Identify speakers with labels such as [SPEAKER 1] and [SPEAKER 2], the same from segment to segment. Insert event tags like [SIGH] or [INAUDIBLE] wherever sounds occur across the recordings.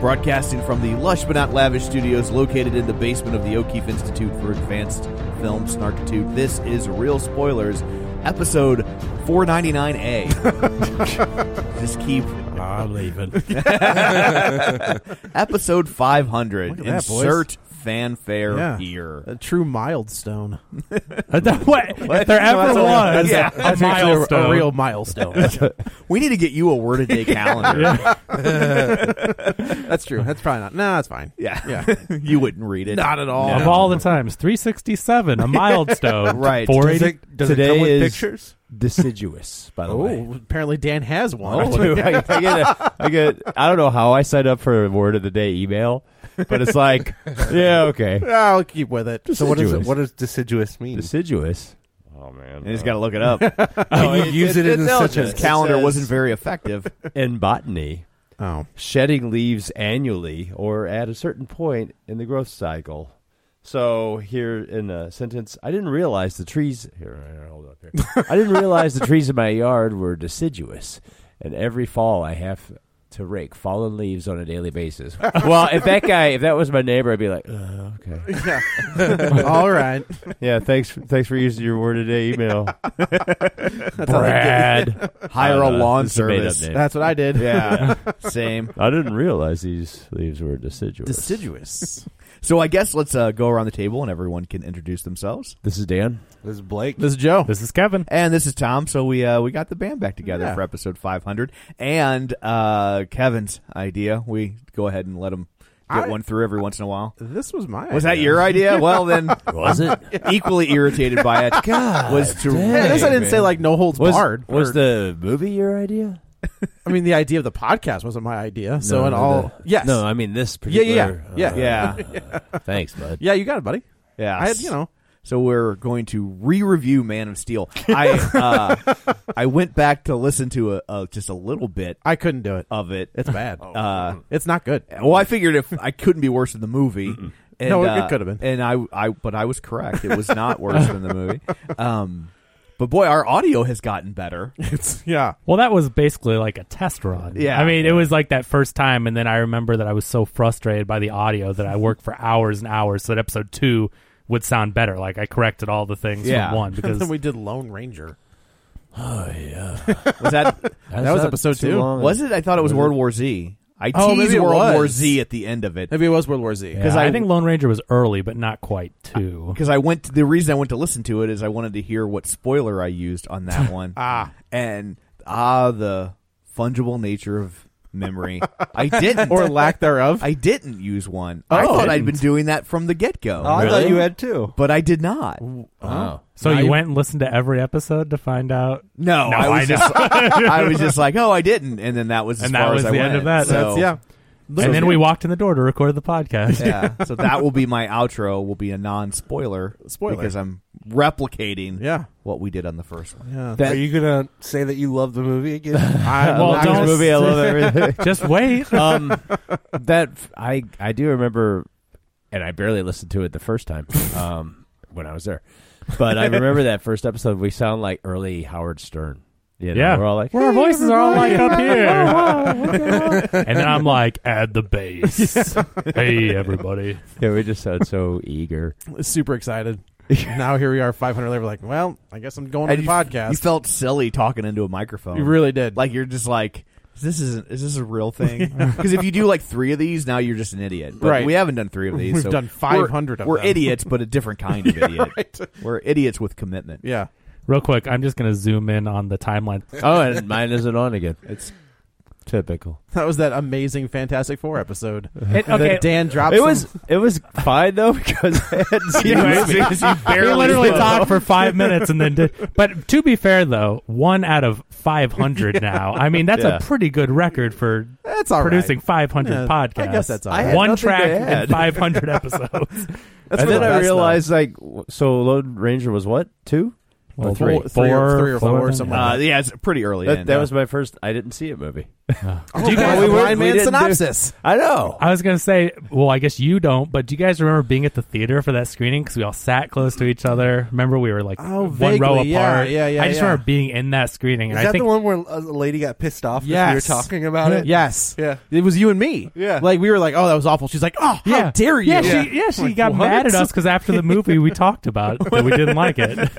[SPEAKER 1] Broadcasting from the lush but not lavish studios located in the basement of the O'Keefe Institute for Advanced Film Snarkitude, this is Real Spoilers, episode
[SPEAKER 2] [LAUGHS]
[SPEAKER 1] 499A. Just keep.
[SPEAKER 2] I'm leaving.
[SPEAKER 1] episode 500.
[SPEAKER 2] Look at that, boys.
[SPEAKER 1] Insert fanfare
[SPEAKER 2] Yeah.
[SPEAKER 1] here.
[SPEAKER 2] A true milestone.
[SPEAKER 3] [LAUGHS]
[SPEAKER 1] What?
[SPEAKER 2] If there ever
[SPEAKER 1] No,
[SPEAKER 2] was
[SPEAKER 1] that's a-
[SPEAKER 2] a,
[SPEAKER 1] that's actually a- a
[SPEAKER 2] milestone,
[SPEAKER 1] real
[SPEAKER 2] milestone.
[SPEAKER 1] We need to get you a word a
[SPEAKER 2] [LAUGHS]
[SPEAKER 1] day calendar. yeah.
[SPEAKER 2] that's true. That's probably not. No, that's fine.
[SPEAKER 1] [LAUGHS] you wouldn't read it.
[SPEAKER 2] Not at all.
[SPEAKER 3] Of all the times, 367, a milestone.
[SPEAKER 1] Right.
[SPEAKER 4] Does
[SPEAKER 3] 480.
[SPEAKER 4] it, does
[SPEAKER 2] Today
[SPEAKER 4] it come with
[SPEAKER 2] is-
[SPEAKER 4] pictures? Deciduous, by the way.
[SPEAKER 2] Oh, apparently Dan has one.
[SPEAKER 4] Oh,
[SPEAKER 2] too.
[SPEAKER 4] dude, I, I get a, I get. I don't know how I signed up for a word of the day email, but it's like, yeah, okay,
[SPEAKER 2] I'll keep with it.
[SPEAKER 4] So what is it- what
[SPEAKER 5] does deciduous mean?
[SPEAKER 4] deciduous.
[SPEAKER 5] oh man,
[SPEAKER 1] You just got to look it up.
[SPEAKER 4] you use it, in such
[SPEAKER 1] His
[SPEAKER 4] a
[SPEAKER 1] calendar wasn't very effective.
[SPEAKER 4] in botany,
[SPEAKER 2] Oh,
[SPEAKER 4] shedding leaves annually or at a certain point in the growth cycle. So here in a sentence, I didn't realize the trees here. here, Hold up [LAUGHS] here. I didn't realize the trees in my yard were deciduous, and every fall I have to rake fallen leaves on a daily [LAUGHS] basis. well, if that guy, if that was my neighbor, I'd be like, uh, okay,
[SPEAKER 2] [LAUGHS] all right.
[SPEAKER 4] [LAUGHS] yeah, thanks, thanks for using your word today [LAUGHS] email, Brad.
[SPEAKER 1] Hire
[SPEAKER 4] I
[SPEAKER 1] a
[SPEAKER 4] don't know.
[SPEAKER 1] lawn
[SPEAKER 4] It's Uh, a made-up
[SPEAKER 1] service.
[SPEAKER 4] name.
[SPEAKER 2] That's what I did.
[SPEAKER 1] Yeah, same.
[SPEAKER 4] I didn't realize these leaves were deciduous.
[SPEAKER 1] Deciduous. So I guess let's uh, go around the table and everyone can introduce themselves.
[SPEAKER 4] this is Dan.
[SPEAKER 5] This is Blake.
[SPEAKER 1] This is Joe,
[SPEAKER 3] This is Kevin.
[SPEAKER 1] and this is Tom. So we uh, we got the band back together
[SPEAKER 2] Yeah.
[SPEAKER 1] for episode 500, and uh, Kevin's idea. We go ahead and let him get
[SPEAKER 2] I-
[SPEAKER 1] one through every once in a while.
[SPEAKER 2] This was my.
[SPEAKER 1] Was that
[SPEAKER 2] idea.
[SPEAKER 1] your idea? Well, then
[SPEAKER 4] Was it?
[SPEAKER 1] [LAUGHS] equally irritated by it was to
[SPEAKER 2] Hey, at least I didn't say like no holds
[SPEAKER 4] Was,
[SPEAKER 2] barred.
[SPEAKER 4] was
[SPEAKER 2] or-
[SPEAKER 4] the movie your idea?
[SPEAKER 2] I mean, the idea of the podcast wasn't my idea. So
[SPEAKER 4] no,
[SPEAKER 2] in
[SPEAKER 4] no,
[SPEAKER 2] all,
[SPEAKER 4] the-
[SPEAKER 2] yes,
[SPEAKER 4] No, I mean this
[SPEAKER 2] yeah, yeah,
[SPEAKER 4] particular.
[SPEAKER 2] yeah, [LAUGHS] yeah,
[SPEAKER 1] yeah,
[SPEAKER 4] yeah. Thanks, bud.
[SPEAKER 2] yeah. You got it, buddy.
[SPEAKER 1] yeah.
[SPEAKER 2] I had, you know,
[SPEAKER 1] So we're going to re-review Man of Steel. I
[SPEAKER 2] [LAUGHS]
[SPEAKER 1] uh, I went back to listen to a, a just a little bit
[SPEAKER 2] I couldn't do it.
[SPEAKER 1] of it.
[SPEAKER 2] It's
[SPEAKER 1] [LAUGHS]
[SPEAKER 2] bad.
[SPEAKER 1] Uh,
[SPEAKER 2] it's not good.
[SPEAKER 1] well, I figured if I couldn't be worse than the movie, and,
[SPEAKER 2] No, it- it
[SPEAKER 1] uh,
[SPEAKER 2] could've been.
[SPEAKER 1] And I, I, but I was correct. It was not worse than the
[SPEAKER 2] [LAUGHS]
[SPEAKER 1] movie. Um, but boy, our audio has gotten better.
[SPEAKER 2] It's yeah.
[SPEAKER 3] Well, that was basically like a test run.
[SPEAKER 1] Yeah.
[SPEAKER 3] I mean, it was like that first time, and then I remember that I was so frustrated by the audio that I worked for hours and hours so that episode two would sound better. Like, I corrected all the things
[SPEAKER 1] Yeah.
[SPEAKER 3] from one
[SPEAKER 2] then
[SPEAKER 3] because
[SPEAKER 2] we did Lone Ranger.
[SPEAKER 1] Was
[SPEAKER 3] [LAUGHS]
[SPEAKER 1] that?
[SPEAKER 2] That was episode two.
[SPEAKER 1] was it? I thought it was World War Z. I
[SPEAKER 2] Oh,
[SPEAKER 1] teased
[SPEAKER 2] maybe it
[SPEAKER 1] World War
[SPEAKER 2] was.
[SPEAKER 1] Z at the end of it
[SPEAKER 2] Maybe it was World War Z.
[SPEAKER 3] because
[SPEAKER 1] I-
[SPEAKER 3] I, think Lone Ranger was early, but not quite two.
[SPEAKER 1] because I went. To, the reason I went to listen to it is I wanted to hear what spoiler I used on
[SPEAKER 2] [LAUGHS]
[SPEAKER 1] that one.
[SPEAKER 2] Ah.
[SPEAKER 1] and ah, the fungible nature of memory.
[SPEAKER 2] [LAUGHS]
[SPEAKER 1] I didn't,
[SPEAKER 2] or lack Oh. thereof.
[SPEAKER 1] I didn't use one. I thought I'd been doing that from the get go,
[SPEAKER 2] Oh,
[SPEAKER 5] I thought you had two.
[SPEAKER 1] but I did not.
[SPEAKER 4] Wow.
[SPEAKER 3] so
[SPEAKER 1] Now
[SPEAKER 3] you
[SPEAKER 1] you-
[SPEAKER 3] went and listened to every episode to find out.
[SPEAKER 1] No,
[SPEAKER 3] No,
[SPEAKER 1] I was
[SPEAKER 3] I [LAUGHS]
[SPEAKER 1] just, I was just like, oh, I didn't, and then that was as
[SPEAKER 3] And that
[SPEAKER 1] far
[SPEAKER 3] was
[SPEAKER 1] as I
[SPEAKER 3] the
[SPEAKER 1] went.
[SPEAKER 3] end of that.
[SPEAKER 1] So,
[SPEAKER 3] That's-
[SPEAKER 2] yeah.
[SPEAKER 3] and then we walked in the door to record
[SPEAKER 1] [LAUGHS]
[SPEAKER 3] the podcast.
[SPEAKER 1] yeah. So that will be my outro. Will be a non-spoiler
[SPEAKER 2] Spoiler.
[SPEAKER 1] because I'm replicating
[SPEAKER 2] Yeah.
[SPEAKER 1] what we did on the first one.
[SPEAKER 2] Yeah.
[SPEAKER 5] Are you gonna say that you love the movie again?
[SPEAKER 2] I,
[SPEAKER 3] Well,
[SPEAKER 2] I-
[SPEAKER 3] don't-
[SPEAKER 4] movie. I love
[SPEAKER 3] [LAUGHS]
[SPEAKER 4] everything.
[SPEAKER 3] Just wait.
[SPEAKER 4] um, that I I do remember, and I barely listened to it the first time um, when I was there, but I remember that first episode. We sound like early Howard Stern. You know,
[SPEAKER 3] Yeah.
[SPEAKER 4] we're all like,
[SPEAKER 3] Where our voices are all like up here. [LAUGHS] and then I'm like, add the bass. hey, everybody.
[SPEAKER 4] yeah, we just sound so eager.
[SPEAKER 1] [LAUGHS]
[SPEAKER 2] super excited. now here we are, 500 later. Like, well, I guess I'm going to
[SPEAKER 1] And
[SPEAKER 2] the
[SPEAKER 1] you,
[SPEAKER 2] podcast.
[SPEAKER 1] you felt silly talking into a microphone.
[SPEAKER 2] You really did.
[SPEAKER 1] like you're just like This isn't. Is this a
[SPEAKER 2] [LAUGHS]
[SPEAKER 1] real thing? Because if you do like three of these, now you're just an idiot. But
[SPEAKER 2] Right.
[SPEAKER 1] We haven't done three of these.
[SPEAKER 2] We've
[SPEAKER 1] so
[SPEAKER 2] done
[SPEAKER 1] we're-
[SPEAKER 2] 500 of
[SPEAKER 1] We're
[SPEAKER 2] them.
[SPEAKER 1] idiots, but a different kind of
[SPEAKER 2] [LAUGHS] Yeah,
[SPEAKER 1] idiot.
[SPEAKER 2] right.
[SPEAKER 1] We're idiots with commitment.
[SPEAKER 2] Yeah.
[SPEAKER 3] Real quick, I'm just going to zoom in on
[SPEAKER 1] [LAUGHS]
[SPEAKER 3] the timeline.
[SPEAKER 4] Oh, and mine isn't on again. It's typical.
[SPEAKER 2] That was that amazing Fantastic Four episode.
[SPEAKER 1] [LAUGHS]
[SPEAKER 3] It- okay.
[SPEAKER 2] That Dan drops.
[SPEAKER 4] It was it was fine though [LAUGHS] because I hadn't seen
[SPEAKER 3] Yeah,
[SPEAKER 4] the
[SPEAKER 3] right.
[SPEAKER 4] movie.
[SPEAKER 1] [LAUGHS]
[SPEAKER 3] he literally talked for five minutes and then did. But to be fair, though, one out of 500 now. I mean, that's
[SPEAKER 4] Yeah.
[SPEAKER 3] a pretty good record for
[SPEAKER 2] That's all right.
[SPEAKER 3] producing 500
[SPEAKER 2] Yeah, I
[SPEAKER 3] podcasts.
[SPEAKER 2] guess that's all I right.
[SPEAKER 4] had
[SPEAKER 3] One
[SPEAKER 4] nothing
[SPEAKER 3] track
[SPEAKER 4] to add.
[SPEAKER 3] and 500
[SPEAKER 2] [LAUGHS]
[SPEAKER 3] episodes.
[SPEAKER 2] That's
[SPEAKER 4] and
[SPEAKER 2] where
[SPEAKER 4] then
[SPEAKER 2] the
[SPEAKER 4] I
[SPEAKER 2] best, though.
[SPEAKER 4] realized like w- so Lord Ranger was what two?
[SPEAKER 3] Well,
[SPEAKER 2] three.
[SPEAKER 3] four-
[SPEAKER 2] Three or-
[SPEAKER 3] four-
[SPEAKER 2] three or
[SPEAKER 3] four
[SPEAKER 2] four,
[SPEAKER 3] of them.
[SPEAKER 2] something
[SPEAKER 1] Uh, yeah, it's pretty early.
[SPEAKER 4] That,
[SPEAKER 1] in, uh,
[SPEAKER 4] that
[SPEAKER 1] yeah.
[SPEAKER 4] was my first. I didn't see it movie.
[SPEAKER 2] Do you guys
[SPEAKER 4] we
[SPEAKER 2] a
[SPEAKER 4] weren't-
[SPEAKER 2] blind
[SPEAKER 4] we
[SPEAKER 2] man
[SPEAKER 4] didn't do-
[SPEAKER 2] synopsis?
[SPEAKER 4] I know.
[SPEAKER 3] I was gonna say, well, I guess you don't, but do you guys remember being at the theater for that screening? Because we all sat close to each other. Remember, we were like
[SPEAKER 2] Oh,
[SPEAKER 3] one row apart.
[SPEAKER 2] vaguely, yeah, yeah, yeah,
[SPEAKER 3] I just
[SPEAKER 2] yeah.
[SPEAKER 3] remember being in that screening,
[SPEAKER 5] Is
[SPEAKER 3] and
[SPEAKER 5] that
[SPEAKER 3] I think
[SPEAKER 5] the one where a lady got pissed off
[SPEAKER 2] Yeah,
[SPEAKER 5] that we were talking about it?
[SPEAKER 2] Yes.
[SPEAKER 5] Yeah.
[SPEAKER 2] It was you and me.
[SPEAKER 5] Yeah.
[SPEAKER 2] Like we were like, oh, that was awful. She's like, oh,
[SPEAKER 3] yeah,
[SPEAKER 2] how dare you?
[SPEAKER 3] Yeah, she, yeah, she
[SPEAKER 2] Like,
[SPEAKER 3] got
[SPEAKER 2] what?
[SPEAKER 3] mad at us because after the movie we talked about it, that we didn't like it.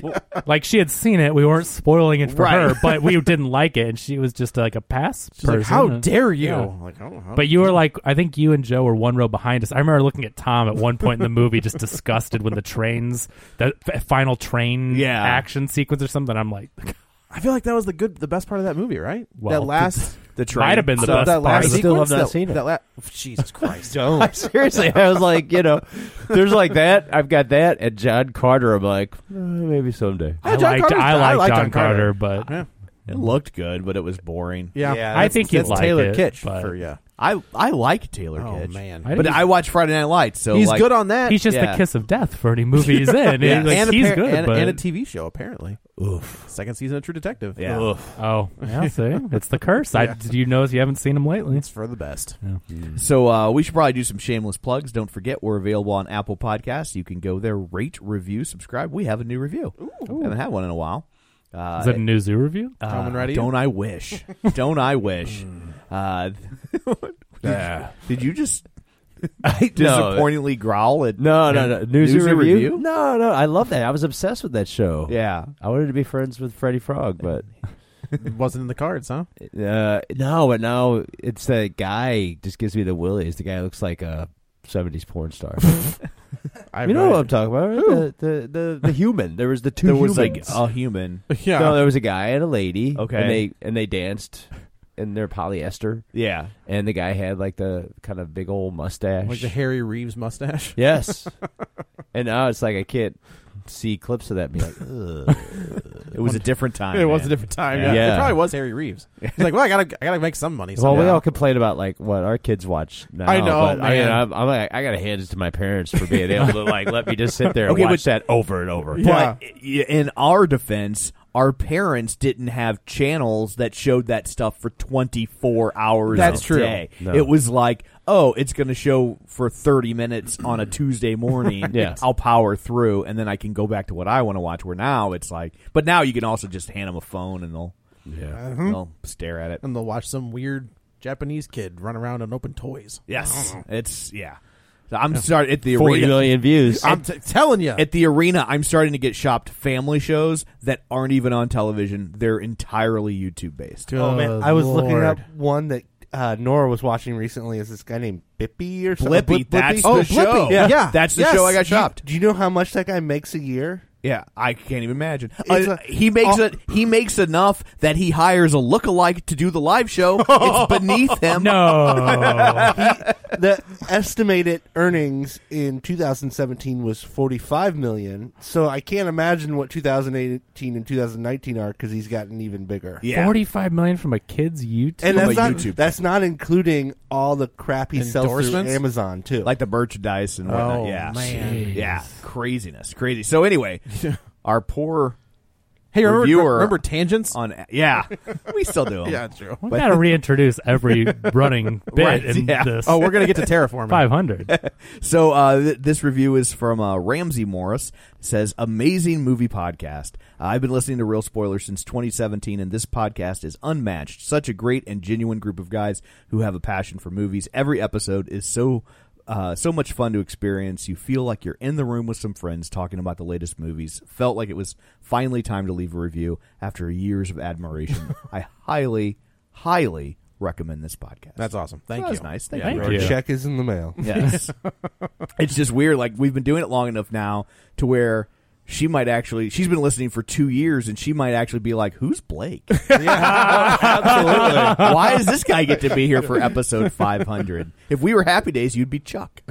[SPEAKER 2] [LAUGHS]
[SPEAKER 3] Well, Like she had seen it, we weren't spoiling it for her, but we didn't like it, and she was just like a pass
[SPEAKER 2] She's
[SPEAKER 3] person.
[SPEAKER 2] like, how dare you?
[SPEAKER 3] Yeah.
[SPEAKER 2] I'm Like, oh,
[SPEAKER 3] But you were like, I think you and Joe were one row behind us. I remember looking at Tom at one point in the movie, just disgusted when the trains, the f- final train
[SPEAKER 1] Yeah.
[SPEAKER 3] action sequence or something. I'm like,
[SPEAKER 2] I feel like that was the good, the best part of that movie, right?
[SPEAKER 3] Well,
[SPEAKER 2] that last,
[SPEAKER 1] [LAUGHS] the train.
[SPEAKER 3] might have been the
[SPEAKER 2] so
[SPEAKER 3] best
[SPEAKER 2] [LAUGHS] that
[SPEAKER 3] part.
[SPEAKER 2] last
[SPEAKER 3] of it.
[SPEAKER 2] sequence.
[SPEAKER 4] still have not
[SPEAKER 2] that,
[SPEAKER 4] seen it.
[SPEAKER 2] That la- oh, Jesus Christ!
[SPEAKER 4] I, seriously, I was like, you know, there's like that. I've got that, and John Carter. I'm like, uh, maybe someday.
[SPEAKER 3] I
[SPEAKER 2] John
[SPEAKER 3] liked,
[SPEAKER 2] Carter's-
[SPEAKER 3] I
[SPEAKER 2] I
[SPEAKER 3] liked
[SPEAKER 2] like
[SPEAKER 3] John
[SPEAKER 2] John Carter.
[SPEAKER 3] Carter, but
[SPEAKER 1] It looked good, but it was boring.
[SPEAKER 2] Yeah,
[SPEAKER 3] I think you'd
[SPEAKER 2] that's
[SPEAKER 3] like
[SPEAKER 2] Taylor
[SPEAKER 3] it,
[SPEAKER 2] Kitsch
[SPEAKER 3] but-
[SPEAKER 2] for yeah.
[SPEAKER 1] I I like Taylor
[SPEAKER 2] Oh,
[SPEAKER 1] Kitsch.
[SPEAKER 2] man.
[SPEAKER 3] I
[SPEAKER 1] but
[SPEAKER 3] didn't-
[SPEAKER 1] I watch Friday Night Lights, so
[SPEAKER 2] he's
[SPEAKER 1] like,
[SPEAKER 2] good on that.
[SPEAKER 3] he's just
[SPEAKER 1] Yeah.
[SPEAKER 3] the kiss of death for any movie he's in.
[SPEAKER 2] [LAUGHS] yeah.
[SPEAKER 3] Like,
[SPEAKER 2] and, a
[SPEAKER 3] he's
[SPEAKER 2] par-
[SPEAKER 3] good,
[SPEAKER 2] and,
[SPEAKER 3] but
[SPEAKER 2] and a TV show apparently. Oof. Second season of True Detective.
[SPEAKER 1] Yeah.
[SPEAKER 2] Ugh.
[SPEAKER 3] oh, yeah, see, it's the curse.
[SPEAKER 2] [LAUGHS]
[SPEAKER 3] I, did you notice you haven't seen him lately?
[SPEAKER 2] It's for the best.
[SPEAKER 1] So uh, we should probably do some shameless plugs. Don't forget, we're available on Apple Podcasts. You can go there, rate, review, subscribe. We have a new review. We haven't had one in a while. Uh,
[SPEAKER 3] Is that a new zoo review?
[SPEAKER 2] Coming right at you.
[SPEAKER 1] don't I
[SPEAKER 3] [LAUGHS]
[SPEAKER 1] wish? don't I wish?
[SPEAKER 3] Mm.
[SPEAKER 1] Uh,
[SPEAKER 4] Yeah.
[SPEAKER 1] did you just
[SPEAKER 4] I
[SPEAKER 1] disappointingly growl at
[SPEAKER 4] No, no, no. News,
[SPEAKER 1] Newsy
[SPEAKER 4] and review?
[SPEAKER 1] Review?
[SPEAKER 4] No, no. I love that. I was obsessed with that show.
[SPEAKER 1] Yeah,
[SPEAKER 4] I wanted to be friends with Freddie Frog, but
[SPEAKER 2] It wasn't in the cards, huh?
[SPEAKER 4] uh, no, but now it's the guy just gives me the willies. The guy looks like a seventies porn star.
[SPEAKER 2] I
[SPEAKER 4] you know what I'm talking about? right? The, the the the human. There was the two
[SPEAKER 1] there was
[SPEAKER 4] humans.
[SPEAKER 1] like a human.
[SPEAKER 2] [LAUGHS] Yeah.
[SPEAKER 4] No, there was a guy and a lady.
[SPEAKER 1] Okay.
[SPEAKER 4] and they and they danced in their polyester,
[SPEAKER 1] Yeah,
[SPEAKER 4] and the guy had like the kind of big old mustache.
[SPEAKER 2] like the Harry Reeves mustache.
[SPEAKER 1] [LAUGHS]
[SPEAKER 4] yes, and now it's like I can't see clips of that. And be
[SPEAKER 1] [LAUGHS]
[SPEAKER 4] like, Ugh.
[SPEAKER 1] it was a different time.
[SPEAKER 2] It was
[SPEAKER 1] man.
[SPEAKER 2] a different time.
[SPEAKER 4] [LAUGHS] Yeah.
[SPEAKER 2] Yeah.
[SPEAKER 4] Yeah.
[SPEAKER 2] It probably was Harry Reeves. He's like, well, I gotta, I gotta make some money.
[SPEAKER 4] Well, we
[SPEAKER 2] somehow.
[SPEAKER 4] all complain about like what our kids watch now.
[SPEAKER 2] I know,
[SPEAKER 4] but, I mean,
[SPEAKER 2] man.
[SPEAKER 4] I'm, I'm like, I gotta hand it to my parents for being able to like let me just sit there and
[SPEAKER 1] Okay,
[SPEAKER 4] watch that
[SPEAKER 1] but-
[SPEAKER 4] over and over.
[SPEAKER 2] Yeah.
[SPEAKER 1] But i- in our defense, our parents didn't have channels that showed that stuff for 24 hours
[SPEAKER 2] That's
[SPEAKER 1] a
[SPEAKER 2] true.
[SPEAKER 1] day.
[SPEAKER 4] No.
[SPEAKER 1] It was like, oh, it's going to show for 30 minutes on a Tuesday morning.
[SPEAKER 4] Yes.
[SPEAKER 1] I'll power through, and then I can go back to what I want to watch. Where now it's like, but now you can also just hand them a phone and they'll,
[SPEAKER 4] Yeah.
[SPEAKER 1] they'll stare at it.
[SPEAKER 2] and they'll watch some weird Japanese kid run around and open toys.
[SPEAKER 1] Yes. It's, yeah. So I'm starting at the
[SPEAKER 4] Forty
[SPEAKER 1] arena.
[SPEAKER 4] million views.
[SPEAKER 2] I'm t- telling you.
[SPEAKER 1] At the arena, I'm starting to get shopped family shows that aren't even on television. They're entirely YouTube based.
[SPEAKER 5] Oh man, I was looking up one that uh, Nora was watching recently. Is this guy named Bippy or something?
[SPEAKER 1] Blippi, that's
[SPEAKER 2] Oh,
[SPEAKER 1] the
[SPEAKER 2] Blippi.
[SPEAKER 1] show.
[SPEAKER 2] Yeah. Yeah.
[SPEAKER 1] that's the
[SPEAKER 2] Yes.
[SPEAKER 1] show I got shopped.
[SPEAKER 5] Do you know how much that guy makes a year?
[SPEAKER 1] Yeah, I can't even imagine.
[SPEAKER 5] It's
[SPEAKER 1] Uh,
[SPEAKER 5] a-
[SPEAKER 1] he makes
[SPEAKER 5] oh.
[SPEAKER 1] it. He makes enough that he hires a lookalike to do the live show. it's beneath him.
[SPEAKER 2] [LAUGHS]
[SPEAKER 3] No,
[SPEAKER 1] [LAUGHS]
[SPEAKER 5] The estimated earnings in 2017 was 45 million. So I can't imagine what 2018 and 2019 are because he's gotten even bigger.
[SPEAKER 1] Yeah.
[SPEAKER 3] forty-five million from a kid's YouTube.
[SPEAKER 1] From
[SPEAKER 5] And that's
[SPEAKER 1] a
[SPEAKER 5] not
[SPEAKER 1] YouTube.
[SPEAKER 5] that's not including all the crap he sells through
[SPEAKER 2] Endorsements?
[SPEAKER 5] Amazon too.
[SPEAKER 1] like the merchandise and whatnot.
[SPEAKER 2] Oh,
[SPEAKER 1] yeah,
[SPEAKER 2] man.
[SPEAKER 1] yeah, craziness, crazy. So anyway, our poor
[SPEAKER 2] hey, remember,
[SPEAKER 1] reviewer-
[SPEAKER 2] remember tangents?
[SPEAKER 1] on yeah, we still do. 'em.
[SPEAKER 2] true.
[SPEAKER 3] we gotta reintroduce
[SPEAKER 2] [LAUGHS]
[SPEAKER 3] every running bit
[SPEAKER 1] Right,
[SPEAKER 3] in
[SPEAKER 1] yeah.
[SPEAKER 3] this.
[SPEAKER 2] Oh, we're gonna get to terraforming.
[SPEAKER 3] five
[SPEAKER 2] [LAUGHS]
[SPEAKER 3] hundred.
[SPEAKER 1] So uh, th- this review is from uh, Ramsey Morris. It says amazing movie podcast. Uh, I've been listening to Real Spoilers since 2017, and this podcast is unmatched. Such a great and genuine group of guys who have a passion for movies. Every episode is so. Uh, so much fun to experience. You feel like you're in the room with some friends talking about the latest movies. Felt
[SPEAKER 3] [LAUGHS]
[SPEAKER 1] like it was finally time to leave a review after years of admiration. I highly, highly recommend this podcast.
[SPEAKER 2] That's awesome. Thank
[SPEAKER 1] so
[SPEAKER 2] you.
[SPEAKER 1] That's nice. Thank,
[SPEAKER 2] Yeah,
[SPEAKER 1] you.
[SPEAKER 2] Thank you.
[SPEAKER 5] Check is in the mail.
[SPEAKER 1] Yes. [LAUGHS] it's just weird. Like we've been doing it long enough now to where she might actually she's been listening for two years and she might actually be like, Who's Blake?
[SPEAKER 2] [LAUGHS] Yeah, absolutely.
[SPEAKER 1] Why does this guy get to be here for episode five hundred? If we were happy days, you'd be Chuck.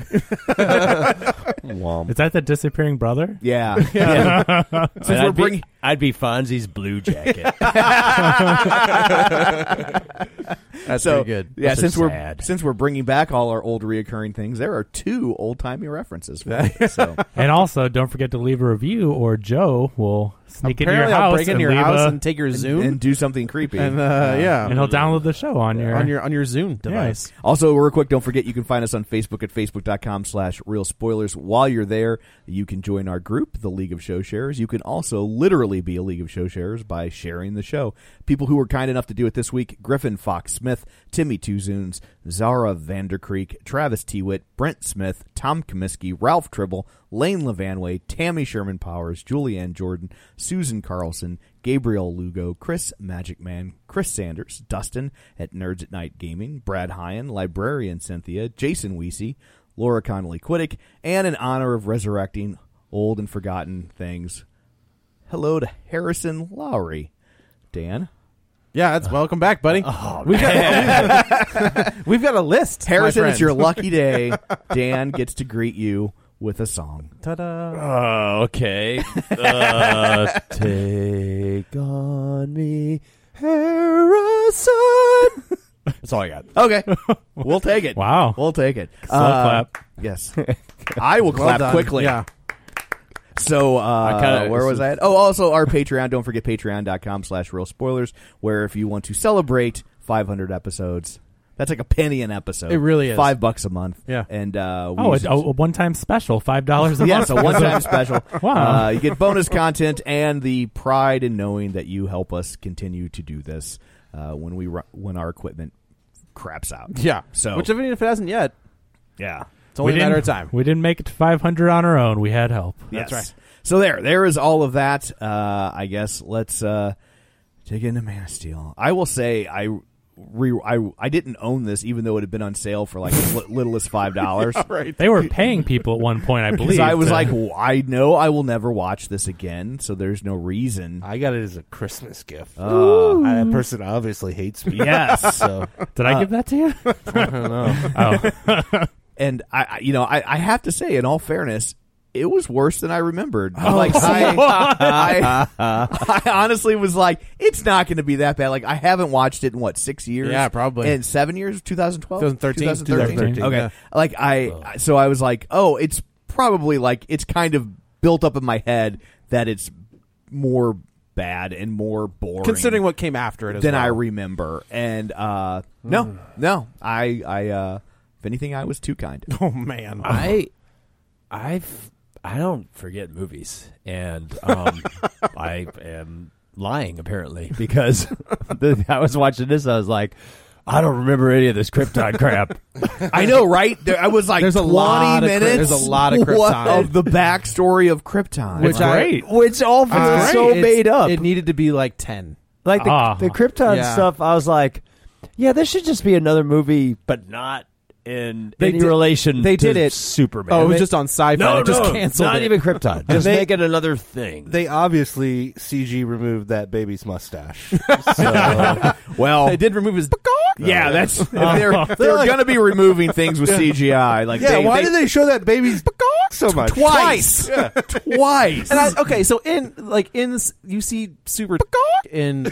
[SPEAKER 4] Womp.
[SPEAKER 3] Is that the disappearing brother?
[SPEAKER 2] [LAUGHS]
[SPEAKER 1] Yeah. yeah. Since
[SPEAKER 4] And
[SPEAKER 1] we're
[SPEAKER 4] I'd,
[SPEAKER 1] bringing
[SPEAKER 4] be, I'd be Fonzie's blue jacket.
[SPEAKER 2] That's
[SPEAKER 1] so
[SPEAKER 2] pretty good.
[SPEAKER 1] yeah,
[SPEAKER 4] That's so
[SPEAKER 1] since we're
[SPEAKER 4] sad.
[SPEAKER 1] since we're bringing back all our old reoccurring things, there are two old timey references. For
[SPEAKER 2] [LAUGHS]
[SPEAKER 1] that, so
[SPEAKER 3] And also, don't forget to leave a review, or Joe will sneak
[SPEAKER 2] Apparently,
[SPEAKER 3] into your house
[SPEAKER 2] I'll break
[SPEAKER 3] and
[SPEAKER 2] into your
[SPEAKER 3] leave
[SPEAKER 2] house
[SPEAKER 3] a-
[SPEAKER 2] and take your Zoom
[SPEAKER 1] and do something creepy.
[SPEAKER 2] and, uh, yeah,
[SPEAKER 3] and he'll download the show on your
[SPEAKER 2] on your on your Zoom device.
[SPEAKER 1] Also, real quick, don't forget you can find us on Facebook at facebook.com slash real spoilers. While you're there, you can join our group, the League of Show Sharers. You can also literally be a League of Show Sharers by sharing the show. People who were kind enough to do it this week, Griffin Fox Smith, Timmy Tuzoons, Zara Vandercreek, Travis Tewitt, Brent Smith, Tom Comiskey, Ralph Tribble, Lane Levanway, Tammy Sherman Powers, Julianne Jordan, Susan Carlson, Gabriel Lugo, Chris Magic Man, Chris Sanders, Dustin at Nerds at Night Gaming, Brad Hyan, Librarian Cynthia, Jason Weesey, Laura Connolly Quiddick, and in honor of resurrecting old and forgotten things, hello to Harrison Lowry. Dan?
[SPEAKER 2] Yeah, that's welcome back, buddy. we've, got, [LAUGHS] we've got a list. my
[SPEAKER 1] Harrison,
[SPEAKER 2] friend.
[SPEAKER 1] it's your
[SPEAKER 2] [LAUGHS]
[SPEAKER 1] lucky day. Dan gets to greet you with a song.
[SPEAKER 2] Ta-da.
[SPEAKER 4] Oh,
[SPEAKER 5] [LAUGHS]
[SPEAKER 4] okay. Uh, take on me, Harrison. That's all I got.
[SPEAKER 2] [LAUGHS]
[SPEAKER 1] Okay. We'll take it.
[SPEAKER 3] Wow.
[SPEAKER 1] We'll take it. Uh,
[SPEAKER 3] Slow clap.
[SPEAKER 1] Yes. I will clap
[SPEAKER 2] done.
[SPEAKER 1] quickly.
[SPEAKER 2] Yeah.
[SPEAKER 1] So uh,
[SPEAKER 4] kinda-
[SPEAKER 1] where
[SPEAKER 4] this
[SPEAKER 1] was
[SPEAKER 4] is-
[SPEAKER 1] I at? Oh, also our Patreon. Don't forget patreon.com slash real spoilers, where if you want to celebrate 500 episodes, that's like a penny an episode.
[SPEAKER 2] It really is.
[SPEAKER 1] Five bucks a month.
[SPEAKER 2] Yeah.
[SPEAKER 1] And uh, we
[SPEAKER 3] oh, a,
[SPEAKER 1] use-
[SPEAKER 3] a one-time special, five dollars
[SPEAKER 1] [LAUGHS]
[SPEAKER 3] a
[SPEAKER 1] yeah,
[SPEAKER 3] [LAUGHS] month.
[SPEAKER 1] it's a one-time special.
[SPEAKER 3] Wow.
[SPEAKER 1] Uh, you get bonus content and the pride in knowing that you help us continue to do this uh, when we ru- when our equipment craps out.
[SPEAKER 2] Yeah.
[SPEAKER 1] So
[SPEAKER 2] which even if it hasn't yet,
[SPEAKER 1] yeah.
[SPEAKER 2] it's only
[SPEAKER 3] we
[SPEAKER 2] a matter of
[SPEAKER 3] didn't-
[SPEAKER 4] [LAUGHS]
[SPEAKER 2] time.
[SPEAKER 3] We didn't make it to 500 on our own. We had help.
[SPEAKER 1] That's
[SPEAKER 2] right.
[SPEAKER 1] So there, there is all of that. Uh, I guess let's uh, dig into Man of Steel. I will say I re I, I didn't own this even though it had been on sale for like as li- little as five dollars.
[SPEAKER 2] right.
[SPEAKER 3] They were paying people at one point, I believe.
[SPEAKER 1] Because I was
[SPEAKER 3] to-
[SPEAKER 1] like, "Well, I know I will never watch this again, so there's no reason.
[SPEAKER 5] I [LAUGHS] got it as a Christmas gift. Uh,
[SPEAKER 4] Oh.
[SPEAKER 5] that person obviously hates me.
[SPEAKER 1] Yes.
[SPEAKER 5] So
[SPEAKER 3] did I give that to you?
[SPEAKER 5] I don't know.
[SPEAKER 3] [LAUGHS] Oh,
[SPEAKER 1] and I, I you know, I, I have to say, in all fairness, it was worse than I remembered.
[SPEAKER 2] Oh,
[SPEAKER 1] like,
[SPEAKER 2] [LAUGHS]
[SPEAKER 1] I, I, I honestly was like, it's not going to be that bad. Like, I haven't watched it in what six years?
[SPEAKER 2] Yeah, probably.
[SPEAKER 1] In seven years, 2012,
[SPEAKER 2] 2013. 2013,
[SPEAKER 1] Okay,
[SPEAKER 2] yeah.
[SPEAKER 1] like I, so I was like, oh, it's probably like it's kind of built up in my head that it's more bad and more boring
[SPEAKER 2] Considering what came after it, Hmm. as
[SPEAKER 1] than I
[SPEAKER 2] well.
[SPEAKER 1] remember. And uh, no, no, I, I, uh, if anything, I was too kind.
[SPEAKER 2] [LAUGHS]
[SPEAKER 4] [LAUGHS]
[SPEAKER 2] Oh man,
[SPEAKER 4] I, I've, I don't forget movies, and
[SPEAKER 5] [LAUGHS]
[SPEAKER 4] um, I am lying apparently because [LAUGHS] the, I was watching this. I was like, I don't remember any of this Krypton
[SPEAKER 5] [LAUGHS]
[SPEAKER 4] crap.
[SPEAKER 1] I know, right? There, I was like,
[SPEAKER 2] There's a
[SPEAKER 1] 20
[SPEAKER 2] lot of crypt-
[SPEAKER 1] minutes.
[SPEAKER 2] there's
[SPEAKER 1] [LAUGHS]
[SPEAKER 2] a lot of
[SPEAKER 1] what-
[SPEAKER 2] Krypton.
[SPEAKER 1] of the backstory of Krypton.
[SPEAKER 2] Which I- Great.
[SPEAKER 4] Which all feels
[SPEAKER 2] It's
[SPEAKER 4] so
[SPEAKER 2] great.
[SPEAKER 4] made up.
[SPEAKER 2] It needed to be like ten.
[SPEAKER 4] like the,
[SPEAKER 3] Ah.
[SPEAKER 4] the Krypton
[SPEAKER 2] Yeah.
[SPEAKER 4] stuff, I was like, yeah, this should just be another movie, but not in
[SPEAKER 2] They
[SPEAKER 4] any
[SPEAKER 2] did-
[SPEAKER 4] relation.
[SPEAKER 2] they
[SPEAKER 4] to
[SPEAKER 2] did it-
[SPEAKER 4] Superman.
[SPEAKER 2] Oh, it was
[SPEAKER 4] They-
[SPEAKER 2] just on sci-fi.
[SPEAKER 4] no,
[SPEAKER 2] It just
[SPEAKER 4] no,
[SPEAKER 2] canceled
[SPEAKER 4] Not
[SPEAKER 2] it.
[SPEAKER 4] even Krypton. Just
[SPEAKER 2] They-
[SPEAKER 4] make it another thing.
[SPEAKER 5] They obviously CG removed that baby's mustache.
[SPEAKER 2] [LAUGHS]
[SPEAKER 1] well,
[SPEAKER 2] They did remove his. [LAUGHS]
[SPEAKER 1] yeah, that's if they're,
[SPEAKER 3] [LAUGHS]
[SPEAKER 1] if they're
[SPEAKER 5] like-
[SPEAKER 1] going to be removing things with CGI. Like,
[SPEAKER 5] yeah,
[SPEAKER 1] they,
[SPEAKER 5] why
[SPEAKER 1] they,
[SPEAKER 5] do they show that baby's so much?
[SPEAKER 2] [LAUGHS]
[SPEAKER 1] twice, twice?
[SPEAKER 2] And I, okay, so in like in s- you see super in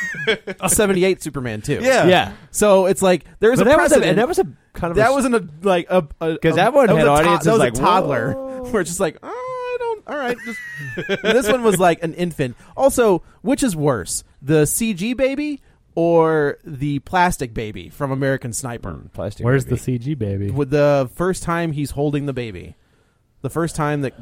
[SPEAKER 2] [LAUGHS] seventy eight Superman too.
[SPEAKER 5] Yeah.
[SPEAKER 4] yeah.
[SPEAKER 2] So it's like there's
[SPEAKER 4] But
[SPEAKER 2] a
[SPEAKER 4] that was a,
[SPEAKER 2] precedent.
[SPEAKER 4] and that was a kind of a
[SPEAKER 2] that wasn't a like a because
[SPEAKER 4] that one had
[SPEAKER 2] was a
[SPEAKER 4] audiences
[SPEAKER 2] that was
[SPEAKER 4] like,
[SPEAKER 2] a toddler
[SPEAKER 4] "Whoa."
[SPEAKER 2] where it's just like I don't all right just [LAUGHS] And this one was like an infant also which is worse the CG baby or the plastic baby from American Sniper
[SPEAKER 4] plastic.
[SPEAKER 3] where's the
[SPEAKER 4] movie.
[SPEAKER 3] CG baby?
[SPEAKER 2] with the first time he's holding the baby the first time that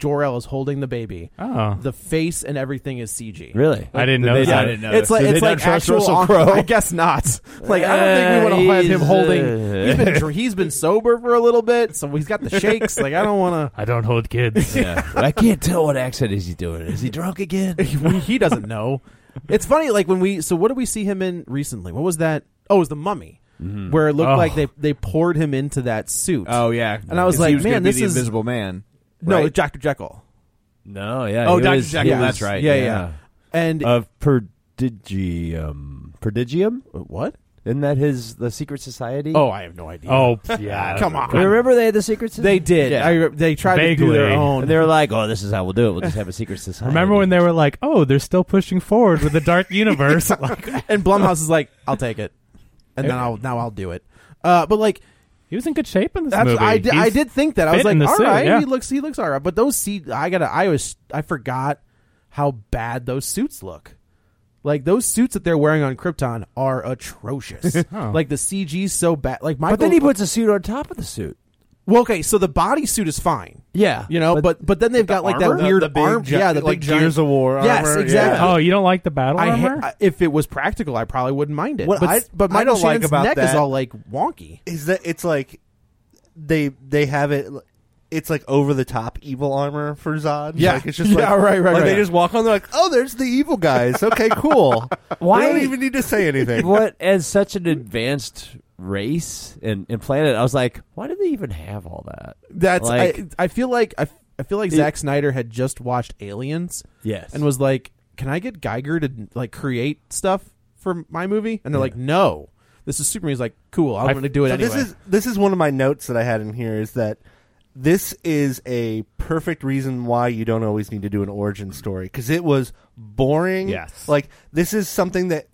[SPEAKER 2] Jor El is holding the baby
[SPEAKER 3] Oh.
[SPEAKER 2] the face and everything is CG
[SPEAKER 4] Really?
[SPEAKER 3] I didn't
[SPEAKER 4] Did
[SPEAKER 3] know
[SPEAKER 4] they
[SPEAKER 3] that.
[SPEAKER 4] not-
[SPEAKER 3] I didn't
[SPEAKER 2] it's like
[SPEAKER 4] Did
[SPEAKER 2] it's
[SPEAKER 4] they not
[SPEAKER 2] like
[SPEAKER 4] trust
[SPEAKER 2] actual.
[SPEAKER 4] Russell Crowe?
[SPEAKER 2] I guess not. Like I don't think we want to
[SPEAKER 4] Uh,
[SPEAKER 2] have him
[SPEAKER 4] he's,
[SPEAKER 2] holding.
[SPEAKER 4] uh,
[SPEAKER 1] [LAUGHS]
[SPEAKER 2] He's been dr- he's been sober for a little bit, so he's got the shakes. Like I don't [LAUGHS] want
[SPEAKER 3] I don't hold kids.
[SPEAKER 2] [LAUGHS]
[SPEAKER 4] Yeah. But I can't tell what accent is he doing. Is he drunk again?
[SPEAKER 2] to. He doesn't know. it's funny, like when we. So what did we see him in recently? What was that? Oh, it was the Mummy,
[SPEAKER 1] Mhm.
[SPEAKER 2] where it looked
[SPEAKER 1] Oh.
[SPEAKER 2] like they they poured him into that suit.
[SPEAKER 1] Oh yeah,
[SPEAKER 2] and I was
[SPEAKER 1] He
[SPEAKER 2] like,
[SPEAKER 1] gonna
[SPEAKER 2] man,
[SPEAKER 1] be
[SPEAKER 2] this
[SPEAKER 1] the
[SPEAKER 2] is
[SPEAKER 1] Invisible Man.
[SPEAKER 2] No,
[SPEAKER 1] right?
[SPEAKER 2] Doctor Jekyll.
[SPEAKER 4] No, yeah.
[SPEAKER 2] Oh,
[SPEAKER 4] he
[SPEAKER 2] Dr.
[SPEAKER 4] was-
[SPEAKER 2] Jekyll,
[SPEAKER 4] he was-
[SPEAKER 2] that's right, yeah, yeah. And-
[SPEAKER 1] Uh,
[SPEAKER 4] of prodigium, prodigium.
[SPEAKER 2] What?
[SPEAKER 4] Isn't that his the secret society?
[SPEAKER 2] Oh, I have no idea.
[SPEAKER 4] Oh,
[SPEAKER 2] yeah,
[SPEAKER 4] yeah.
[SPEAKER 2] come on.
[SPEAKER 4] Remember they had the secret society.
[SPEAKER 2] They did. I re- they tried to do their own.
[SPEAKER 4] And they were like, "Oh, this is how we'll do it. We'll just have a secret society."
[SPEAKER 3] Remember when they were like, "Oh, they're still pushing forward with the [LAUGHS] Dark Universe." like,
[SPEAKER 2] [LAUGHS] and Blumhouse is like, "I'll take it," and then
[SPEAKER 3] Yeah.
[SPEAKER 2] I'll now I'll do it. Uh, but like,
[SPEAKER 3] he was in good shape in this
[SPEAKER 2] that's,
[SPEAKER 3] movie.
[SPEAKER 2] I did, I
[SPEAKER 3] He's
[SPEAKER 2] did think that I was
[SPEAKER 3] fit in
[SPEAKER 2] like,
[SPEAKER 3] the
[SPEAKER 2] "All
[SPEAKER 3] suit,
[SPEAKER 2] right,
[SPEAKER 3] yeah."
[SPEAKER 2] he looks he looks all right." But those seat, I gotta, I was, I forgot how bad those suits look. Like those suits that they're wearing on Krypton are
[SPEAKER 5] [LAUGHS]
[SPEAKER 2] atrocious.
[SPEAKER 4] Oh.
[SPEAKER 2] Like the CG's so bad. Like Michael,
[SPEAKER 4] But then he puts a suit on top of the suit.
[SPEAKER 2] well, okay, so the bodysuit is fine.
[SPEAKER 4] Yeah,
[SPEAKER 2] You know, but but then they've got like
[SPEAKER 5] armor?
[SPEAKER 2] that weird
[SPEAKER 5] The big
[SPEAKER 2] arm,
[SPEAKER 5] gi-
[SPEAKER 2] yeah, the
[SPEAKER 5] like
[SPEAKER 2] big giant-
[SPEAKER 5] Gears of War
[SPEAKER 2] Yes,
[SPEAKER 5] armor,
[SPEAKER 2] exactly.
[SPEAKER 5] yeah.
[SPEAKER 3] Oh, you don't like the battle
[SPEAKER 2] I ha-
[SPEAKER 3] armor?
[SPEAKER 2] I- if it was practical, I probably wouldn't mind it.
[SPEAKER 5] What
[SPEAKER 2] but
[SPEAKER 5] I-
[SPEAKER 2] but
[SPEAKER 5] I
[SPEAKER 2] Michael
[SPEAKER 5] don't like
[SPEAKER 2] Shannon's
[SPEAKER 5] about
[SPEAKER 2] neck is
[SPEAKER 5] that-
[SPEAKER 2] all like wonky.
[SPEAKER 5] Is that it's like they they have it. It's like over the top evil armor for Zod.
[SPEAKER 2] Yeah.
[SPEAKER 5] like, it's
[SPEAKER 2] [LAUGHS]
[SPEAKER 5] just
[SPEAKER 2] Yeah,
[SPEAKER 5] like,
[SPEAKER 2] right, right,
[SPEAKER 5] like
[SPEAKER 2] right.
[SPEAKER 5] They just walk on. They're
[SPEAKER 4] "Uh,
[SPEAKER 5] like, oh, there's the evil
[SPEAKER 2] [LAUGHS]
[SPEAKER 5] guys. Okay, cool.
[SPEAKER 4] Why-
[SPEAKER 5] They don't even need to say
[SPEAKER 4] [LAUGHS]
[SPEAKER 5] anything.
[SPEAKER 4] what as such an advanced race and, and planet, I was like, why do they even have all that?
[SPEAKER 2] That's
[SPEAKER 4] like,
[SPEAKER 2] I, I feel like I, I feel like
[SPEAKER 4] It-
[SPEAKER 2] Zack Snyder had just watched Aliens.
[SPEAKER 4] Yes.
[SPEAKER 2] and was like, "Can I get Geiger to like create stuff for my movie?" And they're like, "No, this is Superman." He's like, "Cool, I'm
[SPEAKER 3] I-
[SPEAKER 2] going to do it
[SPEAKER 5] So
[SPEAKER 2] anyway."
[SPEAKER 5] This is this is one of my notes that I had in here is that this is a perfect reason why you don't always need to do an origin story because it was boring.
[SPEAKER 4] Yes.
[SPEAKER 5] like this is something that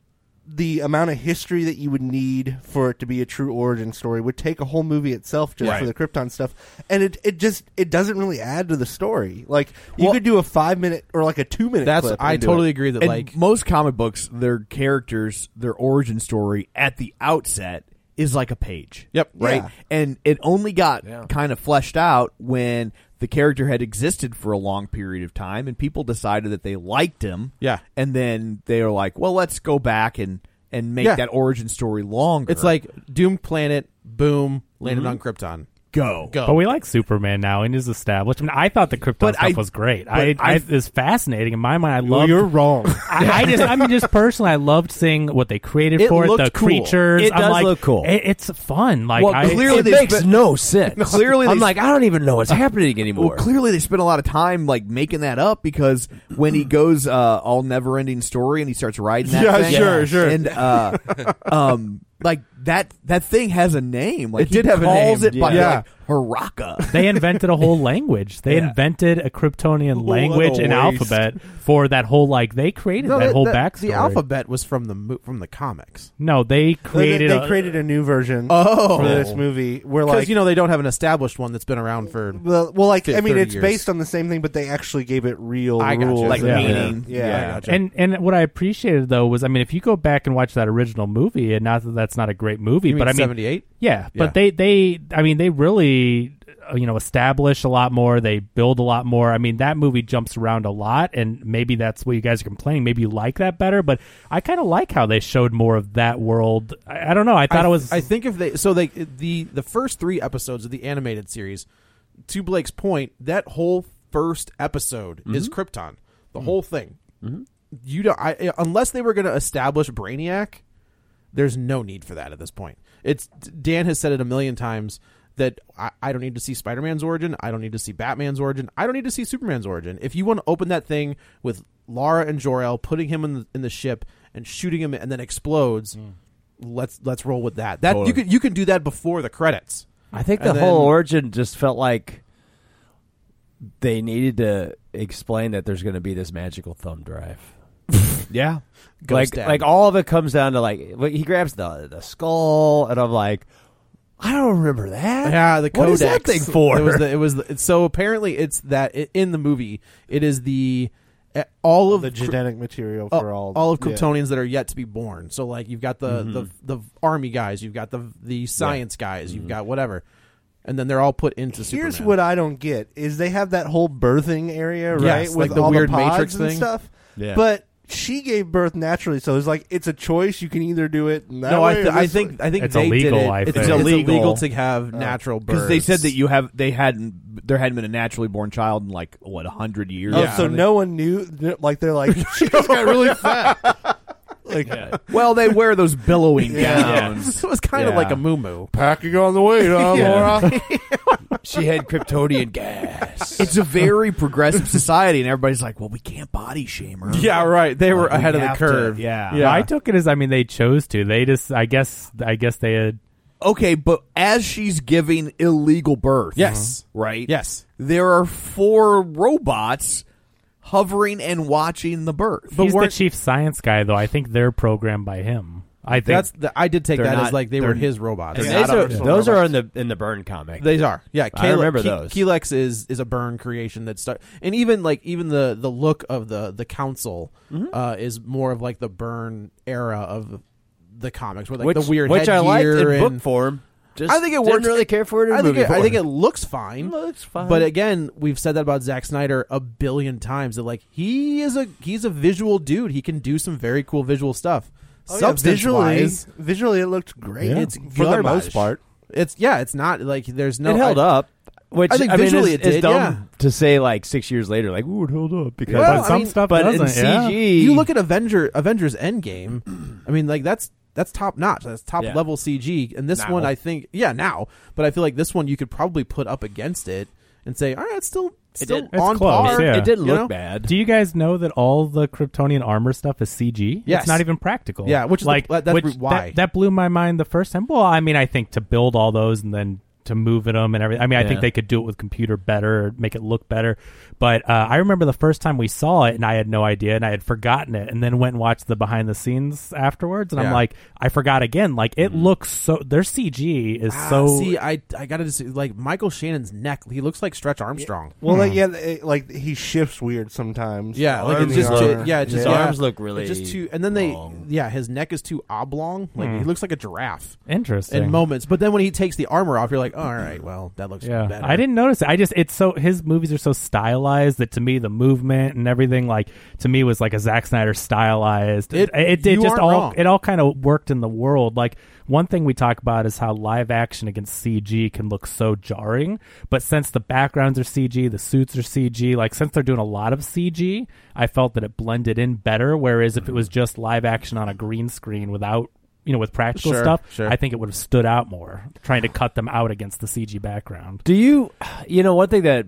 [SPEAKER 5] the amount of history that you would need for it to be a true origin story would take a whole movie itself just for the Krypton stuff, and it it just it doesn't really add to the story. Like you
[SPEAKER 1] Well-
[SPEAKER 5] could do a five minute or like a two minute.
[SPEAKER 2] That's-
[SPEAKER 5] clip
[SPEAKER 2] I
[SPEAKER 5] into
[SPEAKER 2] totally
[SPEAKER 5] it.
[SPEAKER 2] agree that
[SPEAKER 1] And
[SPEAKER 2] like
[SPEAKER 1] most comic books, their characters, their origin story at the outset is like a page.
[SPEAKER 2] Yep.
[SPEAKER 1] Right.
[SPEAKER 5] Yeah.
[SPEAKER 1] And it only got kind of fleshed out when the character had existed for a long period of time and people decided that they liked him.
[SPEAKER 2] Yeah.
[SPEAKER 1] And then they are like, well, let's go back and and make
[SPEAKER 2] Yeah.
[SPEAKER 1] that origin story longer.
[SPEAKER 2] it's like Doom Planet, boom, landed on Krypton.
[SPEAKER 1] go.
[SPEAKER 2] Go.
[SPEAKER 3] But we like Superman now and his establishment. I thought the Krypton
[SPEAKER 1] But
[SPEAKER 3] stuff
[SPEAKER 1] I-
[SPEAKER 3] was great.
[SPEAKER 1] but
[SPEAKER 3] I, I,
[SPEAKER 1] I-
[SPEAKER 3] it was fascinating in my mind. I
[SPEAKER 5] Well,
[SPEAKER 3] loved.
[SPEAKER 5] you're
[SPEAKER 2] [LAUGHS]
[SPEAKER 5] wrong.
[SPEAKER 3] I, I just, I'm just personally, I loved seeing what they created
[SPEAKER 2] It
[SPEAKER 3] for it.
[SPEAKER 2] looked
[SPEAKER 3] The
[SPEAKER 2] cool.
[SPEAKER 3] creatures.
[SPEAKER 4] It
[SPEAKER 3] I'm
[SPEAKER 4] does
[SPEAKER 3] like,
[SPEAKER 4] look cool.
[SPEAKER 3] It, it's fun. Like
[SPEAKER 1] Well,
[SPEAKER 3] I,
[SPEAKER 1] clearly
[SPEAKER 4] it
[SPEAKER 1] they
[SPEAKER 4] makes [LAUGHS]
[SPEAKER 1] spe-
[SPEAKER 4] no sense.
[SPEAKER 1] Clearly
[SPEAKER 4] I'm
[SPEAKER 1] they
[SPEAKER 4] like, I don't even [LAUGHS] know what's happening anymore.
[SPEAKER 1] Well, clearly they spent a lot of time like making that up because when he goes uh, all never ending story and he starts riding that
[SPEAKER 5] Yeah,
[SPEAKER 1] thing,
[SPEAKER 5] sure, sure.
[SPEAKER 1] and uh, um, like that that thing has a name. Like
[SPEAKER 2] It
[SPEAKER 1] he
[SPEAKER 2] did have a
[SPEAKER 1] calls
[SPEAKER 2] name,
[SPEAKER 1] it by
[SPEAKER 5] yeah.
[SPEAKER 1] like
[SPEAKER 2] [LAUGHS]
[SPEAKER 1] Haraka.
[SPEAKER 3] [LAUGHS] they invented a whole language. They invented a Kryptonian language and alphabet for that whole like they created
[SPEAKER 2] No,
[SPEAKER 3] that whole
[SPEAKER 2] the,
[SPEAKER 3] backstory.
[SPEAKER 2] the alphabet was from the mo- from the comics
[SPEAKER 3] No, they created.
[SPEAKER 5] they,
[SPEAKER 3] a,
[SPEAKER 5] created a new version
[SPEAKER 2] Oh.
[SPEAKER 5] for this movie where
[SPEAKER 2] because
[SPEAKER 5] like
[SPEAKER 2] you know they don't have an established one that's been around for
[SPEAKER 5] Well, well, like
[SPEAKER 2] Fif-
[SPEAKER 5] I mean,
[SPEAKER 2] 30
[SPEAKER 5] it's
[SPEAKER 2] years.
[SPEAKER 5] based on the same thing, but they actually gave it real
[SPEAKER 2] I gotcha.
[SPEAKER 5] rules,
[SPEAKER 2] Like
[SPEAKER 5] and-
[SPEAKER 1] meaning.
[SPEAKER 5] Yeah,
[SPEAKER 1] Yeah.
[SPEAKER 5] yeah.
[SPEAKER 3] And and what I appreciated though was I mean if you go back and watch that original movie and not that that's not a great movie
[SPEAKER 2] you
[SPEAKER 3] but I mean
[SPEAKER 2] seventy eight.
[SPEAKER 3] yeah,
[SPEAKER 2] Yeah.
[SPEAKER 3] but they they I mean they really uh, you know establish a lot more they build a lot more I mean that movie jumps around a lot and maybe that's what you guys are complaining maybe you like that better but I kind of like how they showed more of that world I, I don't know I thought it was
[SPEAKER 2] I think if they so they the the first three episodes of the animated series, to Blake's point, that whole first episode is
[SPEAKER 3] Mm-hmm.
[SPEAKER 2] Krypton, the whole thing. You don't I, unless they were going to establish Brainiac. There's no need for that at this point. It's Dan has said it a million times that I, I don't need to see Spider-Man's origin. I don't need to see Batman's origin. I don't need to see Superman's origin. If you want to open that thing with Lara and Jor El putting him in the, in the ship and shooting him and then explodes,
[SPEAKER 3] Mm.
[SPEAKER 2] let's let's roll with that. That you could you can do that before the credits.
[SPEAKER 4] I think the
[SPEAKER 2] And
[SPEAKER 4] whole
[SPEAKER 2] then-
[SPEAKER 4] origin just felt like they needed to explain that there's going to be this magical thumb drive. yeah.
[SPEAKER 2] Ghost
[SPEAKER 4] like
[SPEAKER 2] dad.
[SPEAKER 4] like all of it comes down to like like, he grabs the the skull and I'm like I don't remember that.
[SPEAKER 2] Yeah, the
[SPEAKER 4] What
[SPEAKER 2] codex.
[SPEAKER 4] is that thing for?
[SPEAKER 2] It was the, it was the, so apparently it's that i in the movie it is the eh, all of
[SPEAKER 5] the
[SPEAKER 2] Kry-
[SPEAKER 5] genetic material
[SPEAKER 2] uh,
[SPEAKER 5] for Oh, all
[SPEAKER 2] of
[SPEAKER 5] yeah.
[SPEAKER 2] Kryptonians that are yet to be born. So like you've got the the, the army guys, you've got the the science guys, you've got whatever, and then they're all put into
[SPEAKER 5] Here's
[SPEAKER 2] Superman.
[SPEAKER 5] what I don't get: is they have that whole birthing area, right,
[SPEAKER 2] Yes, like
[SPEAKER 5] with
[SPEAKER 2] the
[SPEAKER 5] all
[SPEAKER 2] weird
[SPEAKER 5] the pods
[SPEAKER 2] Matrix
[SPEAKER 5] and
[SPEAKER 2] thing.
[SPEAKER 5] stuff.
[SPEAKER 4] Yeah.
[SPEAKER 5] But she gave birth naturally, so it's like it's a choice. You can either do it. That
[SPEAKER 2] no,
[SPEAKER 5] way
[SPEAKER 2] I, th-
[SPEAKER 5] or
[SPEAKER 2] I
[SPEAKER 5] this
[SPEAKER 2] think
[SPEAKER 5] way.
[SPEAKER 2] I think
[SPEAKER 3] It's
[SPEAKER 2] they
[SPEAKER 3] illegal,
[SPEAKER 2] Did it.
[SPEAKER 3] I
[SPEAKER 2] it's,
[SPEAKER 3] think.
[SPEAKER 2] it's illegal.
[SPEAKER 1] illegal.
[SPEAKER 2] to have natural births
[SPEAKER 1] because they said that you have they hadn't there hadn't been a naturally born child in like what hundred years.
[SPEAKER 5] Oh,
[SPEAKER 2] Yeah.
[SPEAKER 5] so no one knew. Like
[SPEAKER 2] [LAUGHS]
[SPEAKER 5] they're like she just got really fat. [LAUGHS] Like oh,
[SPEAKER 1] Well, they wear those billowing [LAUGHS] gowns.
[SPEAKER 2] it was kind of
[SPEAKER 1] Yeah.
[SPEAKER 2] like a moo moo.
[SPEAKER 5] packing on the
[SPEAKER 1] [LAUGHS]
[SPEAKER 5] weight, huh, Laura?
[SPEAKER 4] She had Kryptonian gas.
[SPEAKER 1] It's a very progressive society, and everybody's like, "Well, we can't body shame her."
[SPEAKER 2] Yeah, right. They were
[SPEAKER 1] Like, we
[SPEAKER 2] ahead of the
[SPEAKER 1] have to-
[SPEAKER 2] curve.
[SPEAKER 1] yeah.
[SPEAKER 3] I took it as I mean they chose to. They just I guess I guess they had
[SPEAKER 1] Okay, but as she's giving illegal birth,
[SPEAKER 2] Yes.
[SPEAKER 1] right,
[SPEAKER 2] Yes.
[SPEAKER 1] there are four robots hovering and watching the birth.
[SPEAKER 3] he's the
[SPEAKER 2] weren't-
[SPEAKER 3] chief science guy though. I think they're programmed by him. I think
[SPEAKER 2] That's the, I did take
[SPEAKER 1] They're
[SPEAKER 2] that
[SPEAKER 1] not-
[SPEAKER 2] as like they
[SPEAKER 1] they're-
[SPEAKER 2] were his robots.
[SPEAKER 1] they're
[SPEAKER 2] They-
[SPEAKER 1] not
[SPEAKER 4] those
[SPEAKER 1] original
[SPEAKER 4] those are
[SPEAKER 1] robots.
[SPEAKER 4] in the in the burn comic.
[SPEAKER 2] They are, yeah.
[SPEAKER 4] I remember those.
[SPEAKER 2] Kelex is is a burn creation that start, and even like even the the look of the the council
[SPEAKER 4] Mm-hmm.
[SPEAKER 2] uh, is more of like the burn era of the comics, where like
[SPEAKER 4] which,
[SPEAKER 2] the weird
[SPEAKER 4] which I liked
[SPEAKER 2] headgear
[SPEAKER 4] in
[SPEAKER 2] and-
[SPEAKER 4] book form. Just
[SPEAKER 2] I think it
[SPEAKER 4] didn't
[SPEAKER 2] works.
[SPEAKER 4] Really care for it. In
[SPEAKER 2] I think
[SPEAKER 4] movie
[SPEAKER 2] it, I
[SPEAKER 4] form.
[SPEAKER 2] think it looks fine.
[SPEAKER 4] Looks fine.
[SPEAKER 2] But again, we've said that about Zack Snyder a billion times. That like he is a he's a visual dude. He can do some very cool visual stuff.
[SPEAKER 4] Oh,
[SPEAKER 2] Substance
[SPEAKER 5] visually,
[SPEAKER 2] wise,
[SPEAKER 5] visually it looked great.
[SPEAKER 2] it's
[SPEAKER 5] for the
[SPEAKER 2] garbage.
[SPEAKER 5] most part.
[SPEAKER 2] It's yeah, it's not like there's no
[SPEAKER 4] it held
[SPEAKER 2] I-
[SPEAKER 4] up. Which
[SPEAKER 2] I think
[SPEAKER 4] mean,
[SPEAKER 2] visually
[SPEAKER 4] it's,
[SPEAKER 2] it
[SPEAKER 4] it's
[SPEAKER 2] did,
[SPEAKER 4] dumb
[SPEAKER 2] yeah.
[SPEAKER 4] to say like six years later, like ooh, it held up because
[SPEAKER 2] Well,
[SPEAKER 3] but some
[SPEAKER 2] I mean,
[SPEAKER 3] stuff
[SPEAKER 4] but in
[SPEAKER 3] doesn't. yeah.
[SPEAKER 4] CG,
[SPEAKER 2] You look at Avenger
[SPEAKER 4] [CLEARS THROAT]
[SPEAKER 2] Avengers Endgame. I mean, like that's that's top notch. That's top
[SPEAKER 4] Yeah.
[SPEAKER 2] level CG. And this
[SPEAKER 4] Now.
[SPEAKER 2] one, I think, yeah, now. But I feel like this one you could probably put up against it and say, all right, it's still still
[SPEAKER 4] did-
[SPEAKER 3] It's
[SPEAKER 2] on
[SPEAKER 3] close,
[SPEAKER 2] par.
[SPEAKER 3] yeah.
[SPEAKER 4] it didn't
[SPEAKER 2] you
[SPEAKER 4] look
[SPEAKER 2] know?
[SPEAKER 4] bad.
[SPEAKER 3] Do you guys know that all the Kryptonian armor stuff is CG?
[SPEAKER 2] Yes.
[SPEAKER 3] It's not even practical.
[SPEAKER 2] Yeah, which is the-
[SPEAKER 3] like
[SPEAKER 2] that- that's
[SPEAKER 3] which-
[SPEAKER 2] re- why.
[SPEAKER 3] that, that blew my mind the first time. Well, I mean, I think to build all those and then to move in them and everything. I mean, I
[SPEAKER 4] Yeah.
[SPEAKER 3] think they could do it with computer better, or make it look better. But uh, I remember the first time we saw it, and I had no idea, and I had forgotten it, and then went and watched the behind the scenes afterwards, and I'm
[SPEAKER 2] Yeah. Mm-hmm.
[SPEAKER 3] like, I forgot again. Like it looks so. Their CG is so.
[SPEAKER 2] Ah, see, I I gotta just like Michael Shannon's neck. He looks like Stretch Armstrong.
[SPEAKER 5] Well, like yeah, it, like he shifts weird sometimes.
[SPEAKER 2] Yeah, like
[SPEAKER 5] Arms
[SPEAKER 2] it's just too,
[SPEAKER 5] are-
[SPEAKER 2] yeah, it's just
[SPEAKER 4] His
[SPEAKER 2] yeah.
[SPEAKER 4] arms look really
[SPEAKER 2] It's just too, and then they
[SPEAKER 4] long.
[SPEAKER 2] yeah, his neck is too oblong. Like
[SPEAKER 3] Mm.
[SPEAKER 2] he looks like a giraffe
[SPEAKER 3] Interesting.
[SPEAKER 2] in moments, but then when he takes the armor off, you're like, all right, well that looks
[SPEAKER 3] Yeah,
[SPEAKER 2] better.
[SPEAKER 3] I didn't notice it. I just it's so his movies are so stylized that to me the movement and everything like to me was like a Zack Snyder stylized.
[SPEAKER 2] It-
[SPEAKER 3] it,
[SPEAKER 2] you
[SPEAKER 3] just
[SPEAKER 2] aren't
[SPEAKER 3] all
[SPEAKER 2] wrong.
[SPEAKER 3] it all kind of worked in the world. Like one thing we talk about is how live action against CG can look so jarring, but since the backgrounds are CG, the suits are CG, like since they're doing a lot of CG, I felt that it blended in better whereas if it was just live action on a green screen without you know, with practical
[SPEAKER 2] Sure,
[SPEAKER 3] stuff,
[SPEAKER 2] sure.
[SPEAKER 3] I think it would have stood out more. Trying to cut them out against the CG background.
[SPEAKER 4] Do you, you know, one thing that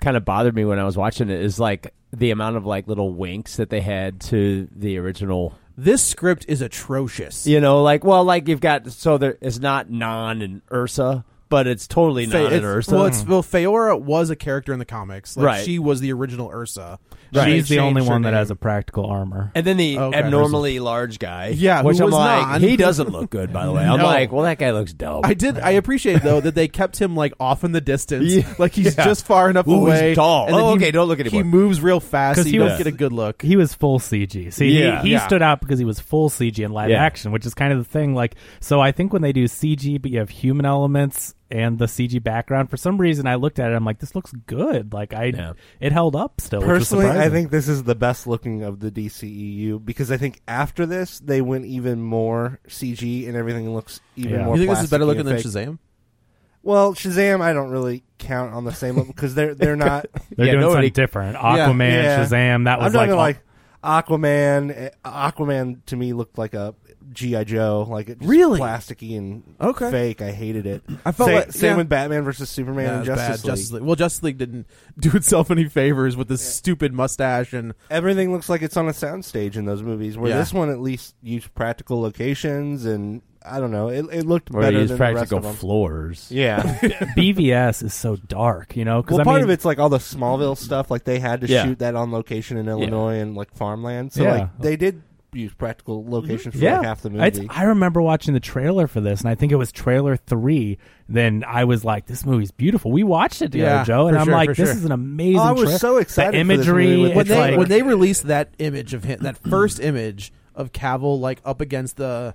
[SPEAKER 4] kind of bothered me when I was watching it is like the amount of like little winks that they had to the original.
[SPEAKER 2] This script is atrocious.
[SPEAKER 4] You know, like well, like you've got so there it's not non and Ursa, but it's totally
[SPEAKER 2] Fe-
[SPEAKER 4] non and
[SPEAKER 2] it's-
[SPEAKER 4] Ursa.
[SPEAKER 2] Well, it's, well, Feora was a character in the comics. Like,
[SPEAKER 4] Right.
[SPEAKER 2] She was the original Ursa.
[SPEAKER 4] Right.
[SPEAKER 2] They
[SPEAKER 3] She's the
[SPEAKER 2] changed
[SPEAKER 3] only
[SPEAKER 2] her
[SPEAKER 3] one that
[SPEAKER 2] name.
[SPEAKER 3] has a practical armor.
[SPEAKER 4] and then the
[SPEAKER 2] Okay.
[SPEAKER 4] abnormally large guy,
[SPEAKER 2] Yeah, who
[SPEAKER 4] which I'm
[SPEAKER 2] was
[SPEAKER 4] like,
[SPEAKER 2] non.
[SPEAKER 4] he doesn't look good. By the way, I'm
[SPEAKER 2] No.
[SPEAKER 4] like, well, that guy looks dumb.
[SPEAKER 2] I did. I appreciate though that they kept him like off in the distance,
[SPEAKER 4] Yeah.
[SPEAKER 2] like he's
[SPEAKER 4] Yeah.
[SPEAKER 2] just far enough
[SPEAKER 4] Ooh, he's
[SPEAKER 2] away.
[SPEAKER 4] tall.
[SPEAKER 2] and then
[SPEAKER 4] Oh,
[SPEAKER 2] he-
[SPEAKER 4] okay, don't look anymore.
[SPEAKER 2] He moves real fast, so
[SPEAKER 3] 'Cause
[SPEAKER 2] you
[SPEAKER 3] he
[SPEAKER 2] don't
[SPEAKER 3] was-
[SPEAKER 2] get a good look.
[SPEAKER 3] He was full CG. See,
[SPEAKER 4] Yeah.
[SPEAKER 3] he, he
[SPEAKER 2] Yeah.
[SPEAKER 3] stood out because he was full CG and live
[SPEAKER 4] Yeah.
[SPEAKER 3] action, which is kind of the thing. Like, so I think when they do CG, but you have human elements and the CG background, for some reason I looked at it, I'm like, this looks good. Like, I
[SPEAKER 4] Yeah.
[SPEAKER 3] it held up still. which was
[SPEAKER 5] Personally, I
[SPEAKER 3] surprising.
[SPEAKER 5] think this is the best looking of the DCEU because I think after this they went even more CG and everything looks even
[SPEAKER 3] Yeah.
[SPEAKER 5] more.
[SPEAKER 2] you think this is
[SPEAKER 5] plasticky
[SPEAKER 2] better looking
[SPEAKER 5] and
[SPEAKER 2] than
[SPEAKER 5] fake.
[SPEAKER 2] Shazam?
[SPEAKER 5] Well, Shazam, I don't really count on the same level because they're they're not.
[SPEAKER 2] [LAUGHS]
[SPEAKER 3] they're
[SPEAKER 4] yeah,
[SPEAKER 3] doing
[SPEAKER 4] nobody-
[SPEAKER 3] something different.
[SPEAKER 2] Oh,
[SPEAKER 3] Aquaman,
[SPEAKER 5] Yeah.
[SPEAKER 3] Shazam, that
[SPEAKER 5] I'm
[SPEAKER 3] was
[SPEAKER 5] talking
[SPEAKER 3] like, [LAUGHS]
[SPEAKER 5] like, Aquaman. uh, Aquaman to me looked like a GI Joe, like it just
[SPEAKER 2] Really?
[SPEAKER 5] plasticky and
[SPEAKER 2] Okay.
[SPEAKER 5] fake. I hated it.
[SPEAKER 2] I felt
[SPEAKER 5] same,
[SPEAKER 2] like-
[SPEAKER 5] same
[SPEAKER 2] yeah.
[SPEAKER 5] with Batman versus Superman
[SPEAKER 2] Yeah, it
[SPEAKER 5] and
[SPEAKER 2] was
[SPEAKER 5] Justice,
[SPEAKER 2] bad.
[SPEAKER 5] League.
[SPEAKER 2] Justice League. Well, Justice League didn't [LAUGHS] do itself any favors with this stupid mustache and
[SPEAKER 5] Everything looks like it's on a soundstage in those movies. Where
[SPEAKER 2] Yeah.
[SPEAKER 5] this one at least used practical locations, and I don't know, it, it looked
[SPEAKER 4] or
[SPEAKER 5] better
[SPEAKER 4] use
[SPEAKER 5] than
[SPEAKER 4] practical
[SPEAKER 5] the rest of them.
[SPEAKER 4] floors.
[SPEAKER 5] Yeah.
[SPEAKER 3] BVS is so dark, you know? Because
[SPEAKER 5] well,
[SPEAKER 3] I
[SPEAKER 5] part
[SPEAKER 3] mean,
[SPEAKER 5] of it's like all the Smallville stuff. Like they had to
[SPEAKER 4] Yeah.
[SPEAKER 5] shoot that on location in Illinois and like farmland. So
[SPEAKER 3] Yeah.
[SPEAKER 5] like they did use practical locations for like half the movie.
[SPEAKER 3] It's- I remember watching the trailer for this, and I think it was trailer three. Then I was like, "This movie's beautiful." We watched it together,
[SPEAKER 2] Yeah,
[SPEAKER 3] Joe, and
[SPEAKER 2] for
[SPEAKER 3] I'm
[SPEAKER 2] sure,
[SPEAKER 3] like,
[SPEAKER 2] for
[SPEAKER 3] "This
[SPEAKER 2] sure.
[SPEAKER 3] is an amazing."
[SPEAKER 5] Oh, I was
[SPEAKER 3] tra-
[SPEAKER 5] so excited for
[SPEAKER 3] The
[SPEAKER 5] this
[SPEAKER 3] imagery
[SPEAKER 5] movie with
[SPEAKER 2] when
[SPEAKER 3] it's
[SPEAKER 2] they
[SPEAKER 3] like-
[SPEAKER 2] when they released that image of him, that first image of Cavill like up against the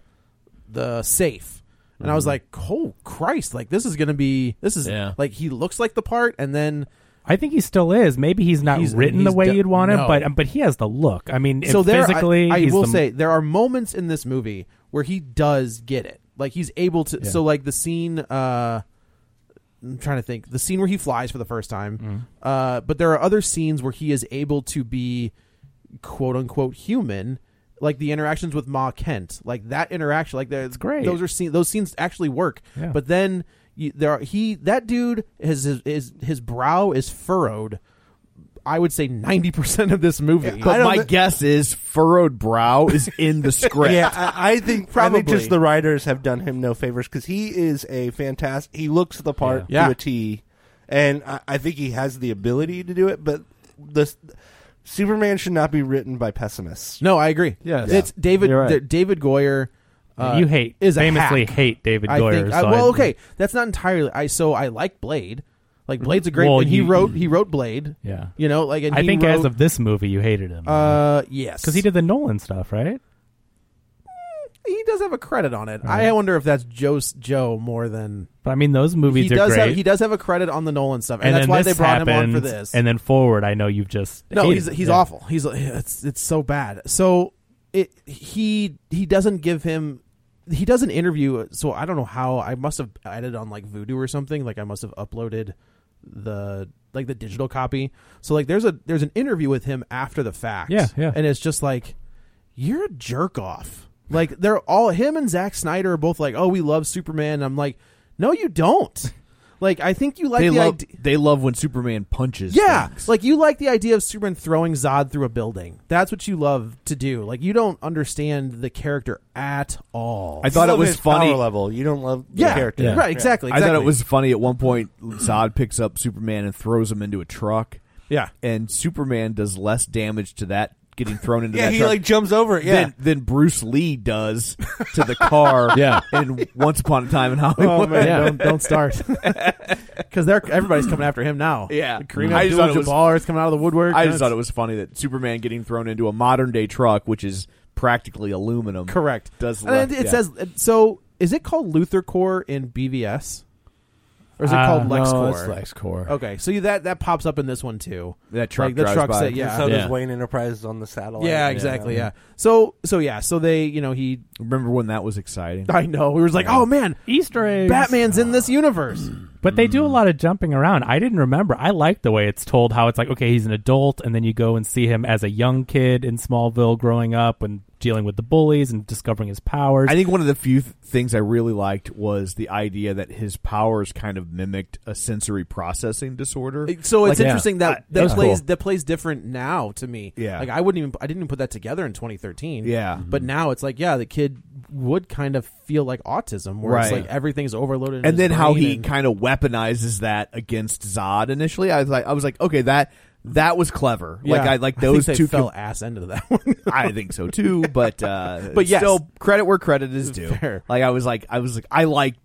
[SPEAKER 2] the safe, and
[SPEAKER 3] Mm-hmm.
[SPEAKER 2] I was like, "Oh Christ! Like this is gonna be this is
[SPEAKER 4] Yeah.
[SPEAKER 2] like he looks like the part." And then
[SPEAKER 3] I think he still is. Maybe he's not
[SPEAKER 2] He's-
[SPEAKER 3] written
[SPEAKER 2] he's
[SPEAKER 3] the way
[SPEAKER 2] de-
[SPEAKER 3] you'd want him,
[SPEAKER 2] no.
[SPEAKER 3] but um, but he has the look. I mean,
[SPEAKER 2] so
[SPEAKER 3] and
[SPEAKER 2] there, I-
[SPEAKER 3] physically,
[SPEAKER 2] I,
[SPEAKER 3] he's
[SPEAKER 2] will
[SPEAKER 3] the-
[SPEAKER 2] say there are moments in this movie where he does get it. Like he's able to. So like the scene. uh I'm trying to think. The scene where he flies for the first time.
[SPEAKER 3] Mm-hmm.
[SPEAKER 2] Uh, but there are other scenes where he is able to be quote unquote human. Like the interactions with Ma Kent, like that interaction, like that's
[SPEAKER 3] great.
[SPEAKER 2] Those are scenes. Those scenes actually work.
[SPEAKER 3] Yeah.
[SPEAKER 2] But then you, there are, he that dude his, his his his brow is furrowed. I would say ninety percent of this movie.
[SPEAKER 1] But my guess is furrowed brow is
[SPEAKER 4] [LAUGHS]
[SPEAKER 1] in the script.
[SPEAKER 5] Yeah, I, I think probably
[SPEAKER 2] Probably.
[SPEAKER 5] just the writers have done him no favors because he is a fantastic. He looks the part
[SPEAKER 2] Yeah. Yeah.
[SPEAKER 5] to a T, and I, I think he has the ability to do it. But the Superman should not be written by pessimists.
[SPEAKER 2] No, I agree.
[SPEAKER 4] Yes.
[SPEAKER 2] it's David
[SPEAKER 4] You're right.
[SPEAKER 2] D- David Goyer. Uh,
[SPEAKER 3] you hate
[SPEAKER 2] is a
[SPEAKER 3] famously
[SPEAKER 2] hack.
[SPEAKER 3] hate David
[SPEAKER 2] I
[SPEAKER 3] Goyer.
[SPEAKER 2] think. I-
[SPEAKER 3] so I-
[SPEAKER 2] well, okay, that's not entirely. I so I like Blade. Like Blade's a great.
[SPEAKER 3] Mm-hmm. Well,
[SPEAKER 2] and he
[SPEAKER 3] you-
[SPEAKER 2] wrote he wrote Blade.
[SPEAKER 3] Yeah.
[SPEAKER 2] you know, like and
[SPEAKER 3] I
[SPEAKER 2] he
[SPEAKER 3] think
[SPEAKER 2] wrote,
[SPEAKER 3] as of this movie, you hated him
[SPEAKER 2] uh yes
[SPEAKER 3] because he did the Nolan stuff, right?
[SPEAKER 2] he does have a credit on it. I wonder if that's Joe's Joe more than
[SPEAKER 3] But I mean, those
[SPEAKER 2] he
[SPEAKER 3] movies are
[SPEAKER 2] does
[SPEAKER 3] great.
[SPEAKER 2] have he does have a credit on the Nolan stuff, and, that's
[SPEAKER 3] then
[SPEAKER 2] why
[SPEAKER 3] this
[SPEAKER 2] they brought him on for
[SPEAKER 3] happens,
[SPEAKER 2] this.
[SPEAKER 3] And then forward, I know you've just
[SPEAKER 2] No,
[SPEAKER 3] hated
[SPEAKER 2] he's
[SPEAKER 3] him.
[SPEAKER 2] he's
[SPEAKER 3] Yeah.
[SPEAKER 2] awful. He's it's it's so bad. So it he he doesn't give him he does an interview. So I don't know how I must have added on like Voodoo or something. Like I must have uploaded the like the digital copy. So like there's a there's an interview with him after the fact.
[SPEAKER 3] Yeah, yeah.
[SPEAKER 2] And it's just like you're a jerk off. Like they're all him and Zack Snyder are both like, oh, we love Superman. And I'm like, no, you don't. Like I think you like
[SPEAKER 1] they
[SPEAKER 2] the
[SPEAKER 1] love
[SPEAKER 2] idea.
[SPEAKER 1] they love when Superman punches.
[SPEAKER 2] Yeah,
[SPEAKER 1] things.
[SPEAKER 2] like you like the idea of Superman throwing Zod through a building. That's what you love to do. Like you don't understand the character at all.
[SPEAKER 1] I thought it
[SPEAKER 5] You love
[SPEAKER 1] was
[SPEAKER 5] his
[SPEAKER 1] funny.
[SPEAKER 5] power level. You don't love the
[SPEAKER 2] yeah,
[SPEAKER 5] character.
[SPEAKER 2] right, exactly,
[SPEAKER 1] I thought
[SPEAKER 2] exactly.
[SPEAKER 1] it was funny. At one point, Zod picks up Superman and throws him into a truck, [LAUGHS]
[SPEAKER 2] yeah.
[SPEAKER 1] and Superman does less damage to that getting thrown into
[SPEAKER 5] [LAUGHS] Yeah,
[SPEAKER 1] that
[SPEAKER 5] he
[SPEAKER 1] truck
[SPEAKER 5] like jumps over it. Yeah,
[SPEAKER 1] than, than Bruce Lee does to the car.
[SPEAKER 4] [LAUGHS] Yeah.
[SPEAKER 1] in Once Upon a Time in Hollywood.
[SPEAKER 2] Oh man,
[SPEAKER 4] Yeah.
[SPEAKER 2] don't,
[SPEAKER 1] [LAUGHS]
[SPEAKER 2] don't start [LAUGHS] because they're everybody's coming after him now.
[SPEAKER 1] Yeah.
[SPEAKER 2] Kareem
[SPEAKER 1] I just thought it was-
[SPEAKER 2] Abdul-Jabbar is coming out of the woodwork.
[SPEAKER 1] I just thought it was funny that Superman getting thrown into a modern day truck, which is practically aluminum.
[SPEAKER 2] correct.
[SPEAKER 1] Does
[SPEAKER 2] And
[SPEAKER 1] less-
[SPEAKER 2] it
[SPEAKER 1] yeah.
[SPEAKER 2] says so? Is it called Luther Core in BVS, or is it
[SPEAKER 3] Uh,
[SPEAKER 2] called LexCore?
[SPEAKER 4] LexCore.
[SPEAKER 2] Okay, so you, that that pops up in this one too.
[SPEAKER 1] that truck
[SPEAKER 2] like the
[SPEAKER 1] drives
[SPEAKER 2] truck
[SPEAKER 1] by.
[SPEAKER 2] said, yeah.
[SPEAKER 5] So
[SPEAKER 4] Yeah.
[SPEAKER 5] does Wayne Enterprises on the satellite.
[SPEAKER 2] Yeah, exactly. Yeah. So, so yeah. So they, you know, he.
[SPEAKER 1] Remember when that was exciting?
[SPEAKER 2] [LAUGHS] I know. We was like, oh man,
[SPEAKER 3] Easter eggs.
[SPEAKER 2] Batman's in this universe.
[SPEAKER 3] But they do a lot of jumping around. I didn't remember. I like the way it's told how it's like, okay, he's an adult, and then you go and see him as a young kid in Smallville growing up and dealing with the bullies and discovering his powers.
[SPEAKER 1] I think one of the few th- things I really liked was the idea that his powers kind of mimicked a sensory processing disorder.
[SPEAKER 2] So
[SPEAKER 3] Like,
[SPEAKER 2] it's
[SPEAKER 3] yeah.
[SPEAKER 2] interesting
[SPEAKER 3] Uh,
[SPEAKER 2] that
[SPEAKER 3] that
[SPEAKER 2] that
[SPEAKER 3] was
[SPEAKER 2] plays
[SPEAKER 3] cool.
[SPEAKER 2] that plays different now to me.
[SPEAKER 1] Yeah.
[SPEAKER 2] Like I wouldn't even I didn't even put that together in 2013.
[SPEAKER 1] Yeah. Mhm.
[SPEAKER 2] But now it's like yeah, the kid would kind of feel like autism, where it's
[SPEAKER 1] Right.
[SPEAKER 2] like everything's overloaded. in
[SPEAKER 1] and
[SPEAKER 2] his
[SPEAKER 1] then how
[SPEAKER 2] brain
[SPEAKER 1] he
[SPEAKER 2] and-
[SPEAKER 1] kind of weaponizes that against Zod initially, I was like, I was like, okay, that that was clever. Like
[SPEAKER 2] Yeah.
[SPEAKER 1] I
[SPEAKER 2] [LAUGHS]
[SPEAKER 1] like
[SPEAKER 2] think
[SPEAKER 1] those
[SPEAKER 2] they
[SPEAKER 1] two.
[SPEAKER 2] fell
[SPEAKER 1] com-
[SPEAKER 2] ass into that one.
[SPEAKER 1] I think so too,
[SPEAKER 2] [LAUGHS]
[SPEAKER 1] but uh,
[SPEAKER 2] But yes.
[SPEAKER 1] still credit where credit is due.
[SPEAKER 2] Fair.
[SPEAKER 1] Like I was like, I was like, I like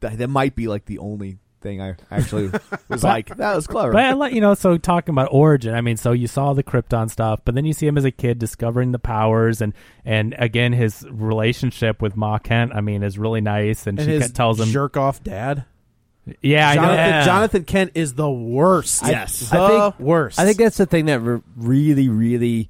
[SPEAKER 1] that. that might be like the only thing I
[SPEAKER 2] [LAUGHS]
[SPEAKER 1] actually was like that was clever.
[SPEAKER 3] But I like you know, so talking about origin, I mean, so you saw the Krypton stuff, but then you see him as a kid discovering the powers, and and again his relationship with Ma Kent, I mean, is really nice, and,
[SPEAKER 2] and
[SPEAKER 3] she
[SPEAKER 2] his
[SPEAKER 3] tells him,
[SPEAKER 2] jerk off dad.
[SPEAKER 3] yeah,
[SPEAKER 2] Jonathan,
[SPEAKER 3] I know.
[SPEAKER 2] Jonathan Kent is the worst.
[SPEAKER 1] Yes.
[SPEAKER 2] the
[SPEAKER 4] I think-
[SPEAKER 2] worst.
[SPEAKER 4] I think that's the thing that re- really, really.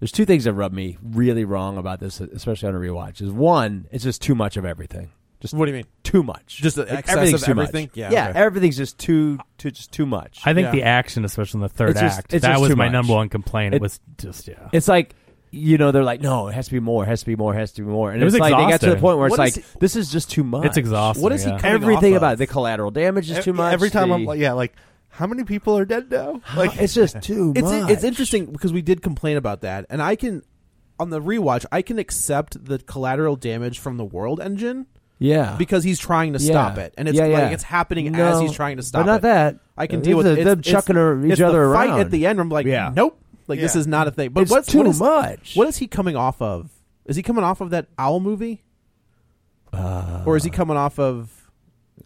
[SPEAKER 4] There's two things that rub me really wrong about this, especially on a rewatch. Is one, it's just too much of everything. Just
[SPEAKER 2] What do you mean?
[SPEAKER 4] Too much.
[SPEAKER 2] Just the excess
[SPEAKER 4] everything's
[SPEAKER 2] of
[SPEAKER 4] too much.
[SPEAKER 2] everything? Yeah,
[SPEAKER 4] yeah.
[SPEAKER 2] okay.
[SPEAKER 4] Everything's just too, too, just too much.
[SPEAKER 3] I think
[SPEAKER 2] Yeah.
[SPEAKER 3] the action, especially in the third
[SPEAKER 4] It's just-
[SPEAKER 3] act,
[SPEAKER 4] it's
[SPEAKER 3] that
[SPEAKER 4] just
[SPEAKER 3] was
[SPEAKER 4] too
[SPEAKER 3] my
[SPEAKER 4] much.
[SPEAKER 3] number one complaint. It,
[SPEAKER 4] It-
[SPEAKER 3] was just yeah.
[SPEAKER 4] it's like you know they're like, no, it has to be more, it has to be more, it has to be more, and
[SPEAKER 3] It was
[SPEAKER 4] it's like they got to the
[SPEAKER 3] exhausting.
[SPEAKER 4] point where it's
[SPEAKER 2] What is
[SPEAKER 4] like this is just too much.
[SPEAKER 3] It's exhausting.
[SPEAKER 2] What is he
[SPEAKER 3] yeah.
[SPEAKER 2] coming
[SPEAKER 4] Everything
[SPEAKER 2] off
[SPEAKER 4] about
[SPEAKER 2] of?
[SPEAKER 4] it. the collateral damage is
[SPEAKER 5] Ev-
[SPEAKER 4] too much.
[SPEAKER 5] Every time
[SPEAKER 4] the,
[SPEAKER 5] I'm like, yeah, like how many people are dead now?
[SPEAKER 4] like, it's
[SPEAKER 2] [LAUGHS]
[SPEAKER 4] just too
[SPEAKER 2] it's
[SPEAKER 4] much.
[SPEAKER 2] it's interesting because we did complain about that, and I can on the rewatch I can accept the collateral damage from the world engine
[SPEAKER 4] yeah,
[SPEAKER 2] because he's trying to
[SPEAKER 4] Yeah.
[SPEAKER 2] stop it, and it's
[SPEAKER 4] Yeah,
[SPEAKER 2] like
[SPEAKER 4] yeah.
[SPEAKER 2] it's happening
[SPEAKER 4] No,
[SPEAKER 2] as he's trying to
[SPEAKER 4] but
[SPEAKER 2] stop
[SPEAKER 4] not
[SPEAKER 2] it.
[SPEAKER 4] that.
[SPEAKER 2] I can
[SPEAKER 4] It's
[SPEAKER 2] deal with
[SPEAKER 4] the-
[SPEAKER 2] it's-
[SPEAKER 4] them
[SPEAKER 2] it's-
[SPEAKER 4] chucking her- each
[SPEAKER 2] it's the
[SPEAKER 4] other
[SPEAKER 2] fight
[SPEAKER 4] around.
[SPEAKER 2] at the end. I'm like,
[SPEAKER 1] Yeah.
[SPEAKER 2] nope, like this
[SPEAKER 5] Yeah.
[SPEAKER 2] is not a thing. But
[SPEAKER 4] It's
[SPEAKER 2] what's
[SPEAKER 4] too
[SPEAKER 2] what is,
[SPEAKER 4] much.
[SPEAKER 2] What is he coming off of? Is he coming off of that owl movie,
[SPEAKER 4] Uh,
[SPEAKER 2] or is he coming off of?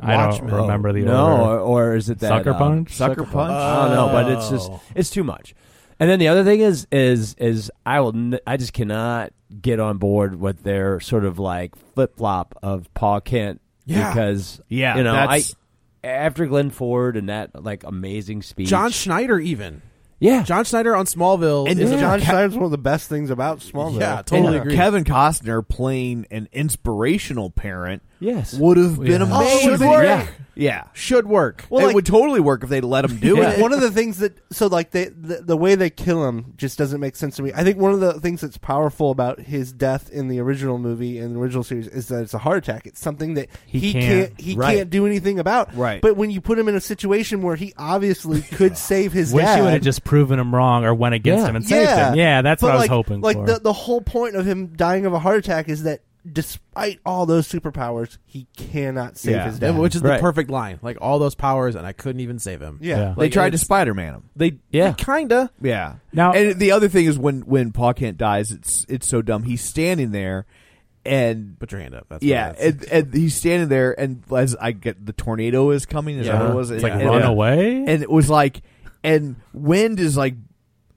[SPEAKER 3] I don't
[SPEAKER 2] Watchmen.
[SPEAKER 3] remember the
[SPEAKER 4] no, uh,
[SPEAKER 3] order.
[SPEAKER 4] or, or is it that
[SPEAKER 3] Sucker
[SPEAKER 4] um,
[SPEAKER 3] punch?
[SPEAKER 4] Sucker
[SPEAKER 3] Sucker
[SPEAKER 4] punch.
[SPEAKER 3] punch.
[SPEAKER 4] I don't know, but it's just
[SPEAKER 2] Oh.
[SPEAKER 4] it's too much. And then the other thing is is is I will n- I just cannot get on board with their sort of like flip flop of Paul Kent
[SPEAKER 2] Yeah.
[SPEAKER 4] because
[SPEAKER 1] Yeah,
[SPEAKER 4] you know I
[SPEAKER 1] that's-
[SPEAKER 4] after Glenn Ford and that like amazing speech.
[SPEAKER 2] John Schneider even.
[SPEAKER 4] Yeah.
[SPEAKER 2] John Schneider on Smallville
[SPEAKER 5] And
[SPEAKER 2] is
[SPEAKER 5] John
[SPEAKER 2] John
[SPEAKER 5] Schneider's one of the best things about Smallville.
[SPEAKER 2] Yeah, totally
[SPEAKER 1] And
[SPEAKER 2] agree.
[SPEAKER 1] Kevin Costner playing an inspirational parent
[SPEAKER 4] Yes.
[SPEAKER 1] would have been
[SPEAKER 4] Yeah.
[SPEAKER 1] amazing.
[SPEAKER 2] Oh, should work.
[SPEAKER 1] yeah. yeah.
[SPEAKER 2] should work.
[SPEAKER 1] Well,
[SPEAKER 5] It
[SPEAKER 1] it
[SPEAKER 5] would
[SPEAKER 1] would totally work if they let him do
[SPEAKER 5] Well,
[SPEAKER 1] it.
[SPEAKER 5] one of the things that so like they the, the way they kill him just doesn't make sense to me. I think one of the things that's powerful about his death in the original movie and the original series is that it's a heart attack. It's something that he,
[SPEAKER 3] can't-
[SPEAKER 5] can't, he
[SPEAKER 1] right.
[SPEAKER 5] can't do anything about.
[SPEAKER 1] Right.
[SPEAKER 5] But when you put him in a situation where he
[SPEAKER 3] [LAUGHS]
[SPEAKER 5] obviously could save his
[SPEAKER 3] Wish you would
[SPEAKER 5] dad,
[SPEAKER 3] have just proven him wrong or went against him and
[SPEAKER 5] yeah,
[SPEAKER 3] saved him. Yeah, that's
[SPEAKER 5] But,
[SPEAKER 3] what I was
[SPEAKER 5] like,
[SPEAKER 3] hoping
[SPEAKER 5] Like
[SPEAKER 3] for.
[SPEAKER 5] the the whole point of him dying of a heart attack is that despite all those superpowers, he cannot save
[SPEAKER 1] Yeah.
[SPEAKER 5] his
[SPEAKER 2] Yeah,
[SPEAKER 5] dad.
[SPEAKER 2] which is
[SPEAKER 4] Right.
[SPEAKER 2] the perfect line. Like all those powers, and I couldn't even save him.
[SPEAKER 5] yeah.
[SPEAKER 3] Yeah.
[SPEAKER 1] they
[SPEAKER 2] Like,
[SPEAKER 1] tried to
[SPEAKER 2] it's-
[SPEAKER 1] Spider Man him.
[SPEAKER 2] They
[SPEAKER 4] Yeah.
[SPEAKER 2] they kinda
[SPEAKER 1] Yeah.
[SPEAKER 3] Now-
[SPEAKER 1] and the other thing is when when Paul Kent dies, it's it's so dumb. He's standing there, and
[SPEAKER 2] put your hand up. That's
[SPEAKER 1] yeah,
[SPEAKER 2] what it is.
[SPEAKER 1] and, and he's standing there, and as I get the tornado is coming, is that what it was?
[SPEAKER 3] It's like
[SPEAKER 1] And-
[SPEAKER 3] run
[SPEAKER 1] and-
[SPEAKER 3] away.
[SPEAKER 1] and it was like, and wind is like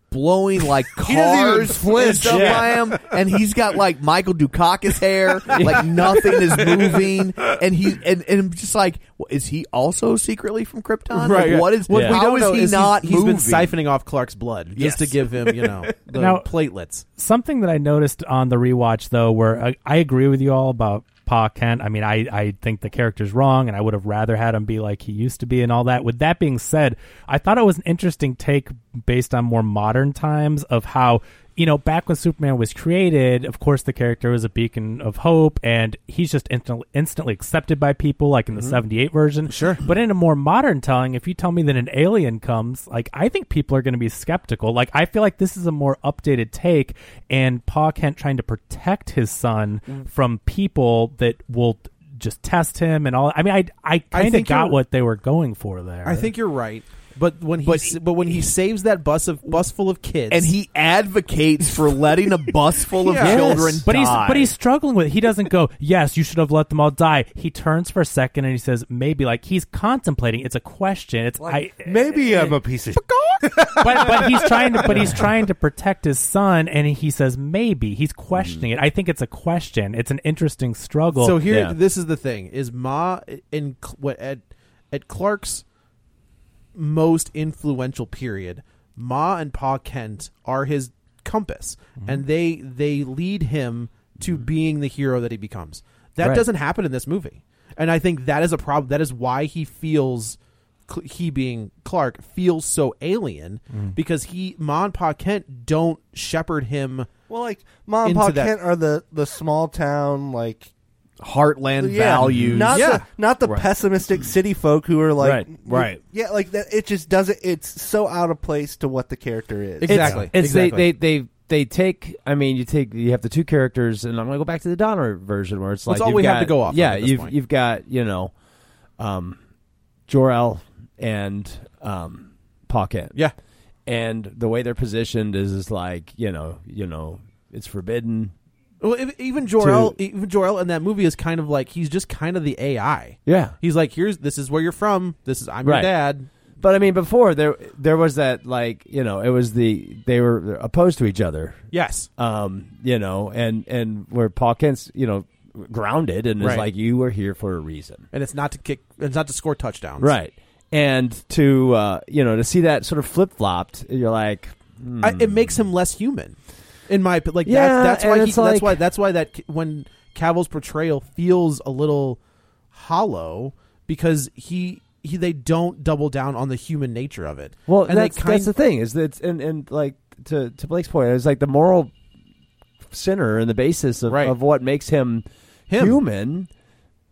[SPEAKER 1] blowing
[SPEAKER 2] [LAUGHS]
[SPEAKER 1] like
[SPEAKER 5] doesn't even
[SPEAKER 1] cars and
[SPEAKER 5] flinch.
[SPEAKER 1] stuff
[SPEAKER 5] Yeah.
[SPEAKER 1] by him, and he's got like Michael Dukakis
[SPEAKER 2] [LAUGHS]
[SPEAKER 1] hair, like nothing is moving, and he and and I'm just like, well, is he also secretly from Krypton? Like, What is?
[SPEAKER 2] what we
[SPEAKER 1] how
[SPEAKER 2] don't
[SPEAKER 1] is
[SPEAKER 2] know
[SPEAKER 1] he
[SPEAKER 2] is he's-
[SPEAKER 1] not
[SPEAKER 2] he's been
[SPEAKER 1] moving?
[SPEAKER 2] siphoning off Clark's blood just
[SPEAKER 1] Yes.
[SPEAKER 2] to give him, you [LAUGHS] know, the
[SPEAKER 3] Now-
[SPEAKER 2] platelets.
[SPEAKER 3] something that I noticed on the rewatch though, where I, I agree with you all about Pa Kent. I mean, I, I think the character's wrong, and I would have rather had him be like he used to be and all that. With that being said, I thought it was an interesting take based on more modern times of how. You know, back when Superman was created, of course, the character was a beacon of hope, and he's just instantly, instantly accepted by people, like in the '78 version. Sure, but in a more modern telling, if you tell me that an alien comes, like I think people are going to be skeptical. Like I feel like this is a more updated take, and Pa Kent trying to protect his son from people that will just test him and all. I mean, I I kind of
[SPEAKER 2] think
[SPEAKER 3] got
[SPEAKER 2] you're-
[SPEAKER 3] what they were going for there.
[SPEAKER 2] I think you're right. But when he
[SPEAKER 1] But-
[SPEAKER 2] but, but when he saves that bus of bus full of kids
[SPEAKER 1] and he advocates for letting a bus full of
[SPEAKER 2] [LAUGHS] Yes.
[SPEAKER 1] children
[SPEAKER 3] But he's
[SPEAKER 1] die.
[SPEAKER 3] but he's struggling with. It. He doesn't go. [LAUGHS] Yes, you should have let them all die. He turns for a second and he says maybe. Like he's contemplating. It's a question. It's I
[SPEAKER 5] Maybe I'm a piece of
[SPEAKER 3] but but he's trying to but he's trying to protect his son and he says maybe he's questioning it i think it's a question it's an interesting struggle
[SPEAKER 2] So here,
[SPEAKER 4] Yeah.
[SPEAKER 2] this is the thing: is Ma in Cl- what at at Clark's most influential period, Ma and Pa Kent are his compass, and they they lead him to being the hero that he becomes. That
[SPEAKER 3] Right.
[SPEAKER 2] doesn't happen in this movie, and I think that is a problem. That is why he feels. Cl- He being Clark feels so alien because he Ma and Pa Kent don't shepherd him
[SPEAKER 5] Well, like mom and
[SPEAKER 2] into
[SPEAKER 5] pa
[SPEAKER 2] that-
[SPEAKER 5] Kent are the the small town like
[SPEAKER 1] heartland values.
[SPEAKER 5] not
[SPEAKER 2] Yeah.
[SPEAKER 5] the, not the pessimistic city folk who are like
[SPEAKER 4] Right,
[SPEAKER 1] right.
[SPEAKER 5] yeah, like that. It just doesn't. It's so out of place to what the character is.
[SPEAKER 2] Ex- Exactly.
[SPEAKER 4] It's, it's they-
[SPEAKER 2] Exactly.
[SPEAKER 4] They, they they take. I mean, you take. You have the two characters, and I'm gonna go back to the Donner version where it's like
[SPEAKER 2] That's all
[SPEAKER 4] you've
[SPEAKER 2] we have
[SPEAKER 4] got-
[SPEAKER 2] to go off of
[SPEAKER 4] Yeah,
[SPEAKER 2] at this
[SPEAKER 4] you've
[SPEAKER 2] point.
[SPEAKER 4] you've got you know, um, Jor El and um, Pocket.
[SPEAKER 2] Yeah.
[SPEAKER 4] and the way they're positioned is is like you know you know it's forbidden.
[SPEAKER 2] Well, ev- even Jor-El, even Jor-El in that movie is kind of like he's just kind of the AI.
[SPEAKER 4] Yeah,
[SPEAKER 2] He's like, here's this is where you're from. This is I'm
[SPEAKER 4] Right.
[SPEAKER 2] your dad.
[SPEAKER 4] But I mean, before there there was that like you know it was the they were opposed to each other.
[SPEAKER 2] Yes.
[SPEAKER 4] Um, you know, and and where Paul Kent's you know grounded and is
[SPEAKER 2] Right.
[SPEAKER 4] like you were here for a reason,
[SPEAKER 2] And it's not to kick. It's not to score touchdowns.
[SPEAKER 4] right? And to uh, you know to see that sort of flip flopped, you're like, hmm.
[SPEAKER 2] I, it makes him less human. In my opi- like,
[SPEAKER 4] Yeah,
[SPEAKER 2] that's, that's
[SPEAKER 4] and
[SPEAKER 2] why. He,
[SPEAKER 4] it's like-
[SPEAKER 2] that's why. That's why that c- when Cavill's portrayal feels a little hollow because he he they don't double down on the human nature of it.
[SPEAKER 4] well,
[SPEAKER 2] and
[SPEAKER 4] that's
[SPEAKER 2] they kind
[SPEAKER 4] that's the thing is that and and like to to Blake's point, it's like the moral center and the basis of,
[SPEAKER 2] Right.
[SPEAKER 4] of what makes him,
[SPEAKER 2] Him.
[SPEAKER 4] human.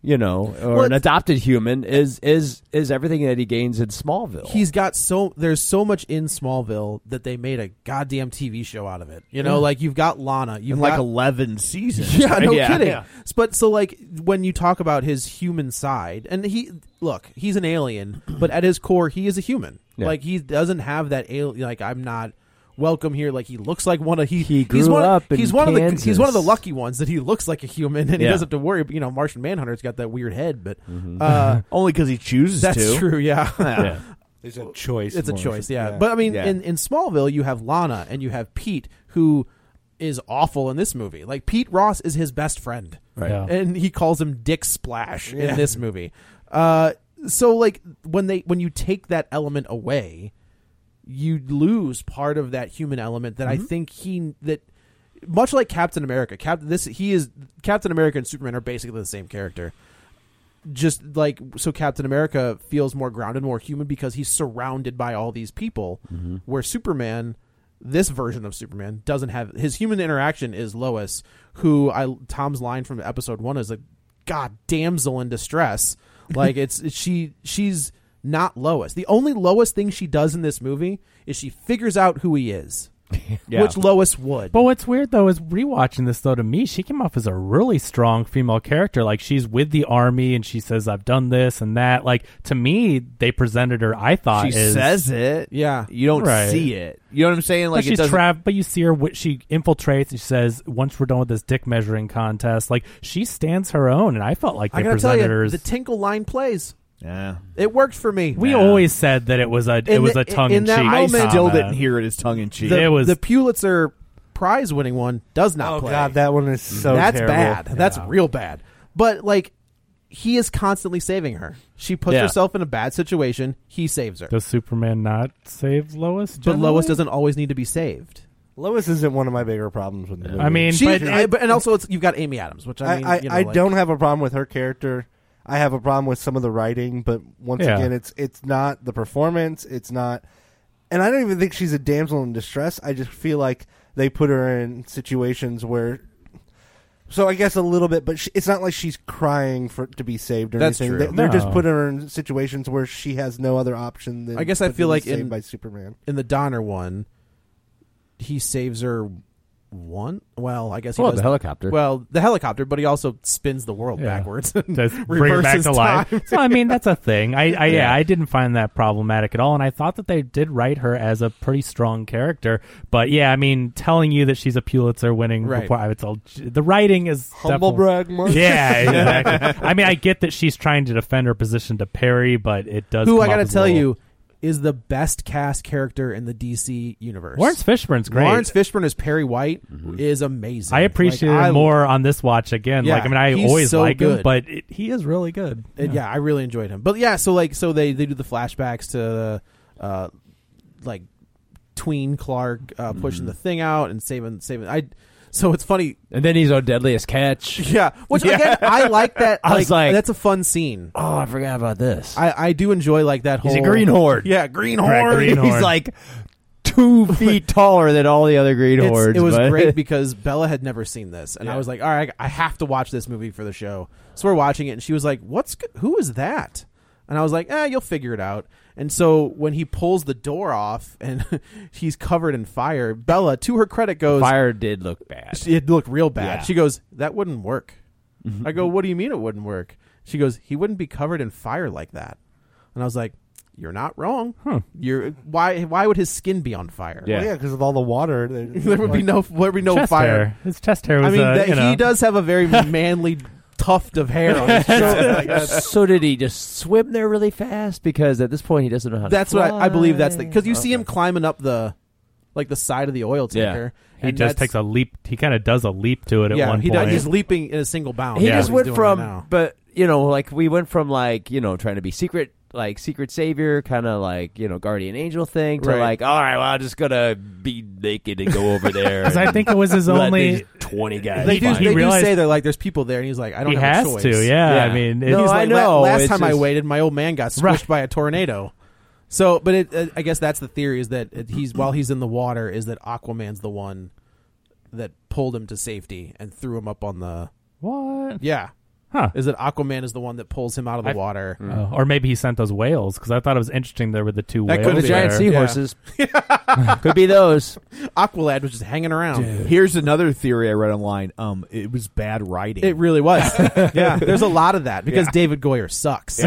[SPEAKER 4] You know, or
[SPEAKER 2] Well,
[SPEAKER 4] an
[SPEAKER 2] it's-
[SPEAKER 4] adopted human is is is everything that he gains in Smallville.
[SPEAKER 2] he's got so there's so much in Smallville that they made a goddamn TV show out of it. You know, like you've got Lana, you've
[SPEAKER 1] in like
[SPEAKER 2] got,
[SPEAKER 1] eleven seasons.
[SPEAKER 2] [LAUGHS] yeah, no
[SPEAKER 4] Yeah.
[SPEAKER 2] kidding.
[SPEAKER 4] Yeah.
[SPEAKER 2] S- But so like when you talk about his human side, and he look, he's an alien, [CLEARS THROAT] but at his core, he is a human.
[SPEAKER 4] Yeah.
[SPEAKER 2] Like he doesn't have that alien. Like I'm not welcome here. Like he looks like one of he.
[SPEAKER 4] He
[SPEAKER 2] he's
[SPEAKER 4] grew
[SPEAKER 2] one
[SPEAKER 4] up
[SPEAKER 2] Of,
[SPEAKER 4] in
[SPEAKER 2] he's one of the
[SPEAKER 4] Kansas.
[SPEAKER 2] he's one of the lucky ones that he looks like a human, and he
[SPEAKER 4] Yeah. Mm-hmm.
[SPEAKER 2] doesn't have to worry. You know, Martian Manhunter's got that weird head, but
[SPEAKER 4] [LAUGHS]
[SPEAKER 2] uh,
[SPEAKER 1] Only because he chooses
[SPEAKER 2] that's
[SPEAKER 1] to.
[SPEAKER 2] true. Yeah.
[SPEAKER 4] yeah.
[SPEAKER 5] It's a choice.
[SPEAKER 2] It's a choice, yeah. But I mean,
[SPEAKER 1] Yeah.
[SPEAKER 2] in, in Smallville, you have Lana and you have Pete, who is awful in this movie. Like Pete Ross is his best friend,
[SPEAKER 3] Right. Yeah.
[SPEAKER 2] And he calls him Dick Splash in this movie. Uh, so like when they when you take that element away you lose part of that human element that i think he that much like captain america cap this he is captain america and superman are basically the same character just like so captain america feels more grounded more human because he's surrounded by all these people
[SPEAKER 3] Mm-hmm.
[SPEAKER 2] where superman this version of superman doesn't have his human interaction is lois who i tom's line from episode one is like god damsel
[SPEAKER 3] [LAUGHS]
[SPEAKER 2] in distress like it's it's- she she's not lois the only lois thing she does in this movie is she figures out who he is
[SPEAKER 4] Yeah.
[SPEAKER 2] which lois would
[SPEAKER 3] But what's weird though is rewatching this though to me, she came off as a really strong female character. Like she's with the army and she says, "I've done this and that." Like to me, they presented her. I thought
[SPEAKER 1] she
[SPEAKER 3] is,
[SPEAKER 1] says it.
[SPEAKER 2] Yeah.
[SPEAKER 1] you don't
[SPEAKER 3] Right.
[SPEAKER 1] see it. You know what I'm saying?
[SPEAKER 3] but
[SPEAKER 1] Like it
[SPEAKER 3] she's
[SPEAKER 1] doesn't.
[SPEAKER 3] trapped. But you see her. wh- She infiltrates. and She says, "Once we're done with this dick measuring contest, like she stands her own." And I felt like
[SPEAKER 2] i
[SPEAKER 3] they
[SPEAKER 2] gotta tell
[SPEAKER 3] presented her.
[SPEAKER 2] you
[SPEAKER 3] as-
[SPEAKER 2] the tinkle line plays
[SPEAKER 1] yeah,
[SPEAKER 2] it worked for me
[SPEAKER 3] we always said that it was a it
[SPEAKER 2] In
[SPEAKER 3] was
[SPEAKER 2] the-
[SPEAKER 3] a tongue
[SPEAKER 2] in that
[SPEAKER 3] cheek.
[SPEAKER 2] moment-
[SPEAKER 1] I
[SPEAKER 2] Nah,
[SPEAKER 1] still didn't hear it as tongue in cheek.
[SPEAKER 2] the,
[SPEAKER 3] it was-
[SPEAKER 2] the pulitzer prize winning one does not
[SPEAKER 5] Oh
[SPEAKER 2] play
[SPEAKER 5] god, that one is so
[SPEAKER 2] that's
[SPEAKER 5] terrible.
[SPEAKER 2] bad that's real bad but like he is constantly saving her she puts
[SPEAKER 4] Yeah.
[SPEAKER 2] herself in a bad situation he saves her
[SPEAKER 3] Does Superman not save Lois?
[SPEAKER 2] but
[SPEAKER 3] generally?
[SPEAKER 2] lois doesn't always need to be saved
[SPEAKER 5] Lois isn't one of my bigger problems with the movie.
[SPEAKER 3] I mean,
[SPEAKER 2] She,
[SPEAKER 3] but-
[SPEAKER 2] I- but- and also it's, you've got Amy Adams, which I
[SPEAKER 5] I,
[SPEAKER 2] mean,
[SPEAKER 5] I,
[SPEAKER 2] you know,
[SPEAKER 5] I
[SPEAKER 2] like-
[SPEAKER 5] don't have a problem with her character. I have a problem with some of the writing, but once
[SPEAKER 3] Yeah.
[SPEAKER 5] again, it's it's not the performance. It's not, and I don't even think she's a damsel in distress. I just feel like they put her in situations where. So I guess a little bit, but she, it's not like she's crying for to be saved or
[SPEAKER 2] That's
[SPEAKER 5] anything.
[SPEAKER 2] true.
[SPEAKER 5] They, They're just
[SPEAKER 3] No.
[SPEAKER 5] putting her in situations where she has no other option. Than
[SPEAKER 2] I guess I
[SPEAKER 5] to
[SPEAKER 2] feel
[SPEAKER 5] be
[SPEAKER 2] like
[SPEAKER 5] saved
[SPEAKER 2] in-
[SPEAKER 5] by Superman.
[SPEAKER 2] in the Donner one. He saves her one. Well, I guess he
[SPEAKER 4] Well,
[SPEAKER 2] does.
[SPEAKER 4] the helicopter.
[SPEAKER 2] well, the helicopter, but he also spins the world
[SPEAKER 3] Yeah.
[SPEAKER 2] backwards. [LAUGHS] and
[SPEAKER 3] Does bring her back
[SPEAKER 2] reverses
[SPEAKER 3] to life. [LAUGHS]
[SPEAKER 2] time.
[SPEAKER 3] so I mean, that's a thing. I, I yeah. I didn't find that problematic at all, and I thought that they did write her as a pretty strong character. But yeah, I mean, telling you that she's a Pulitzer winning,
[SPEAKER 2] Right.
[SPEAKER 3] I would tell the writing is
[SPEAKER 5] Humble
[SPEAKER 3] definitely-
[SPEAKER 5] brag, Mark.
[SPEAKER 3] Yeah, exactly. I mean, I get that she's trying to defend her position to Perry, but it does.
[SPEAKER 2] Who
[SPEAKER 3] come
[SPEAKER 2] I
[SPEAKER 3] off
[SPEAKER 2] gotta
[SPEAKER 3] as a
[SPEAKER 2] tell
[SPEAKER 3] little-
[SPEAKER 2] you is the best cast character in the DC universe.
[SPEAKER 3] Lawrence Fishburne's great. Mm-hmm.
[SPEAKER 2] Lawrence Fishburne as Perry White is amazing.
[SPEAKER 3] I appreciate
[SPEAKER 2] Like,
[SPEAKER 3] him
[SPEAKER 2] I-
[SPEAKER 3] more on this watch again.
[SPEAKER 2] Yeah,
[SPEAKER 3] like I mean, I
[SPEAKER 2] he's
[SPEAKER 3] always
[SPEAKER 2] so
[SPEAKER 3] like
[SPEAKER 2] good.
[SPEAKER 3] him, but it, he is really good.
[SPEAKER 2] And Uh, yeah. I really enjoyed him. But yeah, so like, so they they do the flashbacks to, uh, like, tween Clark
[SPEAKER 4] Mm-hmm.
[SPEAKER 2] uh, pushing the thing out and saving saving. I so it's funny. [LAUGHS]
[SPEAKER 4] And then he's on deadliest catch.
[SPEAKER 2] Yeah, which again I like that.
[SPEAKER 4] [LAUGHS] I was like-
[SPEAKER 2] that's a fun scene.
[SPEAKER 4] Oh, I forgot about this. Oh.
[SPEAKER 2] I I do enjoy like that whole.
[SPEAKER 4] He's a greenhorn.
[SPEAKER 2] Yeah, greenhorn.
[SPEAKER 3] Right,
[SPEAKER 2] [LAUGHS]
[SPEAKER 3] greenhorn.
[SPEAKER 4] He's like two feet taller than all the other
[SPEAKER 2] It's-
[SPEAKER 4] greenhorns.
[SPEAKER 2] it was
[SPEAKER 4] but- [LAUGHS]
[SPEAKER 1] [LAUGHS]
[SPEAKER 2] great because Bella had never seen this, and I was like, "All right, I have to watch this movie for the show." So we're watching it, and she was like, "What's go- who is that?" And I was like, "Eh, you'll figure it out." And so when he pulls the door off and [LAUGHS] he's covered in fire, Bella, to her credit, goes,
[SPEAKER 4] Fire did look bad.
[SPEAKER 2] "It looked real bad."
[SPEAKER 4] Yeah. Mm-hmm.
[SPEAKER 2] She goes, "That wouldn't work." I go, "What do you mean it wouldn't work?" She goes, "He wouldn't be covered in fire like that." And I was like, "You're not wrong. You're why? Why would his skin be on fire?
[SPEAKER 4] Yeah.
[SPEAKER 5] Well, yeah, because of all the water.
[SPEAKER 2] [LAUGHS]
[SPEAKER 5] There,
[SPEAKER 2] There would be no, there would be no
[SPEAKER 3] chest
[SPEAKER 2] fire.
[SPEAKER 3] hair. His chest hair was.
[SPEAKER 2] I mean,
[SPEAKER 3] uh,
[SPEAKER 2] that,
[SPEAKER 3] you know.
[SPEAKER 2] he does have
[SPEAKER 3] [LAUGHS]
[SPEAKER 2] a very manly tuft of hair on his chest.
[SPEAKER 1] [LAUGHS]
[SPEAKER 2] Like, that's-
[SPEAKER 4] [LAUGHS] so did he just swim there really fast? Because at this point he doesn't know how.
[SPEAKER 2] that's
[SPEAKER 4] to
[SPEAKER 2] what I, I believe. That's the
[SPEAKER 4] fly.
[SPEAKER 2] because you see him climbing up the, like the side of the oil tanker.
[SPEAKER 3] He
[SPEAKER 2] and
[SPEAKER 3] just
[SPEAKER 2] that's-
[SPEAKER 3] takes a leap. He kind of does a leap to it at
[SPEAKER 2] yeah.
[SPEAKER 3] one
[SPEAKER 2] he
[SPEAKER 3] point. [LAUGHS]
[SPEAKER 2] does, he's leaping in a single bound.
[SPEAKER 4] He
[SPEAKER 2] is
[SPEAKER 4] just
[SPEAKER 2] what
[SPEAKER 4] went
[SPEAKER 2] Oh, he's doing
[SPEAKER 4] from,
[SPEAKER 2] right now.
[SPEAKER 4] but you know, like we went from like you know trying to be secret, like secret savior, kind of like you know guardian angel thing, to
[SPEAKER 2] Right.
[SPEAKER 4] like all right, well I'm just gonna be naked and go
[SPEAKER 2] [LAUGHS]
[SPEAKER 4] over there.
[SPEAKER 3] Because I think it was his
[SPEAKER 4] and let
[SPEAKER 3] only.
[SPEAKER 4] these twenty guys.
[SPEAKER 2] they do,
[SPEAKER 4] find
[SPEAKER 3] he
[SPEAKER 2] [LAUGHS] they
[SPEAKER 4] me.
[SPEAKER 2] do
[SPEAKER 3] realized-
[SPEAKER 2] say they're like, there's people there, and he's like, I don't
[SPEAKER 3] He
[SPEAKER 2] have a
[SPEAKER 3] has
[SPEAKER 2] choice.
[SPEAKER 3] to. Yeah,
[SPEAKER 4] Yeah.
[SPEAKER 3] I mean,
[SPEAKER 4] No,
[SPEAKER 3] it's-
[SPEAKER 2] He's
[SPEAKER 4] I
[SPEAKER 2] like, "La-
[SPEAKER 4] know,
[SPEAKER 2] Last
[SPEAKER 4] it's
[SPEAKER 2] time I
[SPEAKER 4] just-
[SPEAKER 2] waited, my old man got squished
[SPEAKER 3] Right.
[SPEAKER 2] by a tornado. So, but it, uh, I guess that's the theory is that it, he's while he's in the water, is that Aquaman's the one that pulled him to safety and threw him up on the
[SPEAKER 3] what?
[SPEAKER 2] yeah.
[SPEAKER 3] Huh.
[SPEAKER 2] Is that Aquaman is the one that pulls him out of the
[SPEAKER 3] I-
[SPEAKER 2] water?
[SPEAKER 3] Oh, or maybe he sent those whales because I thought it was interesting there were the two
[SPEAKER 2] That
[SPEAKER 3] whales.
[SPEAKER 2] could
[SPEAKER 4] the
[SPEAKER 2] be.
[SPEAKER 4] giant
[SPEAKER 3] there.
[SPEAKER 2] [LAUGHS]
[SPEAKER 4] seahorses could be those.
[SPEAKER 2] Aqualad was just hanging around.
[SPEAKER 1] [LAUGHS] Here's another theory I read online. Um, it was bad writing.
[SPEAKER 2] It really was. yeah, there's a lot of that because David Goyer sucks.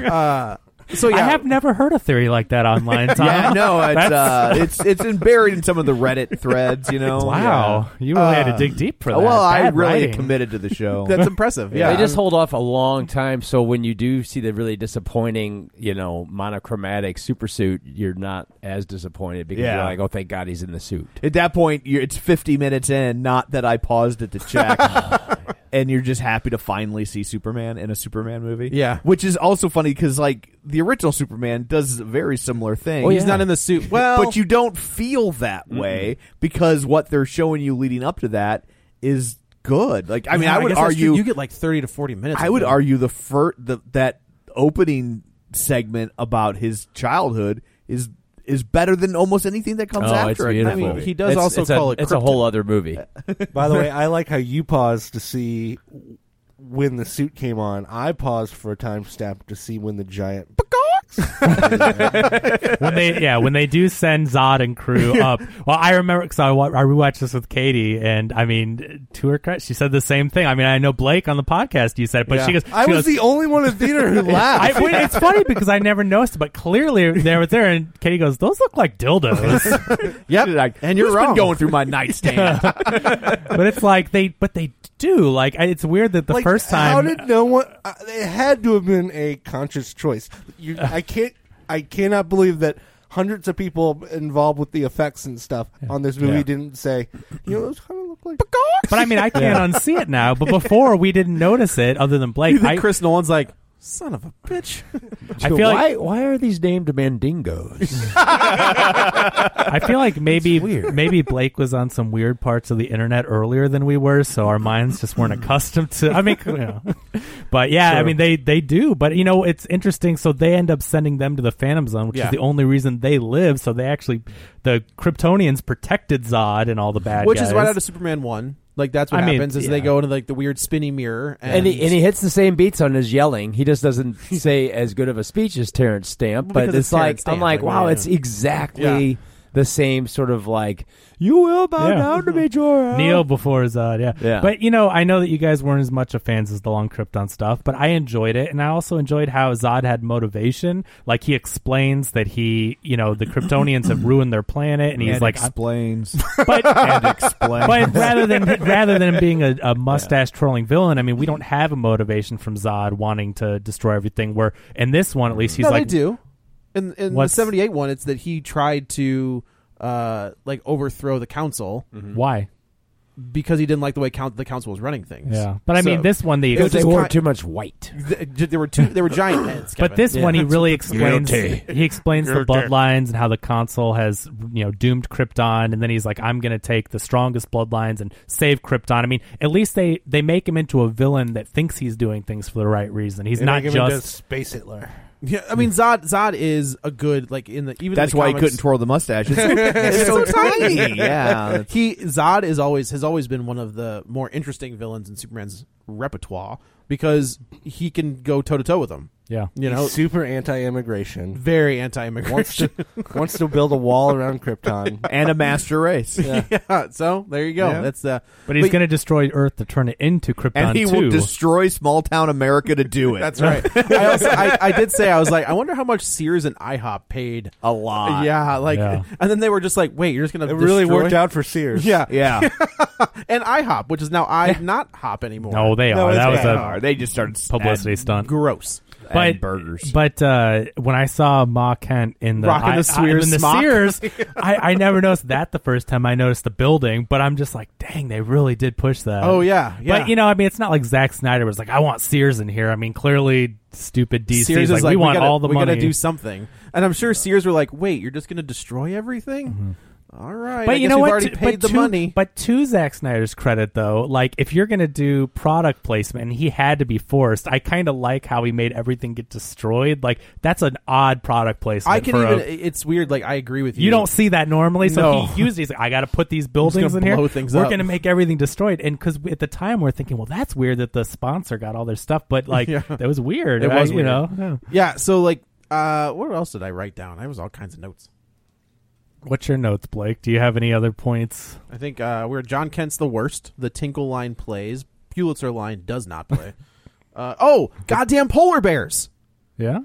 [SPEAKER 2] uh, so yeah,
[SPEAKER 3] I have never heard a theory like that
[SPEAKER 2] [LAUGHS]
[SPEAKER 3] online. Tom.
[SPEAKER 1] yeah, no, it's
[SPEAKER 3] That's-
[SPEAKER 1] uh, it's it's in- buried in some of the Reddit threads.
[SPEAKER 2] [LAUGHS]
[SPEAKER 1] You know,
[SPEAKER 3] wow, you really had
[SPEAKER 2] Uh,
[SPEAKER 3] to dig deep for
[SPEAKER 1] Yeah.
[SPEAKER 3] that.
[SPEAKER 1] Well, I
[SPEAKER 3] Bad
[SPEAKER 1] really
[SPEAKER 3] writing.
[SPEAKER 1] committed to the
[SPEAKER 2] [LAUGHS]
[SPEAKER 1] show.
[SPEAKER 2] that's impressive. Yeah,
[SPEAKER 4] They just hold off a long time, so when you do see the really disappointing, you know, monochromatic supersuit, you're not as disappointed because
[SPEAKER 1] Yeah.
[SPEAKER 4] you're like, oh, thank God he's in the suit.
[SPEAKER 1] [LAUGHS] At that point, you're, it's 50 minutes in. Not that I paused it to check. and you're just happy to finally see Superman in a Superman movie.
[SPEAKER 2] Yeah.
[SPEAKER 1] which is also funny because like the original Superman does a very similar thing.
[SPEAKER 2] Well, Oh, he's not in
[SPEAKER 4] [LAUGHS]
[SPEAKER 2] the suit. Well,
[SPEAKER 1] Oh, but you don't feel that way because what they're showing you leading up to that is good. Like I mean,
[SPEAKER 2] Yeah,
[SPEAKER 1] I would
[SPEAKER 2] guess that's true.
[SPEAKER 1] argue
[SPEAKER 2] you get like thirty to forty minutes.
[SPEAKER 1] I
[SPEAKER 2] of
[SPEAKER 1] would
[SPEAKER 2] it.
[SPEAKER 1] argue the fir- the that opening segment about his childhood is is better than almost anything that comes
[SPEAKER 4] Oh, it's
[SPEAKER 1] after it. in that
[SPEAKER 4] beautiful.
[SPEAKER 1] movie.
[SPEAKER 2] he does
[SPEAKER 4] It's-
[SPEAKER 2] also
[SPEAKER 4] it's
[SPEAKER 2] call
[SPEAKER 4] a,
[SPEAKER 2] it
[SPEAKER 4] It's a
[SPEAKER 2] Krypton.
[SPEAKER 4] whole other
[SPEAKER 2] [LAUGHS]
[SPEAKER 4] movie.
[SPEAKER 5] By the way, I like how you paused to see when the suit came on. I paused for a timestamp to see when the giant.
[SPEAKER 3] when they yeah when they do send Zod and
[SPEAKER 5] [LAUGHS]
[SPEAKER 3] crew up. Well, I remember because I wa- I rewatched this with Katie, and I mean, to her credit, she said the same thing. I mean, I know Blake on the podcast you said it, but she goes,
[SPEAKER 5] I
[SPEAKER 3] she
[SPEAKER 5] was
[SPEAKER 3] goes,
[SPEAKER 5] the only one in the theater who
[SPEAKER 3] I,
[SPEAKER 5] laughed.
[SPEAKER 3] wait, it's funny because I never noticed, but clearly there was there, and Katie goes, "Those look like
[SPEAKER 5] [LAUGHS]
[SPEAKER 3] dildos,"
[SPEAKER 1] Yep, and you're wrong. Been going
[SPEAKER 2] [LAUGHS]
[SPEAKER 1] through my nightstand.
[SPEAKER 3] but it's like they, but they do like I- it's weird that the
[SPEAKER 5] Like,
[SPEAKER 3] first
[SPEAKER 5] how
[SPEAKER 3] time
[SPEAKER 5] did no one? Uh, it had to have been a conscious choice. You, I can't. I cannot believe that hundreds of people involved with the effects and stuff on this movie
[SPEAKER 3] Yeah.
[SPEAKER 5] didn't say, you know, those kind of look like.
[SPEAKER 3] But I mean, I can't unsee it now. But before, we didn't notice it, other than Blake.
[SPEAKER 2] You think
[SPEAKER 3] I,
[SPEAKER 2] Chris Nolan's like son of a bitch?
[SPEAKER 3] I feel
[SPEAKER 4] why,
[SPEAKER 3] like
[SPEAKER 4] why are these named Mandingos?
[SPEAKER 3] I feel
[SPEAKER 2] [LAUGHS]
[SPEAKER 3] like maybe maybe Blake was on some weird parts of the internet earlier than we were, so our minds just
[SPEAKER 2] Hmm.
[SPEAKER 3] weren't accustomed to. I mean, you know. [LAUGHS] but yeah, I mean they they do. But you know, it's interesting. So they end up sending them to the Phantom Zone, which
[SPEAKER 2] Yeah.
[SPEAKER 3] is the only reason they live. So they actually the Kryptonians protected Zod and all the bad
[SPEAKER 2] Which
[SPEAKER 3] guys.
[SPEAKER 2] is right out of Superman one. Like that's what
[SPEAKER 3] I mean,
[SPEAKER 2] happens is
[SPEAKER 3] yeah.
[SPEAKER 2] they go into like the weird spinny mirror
[SPEAKER 4] [LAUGHS]
[SPEAKER 2] and,
[SPEAKER 4] and, he, and he hits the same beats on his yelling. He just doesn't say as good of a speech as Terrence Stamp,
[SPEAKER 2] Well,
[SPEAKER 4] but
[SPEAKER 2] because
[SPEAKER 4] it's,
[SPEAKER 2] it's
[SPEAKER 4] like
[SPEAKER 2] Terrence Stamp,
[SPEAKER 4] I'm like,
[SPEAKER 2] like,
[SPEAKER 4] wow,
[SPEAKER 2] yeah.
[SPEAKER 4] it's exactly
[SPEAKER 2] Yeah.
[SPEAKER 4] the same sort of like you will bow
[SPEAKER 3] Yeah.
[SPEAKER 4] down to me, Jorah.
[SPEAKER 3] Neil before Zod, yeah.
[SPEAKER 4] Yeah.
[SPEAKER 3] But you know, I know that you guys weren't as much of fans as the long Krypton stuff, but I enjoyed it, and I also enjoyed how Zod had motivation. Like he explains that he, you know, the Kryptonians have ruined their planet, and he's
[SPEAKER 1] And
[SPEAKER 3] like,
[SPEAKER 1] explains
[SPEAKER 2] [LAUGHS]
[SPEAKER 3] but.
[SPEAKER 1] and explains.
[SPEAKER 3] But rather than rather than being a, a mustache trolling villain, I mean, we don't have a motivation from Zod wanting to destroy everything. Where in this one, at least, he's
[SPEAKER 2] no,
[SPEAKER 3] like,
[SPEAKER 2] they do. In in the
[SPEAKER 3] What's-
[SPEAKER 2] seventy eight one, it's that he tried to uh like overthrow the council
[SPEAKER 3] Mm. "Why?"
[SPEAKER 2] because he didn't like the way count the council was running things.
[SPEAKER 3] Yeah, but I mean,
[SPEAKER 2] So-
[SPEAKER 3] this one they.
[SPEAKER 2] It
[SPEAKER 4] [LAUGHS]
[SPEAKER 2] was
[SPEAKER 4] they
[SPEAKER 2] just
[SPEAKER 4] wore
[SPEAKER 2] ki-
[SPEAKER 4] too much white.
[SPEAKER 2] Th- there were two. There were giant heads.
[SPEAKER 3] But
[SPEAKER 2] Kevin.
[SPEAKER 3] this one, he really explains.
[SPEAKER 4] Guilty.
[SPEAKER 3] He explains the bloodlines and how the console has, you know, doomed Krypton, and then he's like, "I'm going to take the strongest bloodlines and save Krypton." I mean, at least they they make him into a villain that thinks he's doing things for the right reason. He's not just
[SPEAKER 5] space Hitler.
[SPEAKER 2] yeah, I mean, Zod Zod is a good like in the even. in
[SPEAKER 1] That's
[SPEAKER 2] the
[SPEAKER 1] why
[SPEAKER 2] comics-
[SPEAKER 1] he couldn't twirl the mustache.
[SPEAKER 2] [LAUGHS]
[SPEAKER 1] It's, it's so tiny. Yeah,
[SPEAKER 2] he Zod is always has always been one of the more interesting villains in Superman's repertoire because he can go toe to toe with them.
[SPEAKER 3] yeah.
[SPEAKER 2] You know, [LAUGHS]
[SPEAKER 5] super anti-immigration.
[SPEAKER 2] very
[SPEAKER 5] Wants
[SPEAKER 2] [LAUGHS] anti-immigration.
[SPEAKER 5] to wants to build a wall around Krypton.
[SPEAKER 1] and a master race.
[SPEAKER 2] yeah, so there you go.
[SPEAKER 1] Yeah.
[SPEAKER 2] That's uh,
[SPEAKER 3] But he's going to destroy Earth to turn it into Krypton
[SPEAKER 1] And he will
[SPEAKER 3] too.
[SPEAKER 1] destroy small town America to
[SPEAKER 2] [LAUGHS]
[SPEAKER 1] do it.
[SPEAKER 2] That's right. I, also, I, I did say I was like, I wonder how much Sears and IHOP paid.
[SPEAKER 1] [LAUGHS] a lot.
[SPEAKER 2] yeah, like,
[SPEAKER 3] Yeah.
[SPEAKER 2] and then they were just like, wait, you're just gonna.
[SPEAKER 5] It really
[SPEAKER 2] destroy-
[SPEAKER 5] worked out for [LAUGHS] Sears.
[SPEAKER 2] Yeah,
[SPEAKER 1] yeah.
[SPEAKER 2] and IHOP, which is now I not hop anymore.
[SPEAKER 3] No, Oh, they
[SPEAKER 5] No,
[SPEAKER 3] are.
[SPEAKER 5] it's
[SPEAKER 3] That was
[SPEAKER 5] bad.
[SPEAKER 3] a
[SPEAKER 1] Or they just started
[SPEAKER 3] publicity
[SPEAKER 1] adding-
[SPEAKER 3] stunt.
[SPEAKER 2] gross.
[SPEAKER 3] but,
[SPEAKER 1] adding burgers.
[SPEAKER 3] But uh, when I saw Ma Kent in the
[SPEAKER 2] Rocking the
[SPEAKER 3] I- I-
[SPEAKER 2] Sears
[SPEAKER 3] in the
[SPEAKER 2] smock. [LAUGHS]
[SPEAKER 3] Sears, I, I never noticed that the first time I noticed the building. But I'm just like, dang, they really did push that.
[SPEAKER 2] Oh yeah, yeah.
[SPEAKER 3] But you know, I mean, it's not like Zack Snyder was like, I want Sears in here. I mean, clearly, stupid DC
[SPEAKER 2] Sears is
[SPEAKER 3] like,
[SPEAKER 2] like,
[SPEAKER 3] we want
[SPEAKER 2] gotta,
[SPEAKER 3] all the
[SPEAKER 2] we
[SPEAKER 3] money.
[SPEAKER 2] gotta do something. And I'm sure Sears were like, wait, you're just gonna destroy everything? All right.
[SPEAKER 3] Mm-hmm. but
[SPEAKER 2] I
[SPEAKER 3] you
[SPEAKER 2] guess
[SPEAKER 3] know
[SPEAKER 2] we've
[SPEAKER 3] what?
[SPEAKER 2] Already
[SPEAKER 3] To-
[SPEAKER 2] paid
[SPEAKER 3] but
[SPEAKER 2] the
[SPEAKER 3] to,
[SPEAKER 2] money.
[SPEAKER 3] But to Zack Snyder's credit, though, like if you're gonna do product placement, and he had to be forced. I kind of like how he made everything get destroyed. Like that's an odd product placement.
[SPEAKER 2] I can
[SPEAKER 3] for a-
[SPEAKER 2] even. it's weird. Like I agree with you.
[SPEAKER 3] You don't see that normally, so
[SPEAKER 2] No.
[SPEAKER 3] he used. He's like, I got to put
[SPEAKER 2] [LAUGHS]
[SPEAKER 3] these buildings
[SPEAKER 2] gonna
[SPEAKER 3] in here.
[SPEAKER 2] blow things
[SPEAKER 3] we're
[SPEAKER 2] up."
[SPEAKER 3] going to make everything destroyed, and because at the time we're thinking, well, that's weird that the sponsor got all their stuff,
[SPEAKER 2] [LAUGHS]
[SPEAKER 3] but like
[SPEAKER 2] Yeah.
[SPEAKER 3] that was weird.
[SPEAKER 2] It
[SPEAKER 3] right?
[SPEAKER 2] was
[SPEAKER 3] you
[SPEAKER 2] weird.
[SPEAKER 3] know. Yeah.
[SPEAKER 2] Yeah. So like, uh, what else did I write down? I was all kinds of notes.
[SPEAKER 3] What's your notes, Blake? Do you have any other points?
[SPEAKER 2] I think uh, we're John Kent's the worst. The Tinkle line plays. Pulitzer line does not play. [LAUGHS] uh, oh, goddamn polar bears.
[SPEAKER 3] Yeah.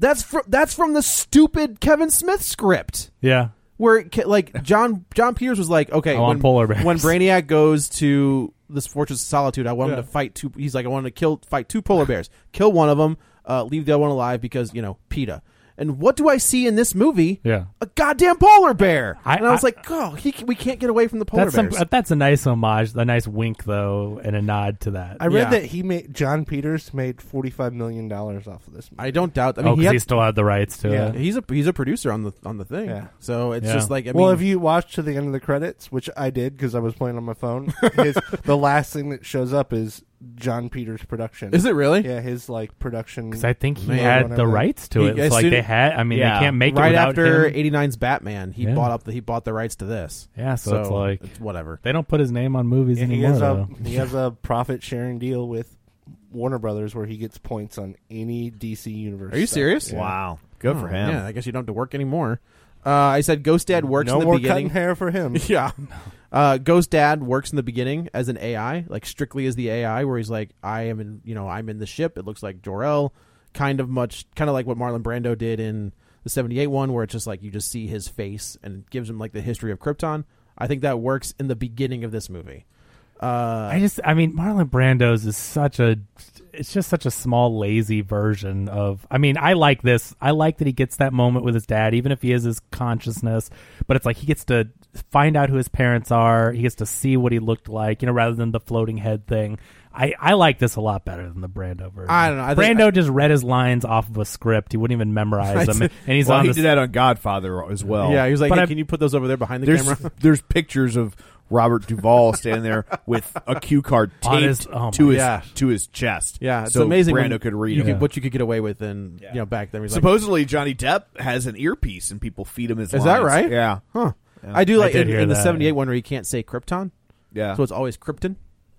[SPEAKER 2] That's fr- that's from the stupid Kevin Smith script.
[SPEAKER 3] Yeah.
[SPEAKER 2] where it, ca- like John John Peters was like, okay,
[SPEAKER 3] I want
[SPEAKER 2] when,
[SPEAKER 3] polar bears.
[SPEAKER 2] when Brainiac goes to this Fortress of Solitude, I want
[SPEAKER 3] Yeah.
[SPEAKER 2] him to fight two. He's like, I want him to kill fight two polar bears, kill one of them, uh, leave the other one alive because you know PETA. And what do I see in this movie?
[SPEAKER 3] Yeah.
[SPEAKER 2] a goddamn polar bear.
[SPEAKER 3] I-
[SPEAKER 2] and I was
[SPEAKER 3] I-
[SPEAKER 2] like, oh, he, we can't get away from the polar
[SPEAKER 3] That's some,
[SPEAKER 2] bears.
[SPEAKER 3] that's a nice homage, a nice wink though, and a nod to that.
[SPEAKER 5] I read
[SPEAKER 2] Yeah.
[SPEAKER 5] that he made John Peters made forty five million dollars off of this. Movie.
[SPEAKER 2] I don't doubt. I
[SPEAKER 3] oh,
[SPEAKER 2] mean, he
[SPEAKER 3] because
[SPEAKER 2] had- Mm.
[SPEAKER 3] he still had the rights to
[SPEAKER 5] Yeah.
[SPEAKER 3] it.
[SPEAKER 2] he's a he's a producer on the on the thing.
[SPEAKER 5] Yeah.
[SPEAKER 2] So it's
[SPEAKER 3] Yeah.
[SPEAKER 2] just like I
[SPEAKER 5] well,
[SPEAKER 2] mean,
[SPEAKER 5] if you watch to the end of the credits, which I did because I was playing on
[SPEAKER 2] [LAUGHS]
[SPEAKER 5] my phone, his, the last thing that shows up is John Peters' production.
[SPEAKER 2] is it really?
[SPEAKER 5] Yeah, his like production.
[SPEAKER 3] Because I think he
[SPEAKER 5] Man,
[SPEAKER 3] had the
[SPEAKER 5] whatever.
[SPEAKER 3] rights to
[SPEAKER 2] He-
[SPEAKER 3] it.
[SPEAKER 2] as
[SPEAKER 3] It's like
[SPEAKER 2] soon-
[SPEAKER 3] they had. I mean,
[SPEAKER 4] Yeah.
[SPEAKER 3] they can't make it
[SPEAKER 2] right
[SPEAKER 3] without
[SPEAKER 2] after
[SPEAKER 3] him.
[SPEAKER 2] 89's Batman, he
[SPEAKER 3] Yeah.
[SPEAKER 2] bought up the he bought the rights to this.
[SPEAKER 3] Yeah, so it's like-
[SPEAKER 2] whatever.
[SPEAKER 3] They don't put his name on movies
[SPEAKER 5] Yeah, he
[SPEAKER 3] anymore.
[SPEAKER 5] has a
[SPEAKER 3] though.
[SPEAKER 5] he has a profit sharing deal with Warner Brothers where he gets points on any DC universe.
[SPEAKER 2] Are you
[SPEAKER 5] stuff.
[SPEAKER 2] serious?
[SPEAKER 5] Yeah.
[SPEAKER 1] Wow, good for
[SPEAKER 2] Oh,
[SPEAKER 1] him.
[SPEAKER 2] Yeah, I guess you don't have to work anymore. Uh, I said Ghost Dad works
[SPEAKER 5] no
[SPEAKER 2] in the
[SPEAKER 5] more
[SPEAKER 2] beginning.
[SPEAKER 5] cutting hair
[SPEAKER 2] [LAUGHS]
[SPEAKER 5] for him.
[SPEAKER 2] Yeah. Uh, Ghost Dad works in the beginning as an AI, like strictly as the AI, where he's like, I am in, you know, I'm in the ship. It looks like Jor El, kind of much, kind of like what Marlon Brando did in the '78 one, where it's just like you just see his face and it gives him like the history of Krypton. I think that works in the beginning of this movie.
[SPEAKER 3] I just, I mean, Marlon Brando's is such a, it's just such a small, lazy version of. I mean, I like this. I like that he gets that moment with his dad, even if he is his consciousness. But it's like he gets to find out who his parents are. He gets to see what he looked like, you know, rather than the floating head thing. I, I like this a lot better than the Brando version.
[SPEAKER 2] I don't know. I think-
[SPEAKER 3] Brando just read his lines off of a script. He wouldn't even memorize them, and
[SPEAKER 2] [LAUGHS]
[SPEAKER 3] he's
[SPEAKER 1] well,
[SPEAKER 3] on
[SPEAKER 1] he
[SPEAKER 3] this.
[SPEAKER 1] did that on Godfather as well.
[SPEAKER 2] yeah, he was like,
[SPEAKER 3] but
[SPEAKER 2] hey,
[SPEAKER 3] I-
[SPEAKER 2] can you put those over there behind the
[SPEAKER 1] there's [LAUGHS]
[SPEAKER 2] [LAUGHS] camera?
[SPEAKER 1] there's pictures of Robert Duvall standing there with a cue
[SPEAKER 2] [LAUGHS]
[SPEAKER 1] card
[SPEAKER 3] On
[SPEAKER 1] taped
[SPEAKER 3] his- oh my
[SPEAKER 1] to his
[SPEAKER 2] gosh.
[SPEAKER 1] to his chest.
[SPEAKER 2] yeah, it's
[SPEAKER 1] so
[SPEAKER 2] amazing. when
[SPEAKER 1] Brando could read
[SPEAKER 2] you
[SPEAKER 1] it.
[SPEAKER 2] could- what you could get away with, and you know, back then, he's
[SPEAKER 1] [LAUGHS]
[SPEAKER 2] like,
[SPEAKER 1] Supposedly, Johnny Depp has an earpiece and people feed him his.
[SPEAKER 2] Is that
[SPEAKER 1] lines.
[SPEAKER 2] right?
[SPEAKER 1] Yeah,
[SPEAKER 2] huh? I do like
[SPEAKER 3] did
[SPEAKER 2] in,
[SPEAKER 3] hear
[SPEAKER 2] in the
[SPEAKER 3] that,
[SPEAKER 2] '78
[SPEAKER 3] yeah.
[SPEAKER 2] one where he can't say Krypton.
[SPEAKER 1] yeah.
[SPEAKER 2] so it's always [LAUGHS] Krypton.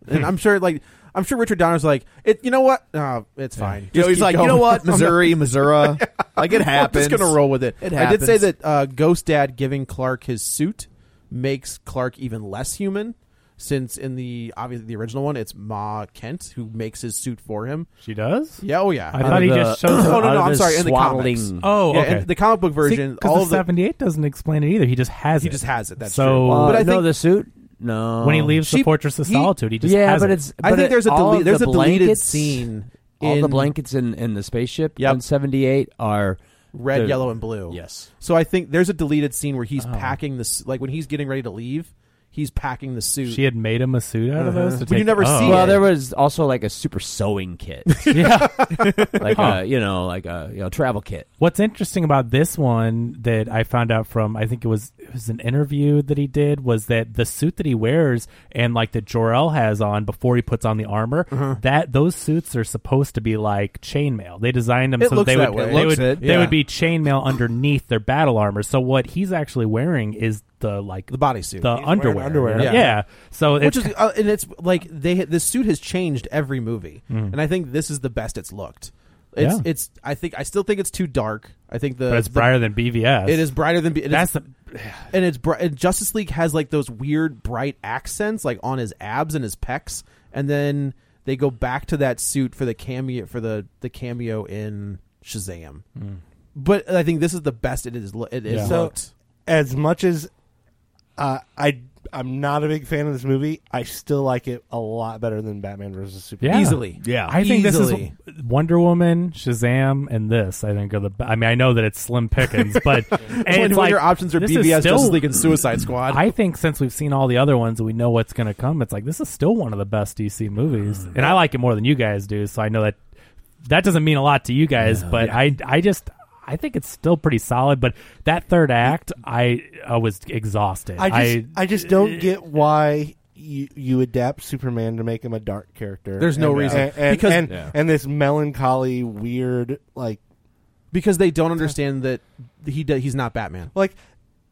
[SPEAKER 2] And I'm sure, like, I'm sure Richard Donner's like, it. You know what? No, it's fine.
[SPEAKER 1] you know,
[SPEAKER 2] Just
[SPEAKER 1] he's
[SPEAKER 2] keep
[SPEAKER 1] like, you
[SPEAKER 2] going."
[SPEAKER 1] know what,
[SPEAKER 2] [LAUGHS] I'm not-
[SPEAKER 1] Missouri, Missouri, like it happens.
[SPEAKER 2] I'm just gonna roll with it.
[SPEAKER 1] It
[SPEAKER 2] I did say
[SPEAKER 1] happens.
[SPEAKER 2] that uh, Ghost Dad giving Clark his suit makes Clark even less human, since in the obviously the original one, it's Ma Kent who makes his suit for him.
[SPEAKER 3] She does.
[SPEAKER 2] Yeah, oh yeah.
[SPEAKER 3] I thought he just
[SPEAKER 2] [CLEARS THROAT]
[SPEAKER 3] shows.
[SPEAKER 2] oh no,
[SPEAKER 4] out
[SPEAKER 2] no,
[SPEAKER 4] of
[SPEAKER 2] I'm
[SPEAKER 4] his
[SPEAKER 2] sorry. In the
[SPEAKER 4] swaddling-
[SPEAKER 2] comics,
[SPEAKER 3] Oh,
[SPEAKER 2] yeah,
[SPEAKER 3] okay.
[SPEAKER 2] in the comic book version, all of
[SPEAKER 3] because the
[SPEAKER 2] the,
[SPEAKER 3] seventy eight doesn't explain it either. He just has
[SPEAKER 2] he
[SPEAKER 3] it.
[SPEAKER 2] just has it. That's
[SPEAKER 3] So-
[SPEAKER 2] true.
[SPEAKER 3] Well,
[SPEAKER 2] but I
[SPEAKER 4] uh, no,
[SPEAKER 2] think
[SPEAKER 4] the suit. No,
[SPEAKER 3] when he leaves
[SPEAKER 2] Um, She-
[SPEAKER 3] the Fortress of
[SPEAKER 2] he-
[SPEAKER 3] Solitude, he just
[SPEAKER 4] yeah,
[SPEAKER 3] has
[SPEAKER 4] but
[SPEAKER 3] it.
[SPEAKER 4] it's.
[SPEAKER 2] I
[SPEAKER 4] but
[SPEAKER 2] think
[SPEAKER 4] it-
[SPEAKER 2] there's a
[SPEAKER 4] all
[SPEAKER 2] dele-
[SPEAKER 4] of
[SPEAKER 2] there's
[SPEAKER 4] the
[SPEAKER 2] a deleted
[SPEAKER 4] blankets-
[SPEAKER 2] scene.
[SPEAKER 4] All the
[SPEAKER 2] in
[SPEAKER 4] blankets in, in the spaceship
[SPEAKER 2] Yep.
[SPEAKER 4] in '78 are
[SPEAKER 2] red,
[SPEAKER 4] they're-
[SPEAKER 2] yellow, and blue.
[SPEAKER 4] Yes.
[SPEAKER 2] So I think there's a deleted scene where
[SPEAKER 3] Oh.
[SPEAKER 2] he's packing this, like when he's getting ready to leave, he's packing the suit.
[SPEAKER 3] She had made him a suit out of those. To
[SPEAKER 2] But Uh-huh. you
[SPEAKER 3] take-
[SPEAKER 2] never
[SPEAKER 3] oh.
[SPEAKER 2] see
[SPEAKER 4] Well,
[SPEAKER 2] it.
[SPEAKER 4] there was also like a super sewing [LAUGHS] kit,
[SPEAKER 3] Yeah.
[SPEAKER 4] like
[SPEAKER 3] Huh.
[SPEAKER 4] a you know, like a you know, travel kit.
[SPEAKER 3] What's interesting about this one that I found out from I think it was it was an interview that he did was that the suit that he wears and like that Jor El has on before he puts on the armor
[SPEAKER 2] Uh-huh.
[SPEAKER 3] that those suits are supposed to be like chainmail. They designed them
[SPEAKER 2] It
[SPEAKER 3] so
[SPEAKER 2] looks
[SPEAKER 3] they
[SPEAKER 2] that
[SPEAKER 3] would they
[SPEAKER 2] way. It looks
[SPEAKER 3] would
[SPEAKER 2] it,
[SPEAKER 3] they
[SPEAKER 2] yeah.
[SPEAKER 3] would be chainmail underneath their battle armor. So what he's actually wearing is the like
[SPEAKER 2] the bodysuit,
[SPEAKER 3] the underwear.
[SPEAKER 5] underwear.
[SPEAKER 3] Yeah.
[SPEAKER 2] Yeah.
[SPEAKER 3] So it's
[SPEAKER 2] which is uh, and it's like they this suit has changed every movie, and I think this is the best it's looked. It's
[SPEAKER 3] Mm. Yeah.
[SPEAKER 2] it's I think I still think it's too dark. I think the
[SPEAKER 3] but it's
[SPEAKER 2] the-
[SPEAKER 3] brighter than BVS.
[SPEAKER 2] It is brighter than it is-
[SPEAKER 3] That's the
[SPEAKER 2] and it's br- and Justice League has like those weird bright accents like on his abs and his pecs, and then they go back to that suit for the cameo for the the cameo in Shazam. But I think this is the best it is. lo- It is
[SPEAKER 3] Hmm. Yeah.
[SPEAKER 5] So-
[SPEAKER 2] looked.
[SPEAKER 5] As much as uh, I I'm not a big fan of this movie, I still like it a lot better than Batman versus Superman.
[SPEAKER 3] Yeah.
[SPEAKER 2] Easily.
[SPEAKER 1] Yeah.
[SPEAKER 3] I think
[SPEAKER 2] Easily.
[SPEAKER 3] this is Wonder Woman, Shazam, and this. I think are the. I mean, I know that it's slim
[SPEAKER 2] [LAUGHS]
[SPEAKER 3] pickings, but and
[SPEAKER 2] When-
[SPEAKER 3] it's
[SPEAKER 2] when
[SPEAKER 3] like,
[SPEAKER 2] your options are
[SPEAKER 3] this is
[SPEAKER 2] BBS,
[SPEAKER 3] still-
[SPEAKER 2] Justice League, and Suicide Squad.
[SPEAKER 3] I think since we've seen all the other ones, we know what's going to come. It's like this is still one of the best DC movies, and I like it more than you guys do. So I know that that doesn't mean a lot to you guys, but I, I just. I think it's still pretty solid, but that third act, I I was exhausted.
[SPEAKER 5] I just I, just don't get why you you adapt Superman to make him a dark character.
[SPEAKER 2] There's no
[SPEAKER 5] And-
[SPEAKER 2] reason.
[SPEAKER 5] and, and-
[SPEAKER 2] Because-
[SPEAKER 5] and, and this melancholy, weird like
[SPEAKER 2] because they don't understand that he do, he's not Batman.
[SPEAKER 5] like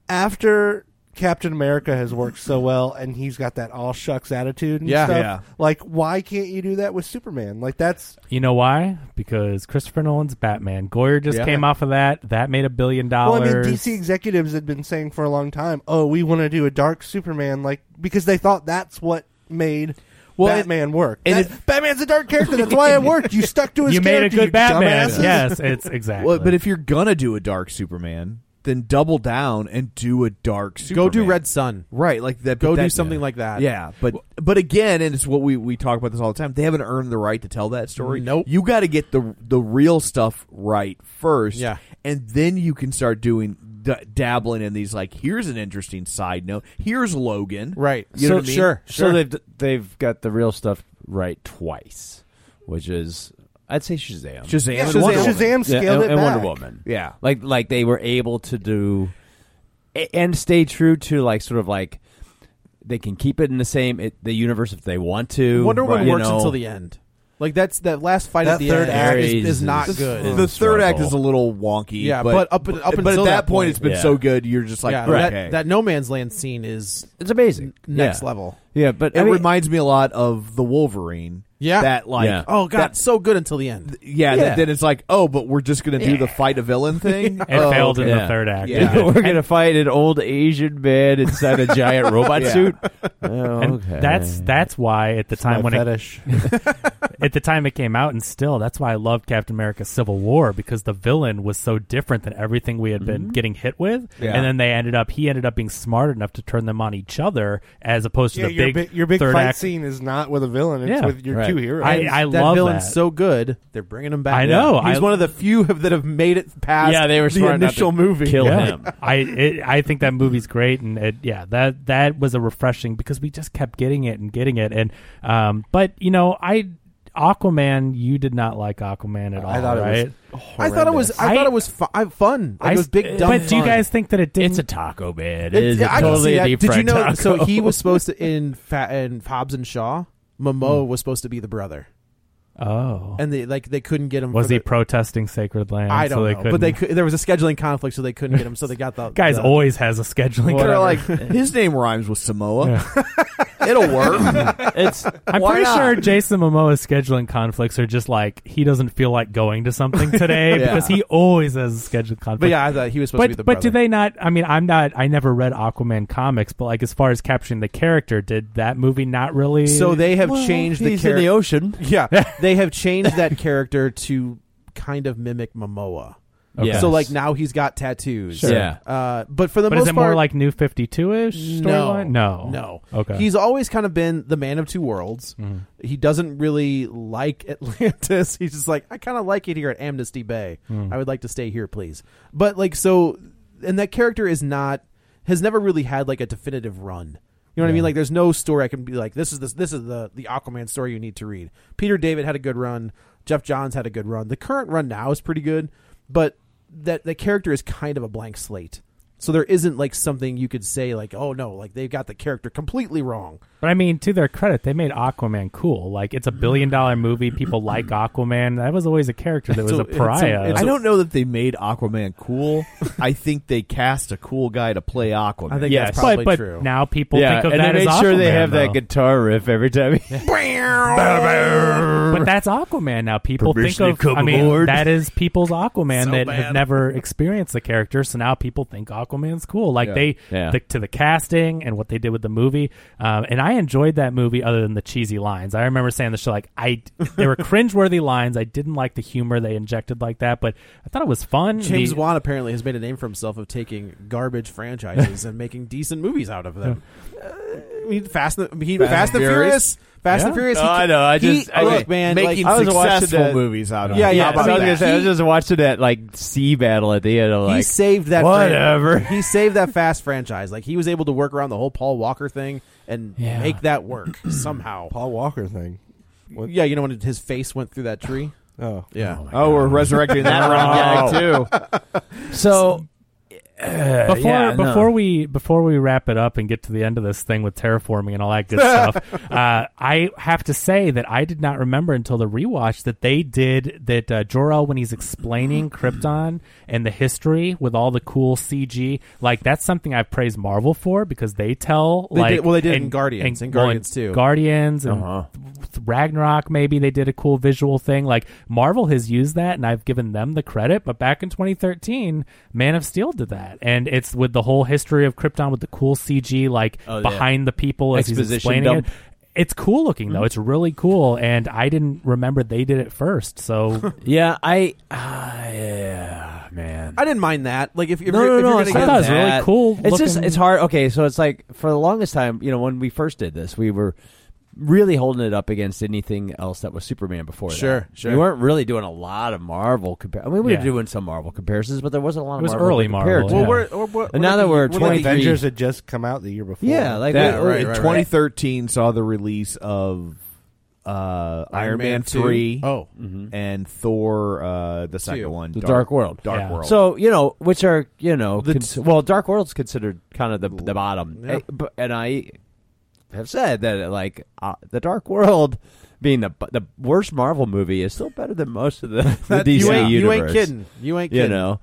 [SPEAKER 5] after Captain America has worked so well and he's got that all shucks attitude and
[SPEAKER 2] Yeah.
[SPEAKER 5] stuff.
[SPEAKER 1] Yeah.
[SPEAKER 5] Like why can't you do that with Superman? Like that's
[SPEAKER 3] You know why? Because Christopher Nolan's Batman. Goyer just
[SPEAKER 2] Yeah.
[SPEAKER 3] came off of that. That made a billion
[SPEAKER 5] well, I
[SPEAKER 3] dollars.
[SPEAKER 5] mean, DC executives had been saying for a long time, "Oh, we want to do a dark Superman," like because they thought that's what made
[SPEAKER 2] Well,
[SPEAKER 5] Batman work.
[SPEAKER 1] and
[SPEAKER 5] That- Batman's a dark character. That's why it worked. You stuck to his.
[SPEAKER 3] you made a
[SPEAKER 5] character,
[SPEAKER 3] [LAUGHS] good Batman.
[SPEAKER 5] dumbasses.
[SPEAKER 3] Yes, it's exactly.
[SPEAKER 1] Well, but if you're gonna do a dark Superman, then double down and do a dark
[SPEAKER 2] Go
[SPEAKER 1] Superman.
[SPEAKER 2] do Red Sun.
[SPEAKER 1] Right, like that. but
[SPEAKER 2] Go do
[SPEAKER 1] that-
[SPEAKER 2] something like that.
[SPEAKER 1] Yeah, but but again, and it's what we we talk about this all the time. They haven't earned the right to tell that story.
[SPEAKER 2] Nope.
[SPEAKER 1] You got to get the the real stuff right first.
[SPEAKER 2] Yeah.
[SPEAKER 1] and then you can start doing d- dabbling in these. Like, here's an interesting side note. Here's Logan.
[SPEAKER 2] Right.
[SPEAKER 1] You know what I mean?
[SPEAKER 2] Sure. Sure.
[SPEAKER 4] So they've they've got the real stuff right twice, which is I'd say Shazam.
[SPEAKER 1] Shazam.
[SPEAKER 5] Yeah,
[SPEAKER 1] and
[SPEAKER 5] Shazam,
[SPEAKER 1] Wonder Woman.
[SPEAKER 5] Shazam
[SPEAKER 4] Yeah,
[SPEAKER 5] scaled
[SPEAKER 4] and,
[SPEAKER 5] it
[SPEAKER 4] and Wonder
[SPEAKER 5] back.
[SPEAKER 4] Woman.
[SPEAKER 1] Yeah.
[SPEAKER 4] like like they were able to do a- and stay true to like sort of like they can keep it in the same it, the universe if they want to.
[SPEAKER 2] Wonder Woman
[SPEAKER 4] you
[SPEAKER 2] works
[SPEAKER 4] know.
[SPEAKER 2] until the end. Like that's that last fight
[SPEAKER 5] That
[SPEAKER 2] at the
[SPEAKER 5] third
[SPEAKER 2] end
[SPEAKER 4] act
[SPEAKER 2] is, is
[SPEAKER 4] is-
[SPEAKER 2] not
[SPEAKER 4] is-
[SPEAKER 2] good.
[SPEAKER 4] is-
[SPEAKER 1] The third act
[SPEAKER 4] Struggle.
[SPEAKER 1] is a little wonky.
[SPEAKER 2] Mm. Yeah,
[SPEAKER 1] but,
[SPEAKER 2] but up- up
[SPEAKER 1] but
[SPEAKER 2] until
[SPEAKER 1] at that
[SPEAKER 2] that
[SPEAKER 1] point,
[SPEAKER 2] point-
[SPEAKER 1] it's been
[SPEAKER 4] Yeah.
[SPEAKER 1] so good. You're just like,
[SPEAKER 2] yeah,
[SPEAKER 1] okay.
[SPEAKER 2] that, that No Man's Land scene is
[SPEAKER 4] It's amazing.
[SPEAKER 2] next
[SPEAKER 4] Yeah.
[SPEAKER 2] level.
[SPEAKER 4] Yeah, but
[SPEAKER 1] it
[SPEAKER 4] I mean,
[SPEAKER 1] reminds me a lot of the Wolverine.
[SPEAKER 2] Yeah.
[SPEAKER 1] that like
[SPEAKER 4] Yeah.
[SPEAKER 2] Oh God,
[SPEAKER 1] That-
[SPEAKER 2] so good until the end.
[SPEAKER 1] yeah,
[SPEAKER 4] Yeah.
[SPEAKER 1] That, then it's like, oh, but we're just gonna do the fight a villain thing.
[SPEAKER 3] It
[SPEAKER 1] Oh,
[SPEAKER 3] failed
[SPEAKER 4] okay.
[SPEAKER 3] in
[SPEAKER 4] Yeah.
[SPEAKER 3] the third act.
[SPEAKER 1] Yeah.
[SPEAKER 3] didn't
[SPEAKER 4] [LAUGHS]
[SPEAKER 3] it?
[SPEAKER 4] we're gonna fight an old Asian man inside a
[SPEAKER 2] [LAUGHS]
[SPEAKER 4] giant robot suit. Oh,
[SPEAKER 3] And
[SPEAKER 4] okay.
[SPEAKER 3] that's that's why at the time
[SPEAKER 4] my
[SPEAKER 3] when it,
[SPEAKER 4] fetish.
[SPEAKER 3] at the time it came out and still that's why I loved Captain America Civil War because the villain was so different than everything we had been getting hit with
[SPEAKER 1] Yeah.
[SPEAKER 3] and then they ended up he ended up being smart enough to turn them on each other as opposed to
[SPEAKER 5] Yeah,
[SPEAKER 3] the
[SPEAKER 5] your
[SPEAKER 3] big
[SPEAKER 5] big, your big
[SPEAKER 3] third
[SPEAKER 5] fight
[SPEAKER 3] act
[SPEAKER 5] scene is not with a villain; it's
[SPEAKER 3] Yeah.
[SPEAKER 5] with your
[SPEAKER 4] Right.
[SPEAKER 5] two heroes.
[SPEAKER 3] I- I
[SPEAKER 2] that
[SPEAKER 3] love
[SPEAKER 2] villain's
[SPEAKER 3] that.
[SPEAKER 2] so good. They're bringing him back.
[SPEAKER 3] I know.
[SPEAKER 2] He's
[SPEAKER 3] I-
[SPEAKER 2] one of the few have, that have made it past.
[SPEAKER 4] Yeah, they were
[SPEAKER 2] the
[SPEAKER 4] smart enough
[SPEAKER 2] initial
[SPEAKER 4] to
[SPEAKER 2] movie.
[SPEAKER 4] kill
[SPEAKER 3] Yeah.
[SPEAKER 4] him.
[SPEAKER 3] I it, I think that movie's great, and it, yeah, that that was a refreshing because we just kept getting it and getting it, and um, but you know, I Aquaman, you did not like Aquaman at all,
[SPEAKER 5] I thought it was
[SPEAKER 3] right?
[SPEAKER 2] I thought it was. I,
[SPEAKER 3] I-
[SPEAKER 2] thought it was fu- I, fun. Like,
[SPEAKER 3] I
[SPEAKER 2] it was big.
[SPEAKER 3] s-
[SPEAKER 2] Dumb
[SPEAKER 3] but do you
[SPEAKER 4] [LAUGHS]
[SPEAKER 2] fun.
[SPEAKER 3] guys think that it didn't?
[SPEAKER 4] It's a taco Oh, man.
[SPEAKER 2] It-
[SPEAKER 4] It's
[SPEAKER 2] yeah, I can
[SPEAKER 4] totally
[SPEAKER 2] see
[SPEAKER 4] a
[SPEAKER 2] that.
[SPEAKER 4] deep
[SPEAKER 2] Did you
[SPEAKER 4] fried
[SPEAKER 2] know?
[SPEAKER 4] taco.
[SPEAKER 2] So he was supposed to in Fa- in Hobbs and Shaw. Momoa was supposed to be the brother,
[SPEAKER 3] oh,
[SPEAKER 2] and they like they couldn't get him.
[SPEAKER 3] was
[SPEAKER 2] for
[SPEAKER 3] he
[SPEAKER 2] the-
[SPEAKER 3] protesting sacred land?
[SPEAKER 2] I don't
[SPEAKER 3] so they
[SPEAKER 2] know, but they
[SPEAKER 3] couldn't-
[SPEAKER 2] could, there was a scheduling conflict, so they couldn't get him. So they got the
[SPEAKER 3] [LAUGHS] guys
[SPEAKER 2] the-
[SPEAKER 3] always has a scheduling.
[SPEAKER 1] They're
[SPEAKER 3] conflict.
[SPEAKER 4] [LAUGHS]
[SPEAKER 1] like, his name rhymes with Samoa.
[SPEAKER 2] [LAUGHS]
[SPEAKER 1] It'll work.
[SPEAKER 4] it's
[SPEAKER 3] I'm
[SPEAKER 1] Why
[SPEAKER 3] pretty
[SPEAKER 1] not?
[SPEAKER 3] sure Jason Momoa's scheduling conflicts are just like he doesn't feel like going to
[SPEAKER 2] [LAUGHS]
[SPEAKER 3] something today
[SPEAKER 1] Yeah.
[SPEAKER 3] because he always has a scheduled conflict.
[SPEAKER 2] But yeah, I thought he was supposed to be the
[SPEAKER 3] but do
[SPEAKER 2] brother.
[SPEAKER 3] they not? I mean, I'm not. I never read Aquaman comics, but like as far as capturing the character, did that movie not really? [LAUGHS]
[SPEAKER 2] So they have changed the
[SPEAKER 4] he's in the
[SPEAKER 2] character.
[SPEAKER 4] ocean.
[SPEAKER 2] yeah, they have changed that character to kind of mimic Momoa.
[SPEAKER 4] Yeah.
[SPEAKER 2] So like now he's got tattoos.
[SPEAKER 4] Sure. Yeah.
[SPEAKER 2] Uh, but for the
[SPEAKER 3] but
[SPEAKER 2] most
[SPEAKER 3] is it
[SPEAKER 2] part,
[SPEAKER 3] more like New Fifty Two ish
[SPEAKER 2] no,
[SPEAKER 3] storyline? No,
[SPEAKER 2] no.
[SPEAKER 3] Okay,
[SPEAKER 2] He's always kind of been the man of two worlds. He doesn't really like [LAUGHS] Atlantis. He's just like, I kind of like it here at Amnesty Bay. I would like to stay here, please. But like, so, and that character is not has never really had like a definitive run. You know what I mean? Like, there's no story I can be like, this is this this is the the Aquaman story you need to read. Peter David had a good run. Jeff Johns had a good run. The current run now is pretty good, but that that character is kind of a blank slate. So there isn't like something you could say like, oh no, like they've got the character completely wrong.
[SPEAKER 3] but I mean, to their credit, they made Aquaman cool. Like it's a billion dollar movie. People like Aquaman. That was always a character that was
[SPEAKER 2] a-
[SPEAKER 3] a,
[SPEAKER 2] it's a-
[SPEAKER 3] pariah.
[SPEAKER 2] it's
[SPEAKER 1] I don't know that they made Aquaman cool. I think they cast a cool guy to play Aquaman.
[SPEAKER 2] I think
[SPEAKER 4] Yes.
[SPEAKER 2] that's
[SPEAKER 4] But-
[SPEAKER 2] probably
[SPEAKER 3] but but
[SPEAKER 2] true.
[SPEAKER 3] now people
[SPEAKER 4] yeah,
[SPEAKER 3] think of
[SPEAKER 4] and
[SPEAKER 3] that
[SPEAKER 4] they
[SPEAKER 3] as
[SPEAKER 4] make sure they
[SPEAKER 3] Aquaman,
[SPEAKER 4] have that
[SPEAKER 3] though.
[SPEAKER 4] guitar riff every time. he-
[SPEAKER 3] But that's Aquaman now. People think
[SPEAKER 4] Permission to
[SPEAKER 3] of.
[SPEAKER 4] come
[SPEAKER 3] I mean,
[SPEAKER 4] aboard.
[SPEAKER 3] that is people's Aquaman that have never experienced the character. So now people think Aquaman's cool. Like they
[SPEAKER 4] Yeah.
[SPEAKER 3] the- to the casting and what they did with the movie. Um, and I enjoyed that movie, other than the cheesy lines. I remember saying the show like I there were cringeworthy lines. I didn't like the humor they injected like that, but I thought it was fun.
[SPEAKER 2] James
[SPEAKER 3] The-
[SPEAKER 2] Wan apparently has made a name for himself of taking garbage franchises and making decent movies out of them. Uh, I mean, Fast, and- I mean, he- Fast, and Furious, Fast and
[SPEAKER 3] Yeah.
[SPEAKER 2] Furious. he
[SPEAKER 4] Oh, I
[SPEAKER 2] ca-
[SPEAKER 4] know, I
[SPEAKER 2] he-
[SPEAKER 4] just- I
[SPEAKER 2] look,
[SPEAKER 4] think
[SPEAKER 2] man,
[SPEAKER 1] making
[SPEAKER 2] like,
[SPEAKER 4] I was watching
[SPEAKER 1] successful
[SPEAKER 4] that-
[SPEAKER 1] movies out of
[SPEAKER 2] Yeah,
[SPEAKER 1] it.
[SPEAKER 2] yeah,
[SPEAKER 4] I, was
[SPEAKER 2] about
[SPEAKER 4] gonna
[SPEAKER 2] that.
[SPEAKER 4] say, I was just watching that like sea battle at the end. Of, like
[SPEAKER 2] he saved that. fran-
[SPEAKER 4] Whatever.
[SPEAKER 2] he saved that Fast franchise. Like he was able to work around the whole Paul Walker thing and
[SPEAKER 4] Yeah.
[SPEAKER 2] make that work [CLEARS THROAT] somehow.
[SPEAKER 5] Paul Walker thing. What?
[SPEAKER 2] Yeah, you know when his face went through that tree.
[SPEAKER 5] Oh,
[SPEAKER 2] Yeah.
[SPEAKER 1] Oh, we're [LAUGHS] resurrecting that running gag too.
[SPEAKER 3] [LAUGHS]
[SPEAKER 4] So uh,
[SPEAKER 3] before
[SPEAKER 4] yeah, no.
[SPEAKER 3] before we before we wrap it up and get to the end of this thing with terraforming and all that
[SPEAKER 4] [LAUGHS]
[SPEAKER 3] good stuff, uh, I have to say that I did not remember until the rewatch that they did that uh, Jor-El when he's explaining Krypton and the history with all the cool CG, like that's something I praise Marvel for because they tell
[SPEAKER 2] They
[SPEAKER 3] like
[SPEAKER 2] did- well, they did in Guardians, in
[SPEAKER 3] well,
[SPEAKER 2] Guardians too.
[SPEAKER 3] Guardians and
[SPEAKER 4] Uh-huh.
[SPEAKER 3] th- Ragnarok, maybe they did a cool visual thing. Like Marvel has used that, and I've given them the credit. But back in 2013, Man of Steel did that, and it's with the whole history of Krypton with the cool CG, like
[SPEAKER 4] Oh, yeah.
[SPEAKER 3] behind the people as he's
[SPEAKER 4] Exposition
[SPEAKER 3] explaining
[SPEAKER 4] dump.
[SPEAKER 3] it. It's cool looking though. It's really cool, and I ah, didn't remember they did it first. So
[SPEAKER 4] yeah, I uh, yeah. man.
[SPEAKER 2] I didn't mind that. Like if, if
[SPEAKER 4] no,
[SPEAKER 2] you're,
[SPEAKER 4] no,
[SPEAKER 2] if
[SPEAKER 4] no.
[SPEAKER 2] you're
[SPEAKER 4] it's
[SPEAKER 2] gonna
[SPEAKER 4] not
[SPEAKER 3] I thought
[SPEAKER 2] get
[SPEAKER 3] it was really
[SPEAKER 4] that.
[SPEAKER 3] cool
[SPEAKER 4] It's just
[SPEAKER 3] looking-
[SPEAKER 4] it's hard. Okay, so it's like for the longest time, you know, when we first did this, we were really holding it up against anything else that was Superman before. that.
[SPEAKER 2] Sure, sure.
[SPEAKER 4] We weren't really doing a lot of Marvel. Compar- I mean, we
[SPEAKER 3] Yeah.
[SPEAKER 4] were doing some Marvel comparisons, but there wasn't a lot.
[SPEAKER 3] It was
[SPEAKER 4] of Marvel to
[SPEAKER 3] early
[SPEAKER 4] compare
[SPEAKER 3] Marvel,
[SPEAKER 4] to.
[SPEAKER 3] yeah.
[SPEAKER 2] well, we're, or what-
[SPEAKER 4] And now that we're
[SPEAKER 5] When
[SPEAKER 4] 23
[SPEAKER 5] Avengers had just come out the year before.
[SPEAKER 4] yeah, like
[SPEAKER 1] That-
[SPEAKER 4] we-
[SPEAKER 2] right,
[SPEAKER 1] oh, in
[SPEAKER 2] right,
[SPEAKER 1] 2013 saw the release of uh, Iron, Man, 3
[SPEAKER 2] Oh,
[SPEAKER 1] and Thor, uh, the second
[SPEAKER 2] Two.
[SPEAKER 1] one,
[SPEAKER 4] The Dark World.
[SPEAKER 1] Dark
[SPEAKER 3] Yeah.
[SPEAKER 1] World.
[SPEAKER 4] So you know, which are you know,
[SPEAKER 1] The-
[SPEAKER 4] cons- well, Dark World's considered kind of the the bottom,
[SPEAKER 2] Yeah.
[SPEAKER 4] Eh, but- and I have said that like uh, the Dark World being the bu- the worst Marvel movie is still better than most of the, the
[SPEAKER 2] [LAUGHS] That-
[SPEAKER 4] DC
[SPEAKER 2] you ain't, you
[SPEAKER 4] universe.
[SPEAKER 2] ain't kidding. You ain't
[SPEAKER 4] You
[SPEAKER 2] kidding.
[SPEAKER 4] know,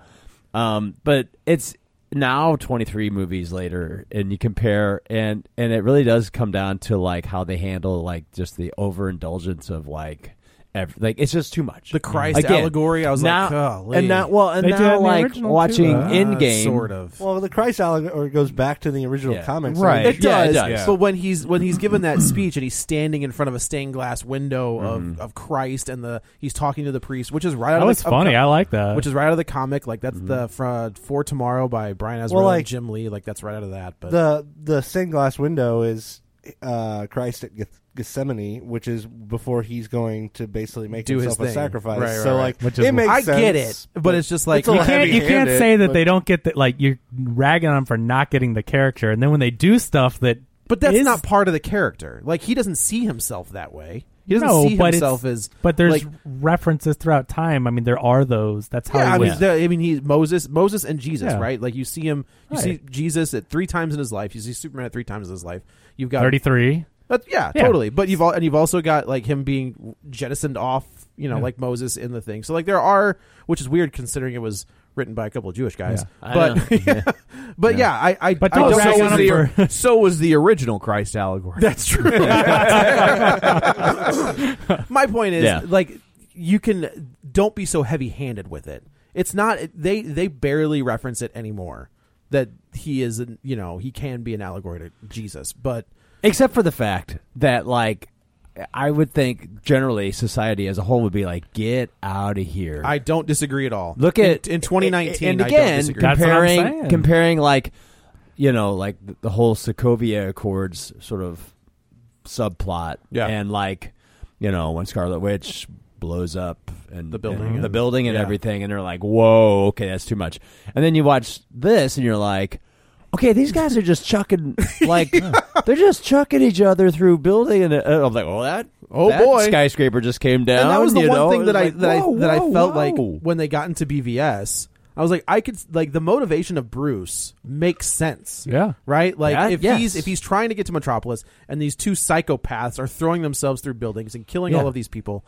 [SPEAKER 4] um, but it's now 23 movies later and you compare and and it really does come down to like how they handle like just the overindulgence of like ev- like it's just too much
[SPEAKER 2] The Christ
[SPEAKER 4] Again,
[SPEAKER 2] allegory, I was
[SPEAKER 4] now,
[SPEAKER 2] like, golly.
[SPEAKER 4] and not well, and
[SPEAKER 3] They do that
[SPEAKER 4] now
[SPEAKER 3] in the
[SPEAKER 4] like
[SPEAKER 3] original, too.
[SPEAKER 4] watching
[SPEAKER 3] Uh,
[SPEAKER 4] in game,
[SPEAKER 2] sort of.
[SPEAKER 5] Well, the Christ allegory goes back to the original
[SPEAKER 4] Yeah.
[SPEAKER 5] comics,
[SPEAKER 1] Right.
[SPEAKER 2] It
[SPEAKER 4] Yeah,
[SPEAKER 2] does,
[SPEAKER 4] it does.
[SPEAKER 2] but when he's when he's given that speech and he's standing in front of a stained glass window of, of Christ and the he's talking to the priest, which is right out
[SPEAKER 3] That
[SPEAKER 2] of
[SPEAKER 3] was
[SPEAKER 2] the,
[SPEAKER 3] funny. I like that.
[SPEAKER 2] which is right out of the comic. Like that's the from For Tomorrow by Brian Azrael
[SPEAKER 5] Well,
[SPEAKER 2] and
[SPEAKER 5] like,
[SPEAKER 2] Jim Lee. Like that's right out of that. But
[SPEAKER 5] the the stained glass window is uh, Christ at Geth- Gethsemane, which is before he's going to basically make
[SPEAKER 2] Do his
[SPEAKER 5] himself a
[SPEAKER 2] thing.
[SPEAKER 5] sacrifice.
[SPEAKER 2] Right, right,
[SPEAKER 5] so
[SPEAKER 2] right.
[SPEAKER 5] like
[SPEAKER 3] Which is-
[SPEAKER 5] it makes
[SPEAKER 2] I
[SPEAKER 5] sense,
[SPEAKER 2] get it, but it's just like
[SPEAKER 5] a
[SPEAKER 3] you
[SPEAKER 5] little
[SPEAKER 3] can't you can't
[SPEAKER 5] heavy-handed,
[SPEAKER 3] say that
[SPEAKER 5] but-
[SPEAKER 3] they don't get that. Like you're ragging on them for not getting the character, and then when they do stuff that,
[SPEAKER 2] but that's
[SPEAKER 3] is-
[SPEAKER 2] not part of the character. Like he doesn't see himself that way. He doesn't
[SPEAKER 3] no,
[SPEAKER 2] see
[SPEAKER 3] but
[SPEAKER 2] himself
[SPEAKER 3] it's,
[SPEAKER 2] as.
[SPEAKER 3] but there's
[SPEAKER 2] like,
[SPEAKER 3] references throughout time. I mean, there are those. That's how
[SPEAKER 2] yeah,
[SPEAKER 3] he
[SPEAKER 2] I mean,
[SPEAKER 3] was.
[SPEAKER 2] the- I mean, he's Moses, Moses and Jesus,
[SPEAKER 3] Yeah.
[SPEAKER 2] right? Like you see him, you
[SPEAKER 3] Right.
[SPEAKER 2] see Jesus at three times in his life. You see Superman at three times in his life. You've got
[SPEAKER 3] Thirty three.
[SPEAKER 2] That's, yeah,
[SPEAKER 3] Yeah.
[SPEAKER 2] totally. But you've all and you've also got like him being jettisoned off, you know, like Moses in the thing. So like there are, which is weird considering it was written by a couple of Jewish guys.
[SPEAKER 4] I
[SPEAKER 2] But [LAUGHS]
[SPEAKER 4] know.
[SPEAKER 2] but yeah, I I,
[SPEAKER 3] But
[SPEAKER 2] I
[SPEAKER 3] don't
[SPEAKER 2] don't
[SPEAKER 3] rag
[SPEAKER 2] know
[SPEAKER 3] on
[SPEAKER 2] if
[SPEAKER 3] him
[SPEAKER 2] they- [LAUGHS]
[SPEAKER 3] for-
[SPEAKER 1] so was the original Christ allegory.
[SPEAKER 2] that's true. [LAUGHS] My point is
[SPEAKER 4] Yeah.
[SPEAKER 2] like you can don't be so heavy handed with it. It's not they they barely reference it anymore that he is an, you know he can be an allegory to Jesus, but
[SPEAKER 4] except for the fact that like I would think generally society as a whole would be like, get out of here.
[SPEAKER 2] I don't disagree at all.
[SPEAKER 4] Look
[SPEAKER 2] In-
[SPEAKER 4] at
[SPEAKER 2] in, 2019
[SPEAKER 4] and
[SPEAKER 2] I don't
[SPEAKER 4] again
[SPEAKER 2] disagree.
[SPEAKER 3] That's what I'm
[SPEAKER 4] comparing
[SPEAKER 3] saying.
[SPEAKER 4] comparing like you know like the, the whole Sokovia Accords sort of subplot,
[SPEAKER 2] Yeah.
[SPEAKER 4] and like you know when Scarlet Witch blows up and
[SPEAKER 2] The building
[SPEAKER 4] and the
[SPEAKER 2] and-
[SPEAKER 4] building and
[SPEAKER 2] yeah.
[SPEAKER 4] everything, and they're like, whoa, okay, that's too much, and then you watch this and you're like. Okay, these guys are just
[SPEAKER 2] [LAUGHS]
[SPEAKER 4] chucking like they're just chucking each other through building, and uh, I'm like, "Oh, that
[SPEAKER 2] Oh,
[SPEAKER 4] that
[SPEAKER 2] boy.
[SPEAKER 4] skyscraper just came down."
[SPEAKER 2] And that was the
[SPEAKER 4] Um, you
[SPEAKER 2] one
[SPEAKER 4] know?
[SPEAKER 2] thing
[SPEAKER 4] It
[SPEAKER 2] that
[SPEAKER 4] was
[SPEAKER 2] I
[SPEAKER 4] like,
[SPEAKER 2] that
[SPEAKER 4] whoa,
[SPEAKER 2] I that
[SPEAKER 4] whoa,
[SPEAKER 2] I felt like
[SPEAKER 4] whoa.
[SPEAKER 2] when they got into BVS, I was like, I could like the motivation of Bruce makes sense.
[SPEAKER 3] Yeah.
[SPEAKER 2] Right? Like
[SPEAKER 4] Yeah,
[SPEAKER 2] if
[SPEAKER 4] yes.
[SPEAKER 2] he's if he's trying to get to Metropolis and these two psychopaths are throwing themselves through buildings and killing
[SPEAKER 4] Yeah.
[SPEAKER 2] all of these people,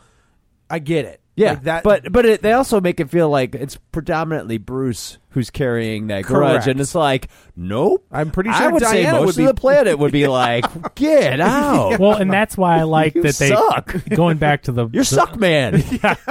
[SPEAKER 2] I get it.
[SPEAKER 4] Yeah,
[SPEAKER 2] Like, that
[SPEAKER 4] but but it, they also make it feel like it's predominantly Bruce who's carrying that grudge,
[SPEAKER 2] Correct.
[SPEAKER 4] and it's like, nope.
[SPEAKER 2] I'm pretty
[SPEAKER 4] I
[SPEAKER 2] sure
[SPEAKER 4] would say
[SPEAKER 2] Diana
[SPEAKER 4] most
[SPEAKER 2] would
[SPEAKER 4] of
[SPEAKER 2] be-
[SPEAKER 4] the planet
[SPEAKER 2] [LAUGHS]
[SPEAKER 4] would be like, get out.
[SPEAKER 3] [LAUGHS] Well, and that's why I like
[SPEAKER 4] You
[SPEAKER 3] that they
[SPEAKER 4] suck.
[SPEAKER 3] going back to
[SPEAKER 2] [LAUGHS]
[SPEAKER 3] the
[SPEAKER 4] You're
[SPEAKER 3] the-
[SPEAKER 4] suck man.
[SPEAKER 3] yeah. [LAUGHS]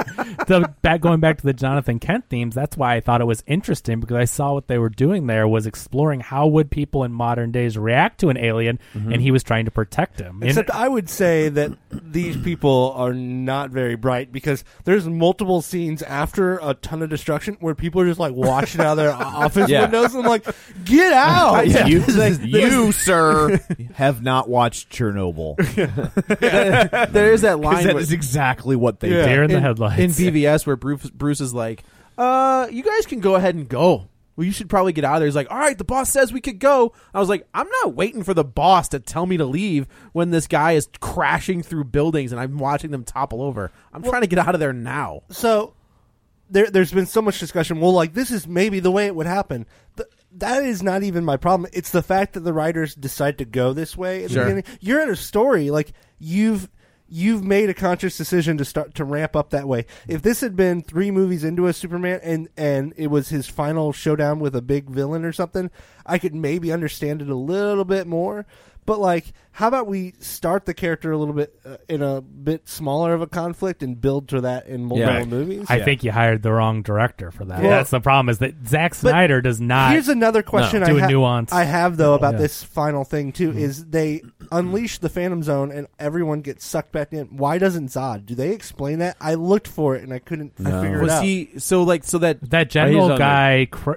[SPEAKER 3] The back going back to the Jonathan Kent themes, that's why I thought it was interesting because I saw what they were doing there was exploring how would people in modern days react to an alien and he was trying to protect him. And-
[SPEAKER 5] Except I would say that these people are not very bright because there's multiple scenes after a ton of destruction where people are just like watching out of [LAUGHS] their office
[SPEAKER 4] Yeah.
[SPEAKER 5] windows and I'm like, get [LAUGHS] out.
[SPEAKER 1] You, you sir, [LAUGHS] have not watched Chernobyl.
[SPEAKER 2] there
[SPEAKER 4] [LAUGHS]
[SPEAKER 2] is that line
[SPEAKER 1] that
[SPEAKER 2] where-
[SPEAKER 1] is exactly what they
[SPEAKER 3] Deer
[SPEAKER 1] did.
[SPEAKER 3] in the headlights.
[SPEAKER 2] in BVS where Bruce, Bruce is like, uh, you guys can go ahead and go. Well, you should probably get out of there. He's like, all right, the boss says we could go. I was like, I'm not waiting for the boss to tell me to leave when this guy is crashing through buildings and I'm watching them topple over. I'm trying to get out of there now.
[SPEAKER 5] So there, there's been so much discussion. Well, like this is maybe the way it would happen. Th- that is not even my problem. It's the fact that the writers decide to go this way. At
[SPEAKER 2] Sure.
[SPEAKER 5] the beginning. You're in a story like you've you've made a conscious decision to start to ramp up that way. If this had been three movies into a Superman and and it was his final showdown with a big villain or something, I could maybe understand it a little bit more. But like, how about we start the character a little bit uh, in a bit smaller of a conflict and build to that in multiple
[SPEAKER 4] Yeah.
[SPEAKER 5] movies?
[SPEAKER 3] I think you hired the wrong director for that.
[SPEAKER 5] Well-
[SPEAKER 3] That's the problem is that Zack Snyder does not.
[SPEAKER 5] Here's another question
[SPEAKER 3] Do a
[SPEAKER 5] I, ha-
[SPEAKER 3] nuance.
[SPEAKER 5] I have though about
[SPEAKER 3] Yeah. Mm-hmm.
[SPEAKER 5] this final thing too is they unleash the Phantom Zone and everyone gets sucked back in. Why doesn't Zod? Do they explain that? I looked for it and I couldn't I figure it
[SPEAKER 2] was
[SPEAKER 5] out.
[SPEAKER 2] he so like so that
[SPEAKER 3] that
[SPEAKER 4] He's on
[SPEAKER 3] general
[SPEAKER 4] the-
[SPEAKER 3] guy cr-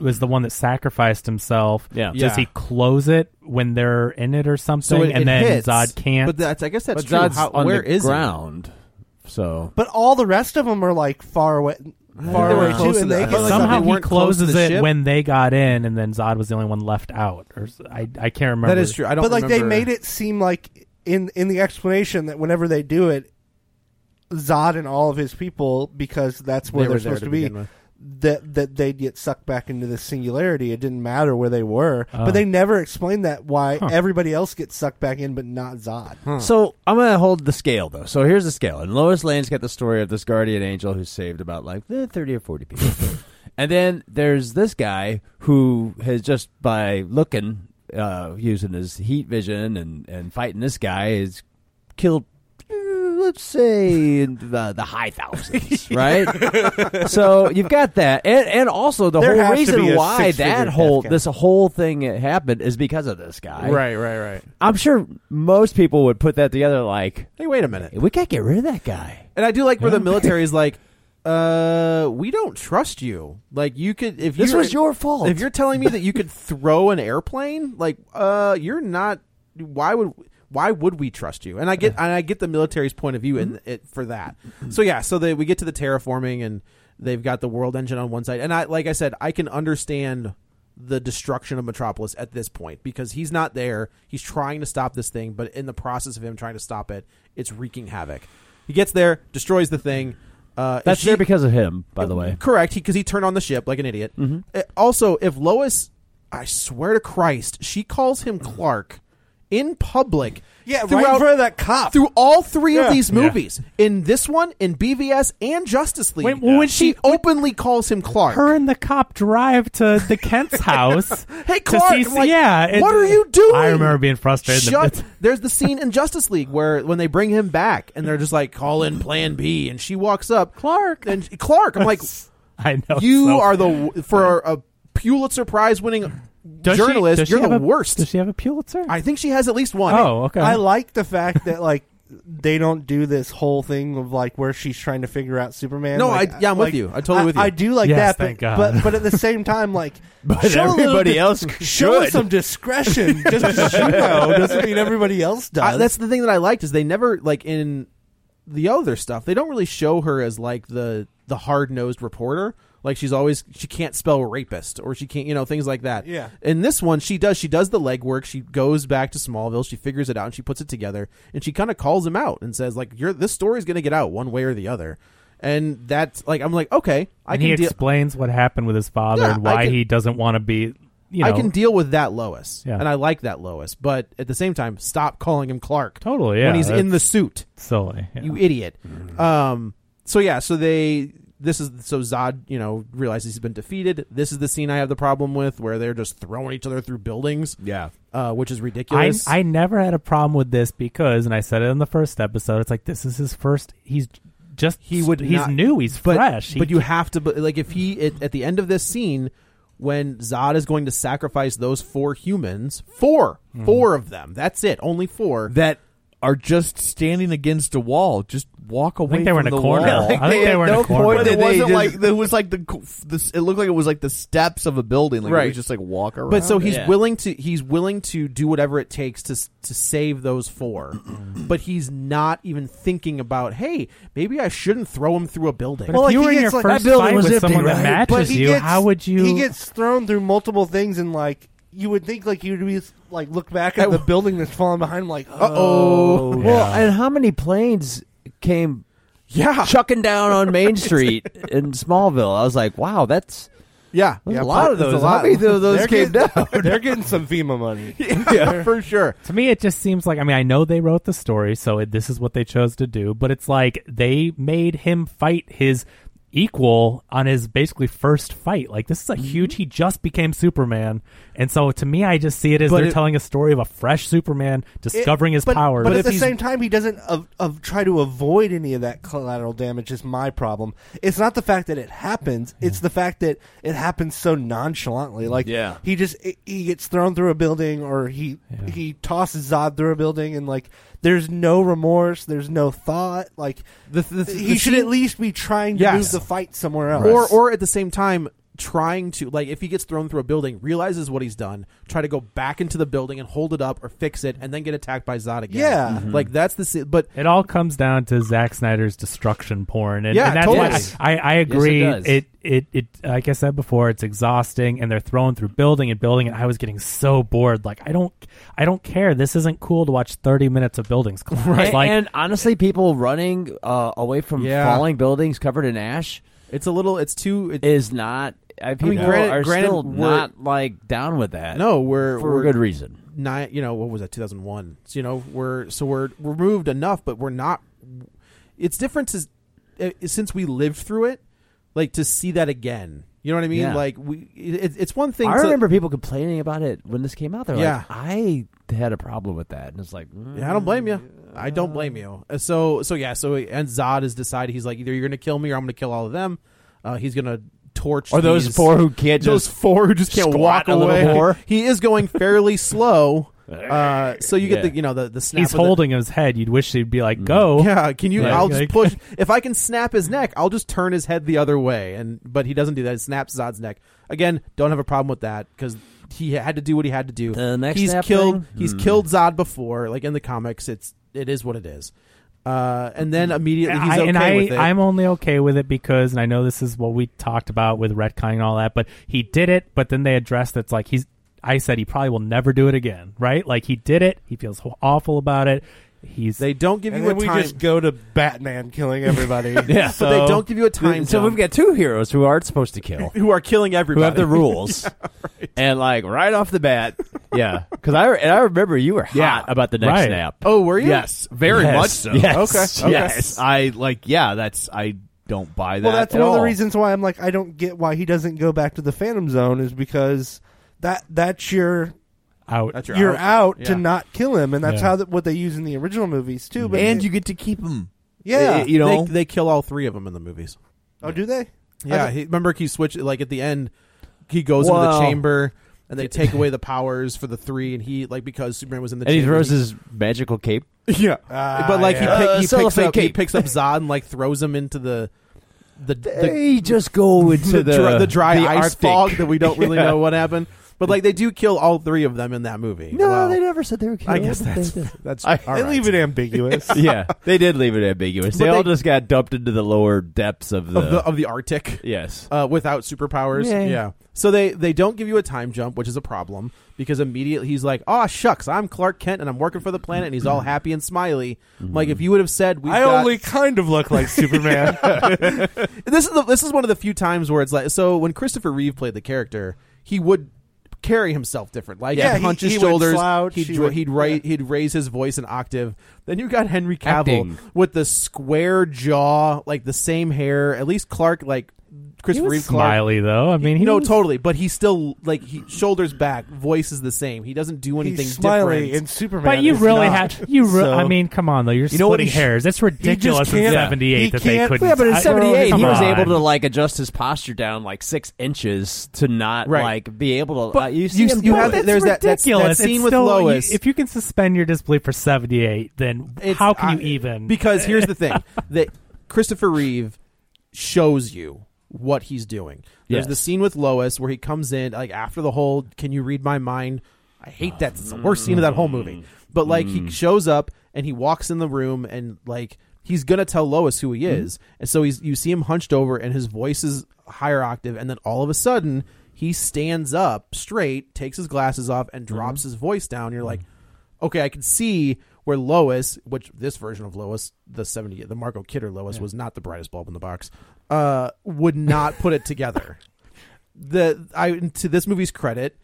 [SPEAKER 3] was the one that sacrificed himself.
[SPEAKER 4] Yeah.
[SPEAKER 3] Does he
[SPEAKER 2] Yeah.
[SPEAKER 3] close it when they're in it or something,
[SPEAKER 2] so it,
[SPEAKER 3] and
[SPEAKER 2] it
[SPEAKER 3] then
[SPEAKER 2] hits,
[SPEAKER 3] Zod can't?
[SPEAKER 2] But that's I guess that's
[SPEAKER 4] but
[SPEAKER 2] true.
[SPEAKER 4] Zod's
[SPEAKER 2] How,
[SPEAKER 4] on
[SPEAKER 2] where
[SPEAKER 4] the
[SPEAKER 2] is he?
[SPEAKER 4] ground. So
[SPEAKER 5] but all the rest of them are like far away, far
[SPEAKER 2] they were
[SPEAKER 5] away
[SPEAKER 2] close
[SPEAKER 5] too,
[SPEAKER 2] to
[SPEAKER 5] and
[SPEAKER 2] the-
[SPEAKER 5] they
[SPEAKER 2] I
[SPEAKER 5] get
[SPEAKER 2] felt like
[SPEAKER 5] sucked
[SPEAKER 3] somehow
[SPEAKER 2] they
[SPEAKER 3] he
[SPEAKER 2] weren't close to
[SPEAKER 3] closes
[SPEAKER 2] the
[SPEAKER 3] it
[SPEAKER 2] ship?
[SPEAKER 3] when they got in, and then Zod was the only one left out. Or s- I, I can't remember.
[SPEAKER 2] That is true. I don't.
[SPEAKER 5] but like they
[SPEAKER 2] remember-
[SPEAKER 5] made it seem like in in the explanation that whenever they do it, Zod and all of his people, because that's where
[SPEAKER 2] They
[SPEAKER 5] they are
[SPEAKER 2] were there
[SPEAKER 5] supposed
[SPEAKER 2] to
[SPEAKER 5] to, be,
[SPEAKER 2] begin with.
[SPEAKER 5] that that they'd get sucked back into this singularity. It didn't matter where they were,
[SPEAKER 3] Oh.
[SPEAKER 2] Ah.
[SPEAKER 5] but they never explained that why everybody else gets sucked back in, but not Zod.
[SPEAKER 4] So I'm gonna hold the scale though. So here's the scale, and Lois Lane's got the story of this guardian angel who saved about like eh, thirty or forty people,
[SPEAKER 5] [LAUGHS]
[SPEAKER 4] and then there's this guy who has just by looking, uh, using his heat vision and and fighting this guy has killed. eh, Let's say in the, the high
[SPEAKER 5] [LAUGHS]
[SPEAKER 4] thousands, right? so you've got that, and and also the
[SPEAKER 5] There
[SPEAKER 4] whole
[SPEAKER 5] has to be
[SPEAKER 4] reason
[SPEAKER 5] a
[SPEAKER 4] why
[SPEAKER 5] six-figure
[SPEAKER 4] that
[SPEAKER 5] death
[SPEAKER 4] whole
[SPEAKER 5] count.
[SPEAKER 4] this whole thing happened is because of this guy,
[SPEAKER 2] Right, right, right.
[SPEAKER 4] I'm sure most people would put that together like,
[SPEAKER 2] Hey, wait a minute.
[SPEAKER 4] we can't get rid of that guy.
[SPEAKER 2] And I do like where
[SPEAKER 4] [LAUGHS]
[SPEAKER 2] the military is like, uh, we don't trust you. Like you could if
[SPEAKER 4] This
[SPEAKER 2] you're-
[SPEAKER 4] was your fault.
[SPEAKER 2] If you're telling me that you could throw an airplane, like uh, you're not. Why would why would we trust you? And I get and I get the military's point of view in it for that. So yeah, so they, we get to the terraforming and they've got the world engine on one side. And I like I said, I can understand the destruction of Metropolis at this point because he's not there. He's trying to stop this thing, but in the process of him trying to stop it, it's wreaking havoc. He gets there, destroys the thing. Uh,
[SPEAKER 4] That's
[SPEAKER 2] she-
[SPEAKER 4] there because of him, by the way.
[SPEAKER 2] Correct, because he, turned on the ship like an idiot.
[SPEAKER 3] Mm-hmm.
[SPEAKER 2] Uh, also, if Lois, I swear to Christ, she calls him Clark in public.
[SPEAKER 5] Yeah, right in
[SPEAKER 2] throughout-
[SPEAKER 5] front of that cop.
[SPEAKER 2] Through all three of these
[SPEAKER 3] Yeah.
[SPEAKER 2] movies, in this one, in BVS, and Justice League,
[SPEAKER 3] Wait, well, when
[SPEAKER 2] she
[SPEAKER 3] she-
[SPEAKER 2] openly calls him Clark.
[SPEAKER 3] her and the cop drive to the Kent's house.
[SPEAKER 2] [LAUGHS] Hey,
[SPEAKER 3] to
[SPEAKER 2] Clark,
[SPEAKER 3] see,
[SPEAKER 2] I'm like,
[SPEAKER 3] yeah, it-
[SPEAKER 2] what are you doing?
[SPEAKER 3] I remember being frustrated.
[SPEAKER 2] Shut. There's the scene in Justice League where when they bring him back and they're just like call in Plan B, and she walks up Clark and she-
[SPEAKER 3] [LAUGHS]
[SPEAKER 2] Clark. I'm like,
[SPEAKER 3] [LAUGHS] I know it's
[SPEAKER 2] you
[SPEAKER 3] so-
[SPEAKER 2] are the for a Pulitzer Prize winning
[SPEAKER 3] Does she-
[SPEAKER 2] journalist.
[SPEAKER 3] does she
[SPEAKER 2] you're the
[SPEAKER 3] have a-
[SPEAKER 2] worst.
[SPEAKER 3] Does she have a Pulitzer?
[SPEAKER 2] I think she has at least one.
[SPEAKER 3] oh, okay.
[SPEAKER 5] I like the fact that like they don't do this whole thing of like where she's trying to figure out Superman.
[SPEAKER 2] No,
[SPEAKER 5] Like,
[SPEAKER 2] I- yeah, I'm with
[SPEAKER 5] like,
[SPEAKER 2] you. I'm totally with you.
[SPEAKER 5] I do like
[SPEAKER 3] Yes,
[SPEAKER 5] that, but,
[SPEAKER 3] thank God.
[SPEAKER 5] but but at the same time,
[SPEAKER 2] [LAUGHS]
[SPEAKER 5] like show a little
[SPEAKER 4] everybody
[SPEAKER 5] di-
[SPEAKER 4] else
[SPEAKER 5] [LAUGHS] show
[SPEAKER 4] should.
[SPEAKER 2] [LAUGHS]
[SPEAKER 5] some discretion. Just because you know doesn't mean everybody else does.
[SPEAKER 2] I- that's the thing that I liked is they never like in the other stuff they don't really show her as like the the hard nosed reporter. Like she's always she can't spell rapist or she can't you know things like that.
[SPEAKER 5] Yeah.
[SPEAKER 2] In this one, she does she does the legwork. She goes back to Smallville. She figures it out and she puts it together and she kind of calls him out and says like you're this story's gonna get out one way or the other. And that's like I'm like okay I
[SPEAKER 3] and
[SPEAKER 2] can
[SPEAKER 3] he
[SPEAKER 2] deal
[SPEAKER 3] explains what happened with his father
[SPEAKER 2] Yeah,
[SPEAKER 3] and
[SPEAKER 2] I
[SPEAKER 3] why
[SPEAKER 2] can-
[SPEAKER 3] he doesn't want to be. You know,
[SPEAKER 2] I can deal with that Lois
[SPEAKER 3] Yeah.
[SPEAKER 2] and I like that Lois, but at the same time stop calling him Clark
[SPEAKER 3] totally. Yeah,
[SPEAKER 2] when he's in the suit.
[SPEAKER 3] that's silly. Yeah.
[SPEAKER 2] you idiot. Um, so yeah, so they this is so Zod, you know, realizes he's been defeated. This is the scene I have the problem with where they're just throwing each other through buildings,
[SPEAKER 4] Yeah.
[SPEAKER 2] uh, which is
[SPEAKER 3] I,
[SPEAKER 2] ridiculous.
[SPEAKER 3] I never had a problem with this because, and I said it in the first episode. It's like this is his first. He's just
[SPEAKER 2] he would
[SPEAKER 3] He's
[SPEAKER 2] not-
[SPEAKER 3] new. He's
[SPEAKER 2] but,
[SPEAKER 3] fresh. He
[SPEAKER 2] But you have to but, like if he at, at the end of this scene when Zod is going to sacrifice those four humans, 4
[SPEAKER 3] Mm-hmm.
[SPEAKER 2] four of them. That's it, only four.
[SPEAKER 1] that are just standing against a wall. Just walk away.
[SPEAKER 3] I think they were in
[SPEAKER 1] from
[SPEAKER 3] a
[SPEAKER 1] the
[SPEAKER 3] corner.
[SPEAKER 1] wall.
[SPEAKER 3] I think they were in a corner.
[SPEAKER 1] But it
[SPEAKER 4] they
[SPEAKER 1] wasn't
[SPEAKER 4] just-
[SPEAKER 1] like it was like the, co- the it looked like it was like the steps of a building. Like it
[SPEAKER 2] Right.
[SPEAKER 1] was just like walk around.
[SPEAKER 2] But so
[SPEAKER 1] it.
[SPEAKER 2] he's
[SPEAKER 4] Yeah.
[SPEAKER 2] willing to he's willing to do whatever it takes to s- to save those
[SPEAKER 1] [CLEARS THROAT]
[SPEAKER 2] four, but he's not even thinking about hey maybe I shouldn't throw him through a building.
[SPEAKER 3] But if
[SPEAKER 5] Well,
[SPEAKER 3] you
[SPEAKER 5] he
[SPEAKER 3] were in your
[SPEAKER 5] gets, like-
[SPEAKER 3] first
[SPEAKER 4] that building
[SPEAKER 3] fight
[SPEAKER 4] was
[SPEAKER 3] with
[SPEAKER 4] empty,
[SPEAKER 3] someone
[SPEAKER 4] right?
[SPEAKER 3] that matches you, how would you?
[SPEAKER 5] He gets thrown through multiple things, and like you would think, like you'd be like look back at the building that's falling behind, him, like uh
[SPEAKER 4] Oh. Well, and how many planes came
[SPEAKER 2] yeah,
[SPEAKER 4] chucking down on Main Street in Smallville? I was like, wow, that's,
[SPEAKER 2] yeah,
[SPEAKER 4] that's
[SPEAKER 2] yeah,
[SPEAKER 4] a lot of
[SPEAKER 2] that's
[SPEAKER 4] those.
[SPEAKER 2] a
[SPEAKER 4] How
[SPEAKER 2] lot.
[SPEAKER 4] many of those came down?
[SPEAKER 5] They're getting some FEMA money.
[SPEAKER 2] [LAUGHS] yeah, for sure.
[SPEAKER 3] to me, it just seems like I mean I know they wrote the story, so it, this is what they chose to do. But it's like they made him fight his equal on his basically first fight. Like this is
[SPEAKER 5] Mm-hmm.
[SPEAKER 3] a huge. He just became Superman, and so to me, I just see it as
[SPEAKER 2] But
[SPEAKER 3] they're
[SPEAKER 2] it-
[SPEAKER 3] telling a story of a fresh Superman discovering his
[SPEAKER 5] but,
[SPEAKER 3] powers.
[SPEAKER 5] But, at the same time, he doesn't of, of try to avoid any of that collateral damage. Is my problem. It's not the fact that it happens. It's the fact that it happens so nonchalantly. Like
[SPEAKER 4] Yeah.
[SPEAKER 5] he just he gets thrown through a building, or he he tosses Zod through a building, and like there's no remorse. There's no thought. Like
[SPEAKER 2] The- the-
[SPEAKER 5] he
[SPEAKER 2] the
[SPEAKER 5] should
[SPEAKER 2] scene-
[SPEAKER 5] at least be trying to
[SPEAKER 2] Yes.
[SPEAKER 5] move the fight somewhere else.
[SPEAKER 2] or or at the same time trying to like if he gets thrown through a building realizes what he's done try to go back into the building and hold it up or fix it and then get attacked by zod again
[SPEAKER 5] Yeah.
[SPEAKER 2] like that's the si- but
[SPEAKER 3] It all comes down to Zack Snyder's destruction porn, and,
[SPEAKER 2] Yeah,
[SPEAKER 3] and that's
[SPEAKER 2] totally.
[SPEAKER 3] why I, I agree.
[SPEAKER 4] Yes, it does.
[SPEAKER 3] it, it it like I said before, it's exhausting, and they're thrown through building and building, and I was getting so bored. Like I don't I don't care. This isn't cool to watch thirty minutes of buildings collapse.
[SPEAKER 4] Right.
[SPEAKER 3] Like
[SPEAKER 4] and honestly, people running uh, away from
[SPEAKER 2] Yeah.
[SPEAKER 4] falling buildings covered in ash
[SPEAKER 2] it's a little it's too it,
[SPEAKER 4] is not. Uh, people
[SPEAKER 2] granted-
[SPEAKER 4] are
[SPEAKER 2] granted,
[SPEAKER 4] still
[SPEAKER 2] we're-
[SPEAKER 4] not like down with that.
[SPEAKER 2] no we're
[SPEAKER 4] for
[SPEAKER 2] we're
[SPEAKER 4] a good reason.
[SPEAKER 2] nine you know what was that 2001 so, you know we're so we're removed enough but we're not it's different is uh, since we lived through it like to see that again you know what i mean
[SPEAKER 4] Yeah.
[SPEAKER 2] like we it, it's one thing
[SPEAKER 4] I
[SPEAKER 2] to,
[SPEAKER 4] remember people complaining about it when this came out. They're
[SPEAKER 2] Yeah.
[SPEAKER 4] like, I had a problem with that, and it's like, mm,
[SPEAKER 2] Yeah, I don't blame you. I don't blame you. Uh, So so yeah. So and Zod has decided he's like either you're gonna kill me or I'm gonna kill all of them. Uh, he's gonna torch.
[SPEAKER 4] Or those
[SPEAKER 2] these-
[SPEAKER 4] four who can't
[SPEAKER 2] those
[SPEAKER 4] just
[SPEAKER 2] four who just can't
[SPEAKER 4] squat
[SPEAKER 2] walk
[SPEAKER 4] a little
[SPEAKER 2] away. [LAUGHS]
[SPEAKER 4] more.
[SPEAKER 2] He is going fairly slow. Uh, so you get
[SPEAKER 4] Yeah.
[SPEAKER 2] the you know the the snap.
[SPEAKER 3] he's
[SPEAKER 2] of the-
[SPEAKER 3] holding his head. You'd wish he'd be
[SPEAKER 4] Mm.
[SPEAKER 3] like, "Go."
[SPEAKER 2] yeah, can you?
[SPEAKER 3] Yeah.
[SPEAKER 2] I'll just [LAUGHS]
[SPEAKER 3] Like-
[SPEAKER 2] push. If I can snap his neck, I'll just turn his head the other way. And but he doesn't do that. He snaps Zod's neck again. Don't have a problem with that because he had to do what he had to do.
[SPEAKER 4] The neck
[SPEAKER 2] he's
[SPEAKER 4] snap
[SPEAKER 2] killed.
[SPEAKER 4] thing?
[SPEAKER 5] Hmm.
[SPEAKER 2] He's killed Zod before, like in the comics. It's it is what it is. Uh, and then [LAUGHS] immediately he's
[SPEAKER 3] I,
[SPEAKER 2] okay
[SPEAKER 3] and I,
[SPEAKER 2] with it.
[SPEAKER 3] I'm only okay with it because, and I know this is what we talked about with retconning and all that, but he did it. But then they addressed it's like he's. I said he probably will never do it again, right? Like he did it. He feels ho- awful about it. He's [LAUGHS]
[SPEAKER 2] they don't give
[SPEAKER 5] and
[SPEAKER 2] you a
[SPEAKER 5] then we
[SPEAKER 2] time.
[SPEAKER 5] just go to Batman killing everybody.
[SPEAKER 4] yeah.
[SPEAKER 2] but they don't give you a time.
[SPEAKER 4] So
[SPEAKER 2] jump.
[SPEAKER 4] we've got two heroes who aren't supposed to kill,
[SPEAKER 2] [LAUGHS] who are killing everybody.
[SPEAKER 4] who have the
[SPEAKER 2] [LAUGHS]
[SPEAKER 4] rules, and like right off the bat, yeah. Because I and I remember you were hot
[SPEAKER 2] Yeah.
[SPEAKER 4] about the next
[SPEAKER 3] Right.
[SPEAKER 4] snap.
[SPEAKER 2] Oh, were you?
[SPEAKER 1] Yes, very
[SPEAKER 4] Yes.
[SPEAKER 1] much so.
[SPEAKER 4] Yes.
[SPEAKER 2] Okay. Okay.
[SPEAKER 1] Yes, I like. Yeah, that's I don't buy that.
[SPEAKER 5] Well, that's
[SPEAKER 1] at
[SPEAKER 5] one of the
[SPEAKER 1] all.
[SPEAKER 5] reasons why I'm like I don't get why he doesn't go back to the Phantom Zone is because that that's your
[SPEAKER 3] out.
[SPEAKER 2] That's your
[SPEAKER 5] you're out,
[SPEAKER 2] Yeah.
[SPEAKER 5] to not kill him, and that's
[SPEAKER 3] Yeah.
[SPEAKER 5] how that what they use in the original movies too. But
[SPEAKER 1] and you get to keep them.
[SPEAKER 5] yeah,
[SPEAKER 1] you know.
[SPEAKER 2] they, they kill all three of them in the movies.
[SPEAKER 5] oh, do they?
[SPEAKER 2] Yeah,
[SPEAKER 5] Okay.
[SPEAKER 2] he, remember he switched like at the end he goes into
[SPEAKER 4] Well-
[SPEAKER 2] the chamber and they
[SPEAKER 4] [LAUGHS]
[SPEAKER 2] take away the powers for the three and he like because Superman was in the
[SPEAKER 4] And he
[SPEAKER 2] chamber.
[SPEAKER 4] throws his magical cape.
[SPEAKER 2] [LAUGHS] yeah.
[SPEAKER 5] ah,
[SPEAKER 2] but like
[SPEAKER 4] yeah.
[SPEAKER 2] he, pick,
[SPEAKER 4] Uh,
[SPEAKER 2] he picks
[SPEAKER 4] cellophane
[SPEAKER 2] up he
[SPEAKER 4] cape.
[SPEAKER 2] picks up Zod and like throws him into the the the,
[SPEAKER 4] They just [LAUGHS] go into
[SPEAKER 2] the, dry, the dry
[SPEAKER 4] the
[SPEAKER 2] ice
[SPEAKER 4] Arctic.
[SPEAKER 2] fog that we don't
[SPEAKER 5] [LAUGHS]
[SPEAKER 2] really
[SPEAKER 4] Yeah.
[SPEAKER 2] know what happened. But like they do kill all three of them in that movie.
[SPEAKER 4] No,
[SPEAKER 2] Wow.
[SPEAKER 4] they never said they were killed.
[SPEAKER 2] I guess that's
[SPEAKER 5] [LAUGHS]
[SPEAKER 2] that's
[SPEAKER 4] I-
[SPEAKER 2] all
[SPEAKER 5] they
[SPEAKER 2] right.
[SPEAKER 5] leave
[SPEAKER 2] [LAUGHS]
[SPEAKER 5] it ambiguous.
[SPEAKER 4] [LAUGHS] yeah, they did leave it ambiguous.
[SPEAKER 2] But
[SPEAKER 4] They, all
[SPEAKER 2] they-
[SPEAKER 4] just got dumped into the lower depths of the.
[SPEAKER 2] of the of the Arctic.
[SPEAKER 4] yes.
[SPEAKER 2] uh, without superpowers.
[SPEAKER 4] Yeah.
[SPEAKER 2] So they they don't give you a time jump, which is a problem because immediately he's like, "Oh shucks, I'm Clark Kent and I'm working for the planet," and he's all happy and smiley. I'm Like if you would have said, we
[SPEAKER 5] Mm-hmm. I
[SPEAKER 2] got,
[SPEAKER 5] only kind of look [LAUGHS] like Superman.
[SPEAKER 2] this is the, this is one of the few times where it's like so when Christopher Reeve played the character, he would." Carry himself different, like
[SPEAKER 5] Yeah,
[SPEAKER 2] he'd
[SPEAKER 5] he-
[SPEAKER 2] hunch his
[SPEAKER 5] he would
[SPEAKER 2] shoulders.
[SPEAKER 5] slouch,
[SPEAKER 2] he'd
[SPEAKER 5] he
[SPEAKER 2] dra-
[SPEAKER 5] would-
[SPEAKER 2] he'd ra- he'd raise his voice an octave. Then you got Henry Cavill
[SPEAKER 4] Acting.
[SPEAKER 2] with the square jaw, like the same hair. At least Clark, like Christopher Reeve, Clark,
[SPEAKER 3] smiley though. I mean, he
[SPEAKER 2] no,
[SPEAKER 3] was-
[SPEAKER 2] totally, but he still like he shoulders back, voice is the same. He doesn't do anything
[SPEAKER 5] He's smiley
[SPEAKER 2] different.
[SPEAKER 5] and Superman.
[SPEAKER 3] But you
[SPEAKER 5] is
[SPEAKER 3] really
[SPEAKER 5] not.
[SPEAKER 3] had you. Re-
[SPEAKER 5] So-
[SPEAKER 3] I mean, come on though. You're
[SPEAKER 5] You know what
[SPEAKER 3] splitting
[SPEAKER 5] he sh-
[SPEAKER 3] hairs. That's ridiculous in
[SPEAKER 5] can't-
[SPEAKER 3] '78
[SPEAKER 5] he
[SPEAKER 3] that they
[SPEAKER 5] can't-
[SPEAKER 3] couldn't.
[SPEAKER 4] Yeah, but in
[SPEAKER 3] I-
[SPEAKER 4] '78, he
[SPEAKER 3] come
[SPEAKER 4] was
[SPEAKER 3] on.
[SPEAKER 4] able to like adjust his posture down like six inches to not
[SPEAKER 2] Right.
[SPEAKER 4] like be able to.
[SPEAKER 3] But
[SPEAKER 4] uh, you see, him
[SPEAKER 2] you
[SPEAKER 4] do
[SPEAKER 2] have-
[SPEAKER 4] it.
[SPEAKER 2] that- there's that- that's-
[SPEAKER 3] ridiculous.
[SPEAKER 2] that scene
[SPEAKER 3] It's
[SPEAKER 2] with
[SPEAKER 3] still-
[SPEAKER 2] Lois.
[SPEAKER 3] you- if you can suspend your disbelief for 78, then
[SPEAKER 2] It's-
[SPEAKER 3] how can
[SPEAKER 2] I-
[SPEAKER 3] you even?
[SPEAKER 2] Because here's the thing that Christopher Reeve shows you what he's doing. There's
[SPEAKER 4] Yes.
[SPEAKER 2] the scene with Lois where he comes in like after the whole "Can you read my mind?" I hate that. It's the worst scene of that whole movie. But like he shows up and he walks in the room and like he's gonna tell Lois who he is, and so he's you see him hunched over and his voice is higher octave, and then all of a sudden he stands up straight, takes his glasses off, and drops his voice down. You're like, okay, I can see where Lois, which this version of Lois, the seventy, the Margot Kidder Lois, was not the brightest bulb in the box,
[SPEAKER 4] [LAUGHS]
[SPEAKER 2] uh, would not put it together. the I to this movie's credit,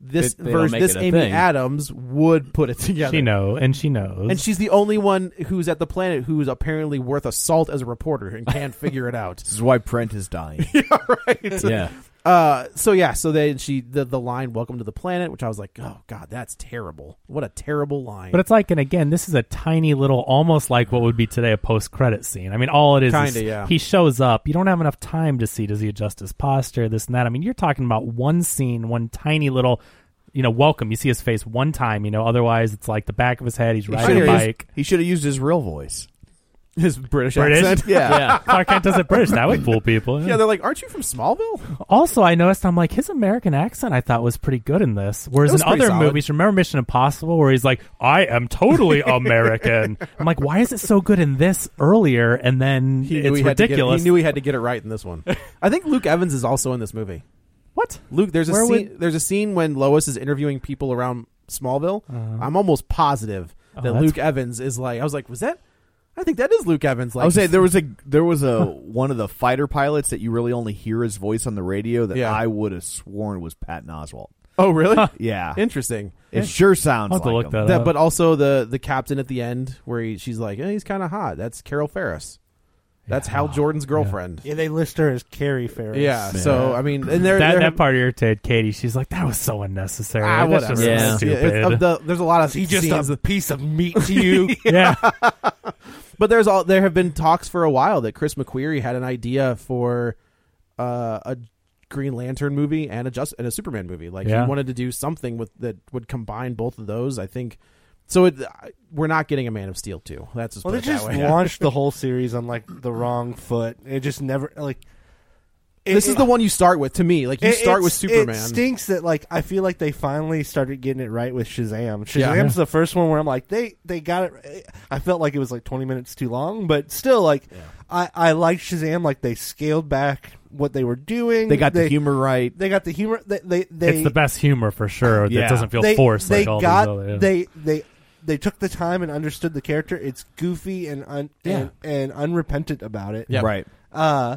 [SPEAKER 2] This
[SPEAKER 4] They- they don't
[SPEAKER 2] version,
[SPEAKER 4] make
[SPEAKER 2] this
[SPEAKER 4] it a
[SPEAKER 2] Amy
[SPEAKER 4] thing.
[SPEAKER 2] Adams would put it together.
[SPEAKER 3] She know, and she knows.
[SPEAKER 2] And she's the only one who's at the planet who's apparently worth a salt as a reporter and can't figure
[SPEAKER 4] [LAUGHS]
[SPEAKER 2] it out.
[SPEAKER 1] This is why Prent is dying.
[SPEAKER 2] [LAUGHS] right.
[SPEAKER 4] Yeah.
[SPEAKER 2] Uh, so yeah, so they she the, the line "Welcome to the planet," which I was like, oh god, that's terrible. What a terrible line.
[SPEAKER 3] But it's like, and again, this is a tiny little, almost like what would be today a post-credit scene. I mean, all it is, is
[SPEAKER 2] Kinda, yeah.
[SPEAKER 3] he shows up. You don't have enough time to see does he adjust his posture, this and that. I mean, you're talking about one scene, one tiny little, you know, welcome. You see his face one time. You know, otherwise it's like the back of his head. He's riding a bike.
[SPEAKER 1] He should have used his real voice.
[SPEAKER 2] his British,
[SPEAKER 1] [LAUGHS]
[SPEAKER 3] British,
[SPEAKER 2] accent. [LAUGHS]
[SPEAKER 3] yeah. Clark Kent does it British. That would fool people.
[SPEAKER 2] Yeah, they're like, aren't you from Smallville?
[SPEAKER 3] Also, I noticed I'm like his American accent. I thought was pretty good in this. Whereas
[SPEAKER 2] It was
[SPEAKER 3] in
[SPEAKER 2] pretty
[SPEAKER 3] other
[SPEAKER 2] solid.
[SPEAKER 3] movies, remember Mission Impossible, where he's like, "I am
[SPEAKER 2] [LAUGHS]
[SPEAKER 3] totally American." I'm like, why is it so good in this earlier, and then it's
[SPEAKER 2] he Had
[SPEAKER 3] ridiculous?
[SPEAKER 2] to get, he knew he had to get it right in this one. [LAUGHS] I think Luke Evans is also in this movie.
[SPEAKER 3] what?
[SPEAKER 2] Luke, there's a
[SPEAKER 3] Where
[SPEAKER 2] scene,
[SPEAKER 3] would-
[SPEAKER 2] there's a scene when Lois is interviewing people around Smallville. I'm almost positive that
[SPEAKER 3] Uh-huh. Oh, that's-
[SPEAKER 2] Luke Evans is like. I was like, was that? I think that is Luke Evans. Like,
[SPEAKER 1] I would say there was a there was a one of the fighter pilots that you really only hear his voice on the radio that
[SPEAKER 2] Yeah.
[SPEAKER 1] I would have sworn was Patton
[SPEAKER 3] [LAUGHS]
[SPEAKER 1] Oswalt.
[SPEAKER 2] [LAUGHS] oh really?
[SPEAKER 1] Yeah,
[SPEAKER 2] Interesting.
[SPEAKER 1] it sure sounds.
[SPEAKER 3] I'll have to
[SPEAKER 1] like
[SPEAKER 3] look
[SPEAKER 1] him.
[SPEAKER 3] that
[SPEAKER 2] That,
[SPEAKER 3] up.
[SPEAKER 2] but also the the captain at the end where he, she's like, eh, he's kind of hot. That's Carol Ferris. That's Hal Jordan's girlfriend. Yeah.
[SPEAKER 5] Yeah, they list her as Carrie Ferris.
[SPEAKER 2] so I mean, and [LAUGHS] there
[SPEAKER 3] that,
[SPEAKER 2] there-
[SPEAKER 3] that part irritated Katie. She's like, "That was so unnecessary.
[SPEAKER 2] Ah,
[SPEAKER 3] That's
[SPEAKER 2] whatever.
[SPEAKER 3] just
[SPEAKER 4] Yeah.
[SPEAKER 2] Yeah,
[SPEAKER 3] stupid."
[SPEAKER 2] it's- of the- there's a lot of
[SPEAKER 5] He just
[SPEAKER 2] scenes
[SPEAKER 5] a piece of meat
[SPEAKER 2] [LAUGHS]
[SPEAKER 5] to you.
[SPEAKER 3] [LAUGHS] yeah.
[SPEAKER 2] But there's all there have been talks for a while that Chris McQuarrie had an idea for uh, a Green Lantern movie and a just and a Superman movie. Like
[SPEAKER 3] Yeah.
[SPEAKER 2] he wanted to do something with that would combine both of those. I think so. It, I- we're not getting a Man of Steel two. That's just
[SPEAKER 5] Well,
[SPEAKER 2] put
[SPEAKER 5] they
[SPEAKER 2] it that
[SPEAKER 5] just
[SPEAKER 2] way.
[SPEAKER 5] launched the whole series on like the wrong foot. It just never like. it-
[SPEAKER 2] This is the one you start with to me. Like you
[SPEAKER 5] it-
[SPEAKER 2] start with
[SPEAKER 5] it's-
[SPEAKER 2] Superman.
[SPEAKER 5] It stinks that like I feel like they finally started getting it right with Shazam. Shazam's
[SPEAKER 2] Yeah.
[SPEAKER 5] the first one where I'm like they they got it. I felt like it was like 20 minutes too long, but still like I I liked Shazam. Like they scaled back what they were doing.
[SPEAKER 1] They got the humor right.
[SPEAKER 5] They got the humor. They they, they
[SPEAKER 3] it's the best humor for sure. It
[SPEAKER 1] Yeah.
[SPEAKER 3] doesn't feel
[SPEAKER 5] they,
[SPEAKER 3] forced
[SPEAKER 5] They
[SPEAKER 3] like all
[SPEAKER 5] got
[SPEAKER 3] these other. yeah.
[SPEAKER 5] they they they took the time and understood the character. It's goofy and un, and, and unrepentant about it.
[SPEAKER 2] Yep.
[SPEAKER 1] Right.
[SPEAKER 5] Uh,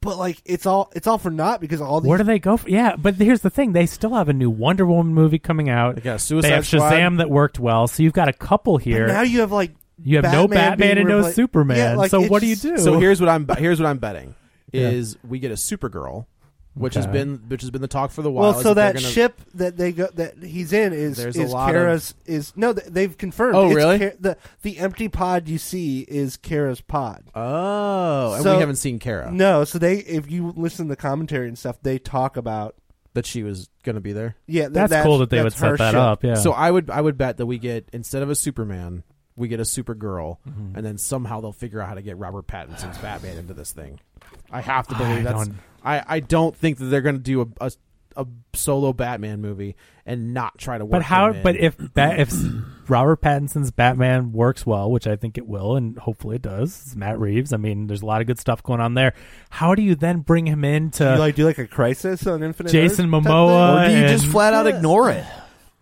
[SPEAKER 5] but like it's all it's all for naught because all these
[SPEAKER 3] Where do they go? For, yeah, but here's the thing: they still have a new Wonder Woman movie coming out.
[SPEAKER 2] They got a Suicide
[SPEAKER 3] They have
[SPEAKER 2] Squad.
[SPEAKER 3] Shazam that worked well, so you've got a couple
[SPEAKER 5] but
[SPEAKER 3] here.
[SPEAKER 5] now you have like
[SPEAKER 3] You have no Batman
[SPEAKER 5] being
[SPEAKER 3] and no
[SPEAKER 5] repla-
[SPEAKER 3] Superman,
[SPEAKER 5] Yeah, like,
[SPEAKER 3] so
[SPEAKER 5] it
[SPEAKER 3] what do you
[SPEAKER 5] just-
[SPEAKER 3] do?
[SPEAKER 2] So here's what I'm here's what I'm betting is we get a Supergirl, which has
[SPEAKER 3] Okay.
[SPEAKER 2] been which has been the talk for the while.
[SPEAKER 5] Well,
[SPEAKER 2] is
[SPEAKER 5] so
[SPEAKER 2] they're
[SPEAKER 5] that
[SPEAKER 2] gonna-
[SPEAKER 5] ship that they go that he's in is
[SPEAKER 2] There's a
[SPEAKER 5] is
[SPEAKER 2] lot of-
[SPEAKER 5] Kara's is no th- they've confirmed.
[SPEAKER 2] Oh,
[SPEAKER 5] it's
[SPEAKER 2] really?
[SPEAKER 5] Ka- the the empty pod you see is Kara's pod.
[SPEAKER 2] Oh, and
[SPEAKER 5] So-
[SPEAKER 2] we haven't seen Kara
[SPEAKER 5] No, so they if you listen to the commentary and stuff, they talk about
[SPEAKER 2] that she was going to be there.
[SPEAKER 5] yeah. th-
[SPEAKER 3] that's, cool that they would
[SPEAKER 5] that's
[SPEAKER 3] set
[SPEAKER 5] her
[SPEAKER 3] that
[SPEAKER 5] ship.
[SPEAKER 3] up. Yeah.
[SPEAKER 2] So I would I would bet that we get instead of a Superman, we get a Supergirl,
[SPEAKER 3] Mm-hmm.
[SPEAKER 2] and then somehow they'll figure out how to get Robert Pattinson's Batman into this thing. I have to believe
[SPEAKER 3] I
[SPEAKER 2] that's.
[SPEAKER 3] don't-
[SPEAKER 2] I I don't think that they're going to do a, a a solo Batman movie and not try to. Work
[SPEAKER 3] but how?
[SPEAKER 2] him in.
[SPEAKER 3] But if Bat, if Robert Pattinson's Batman works well, which I think it will, and hopefully it does, it's Matt Reeves. I mean, there's a lot of good stuff going on there. How do you then bring him into
[SPEAKER 5] You like do like a crisis on Infinite
[SPEAKER 3] Jason
[SPEAKER 5] Earth type
[SPEAKER 3] Momoa?
[SPEAKER 1] Or do you
[SPEAKER 3] and-
[SPEAKER 1] just flat out ignore it,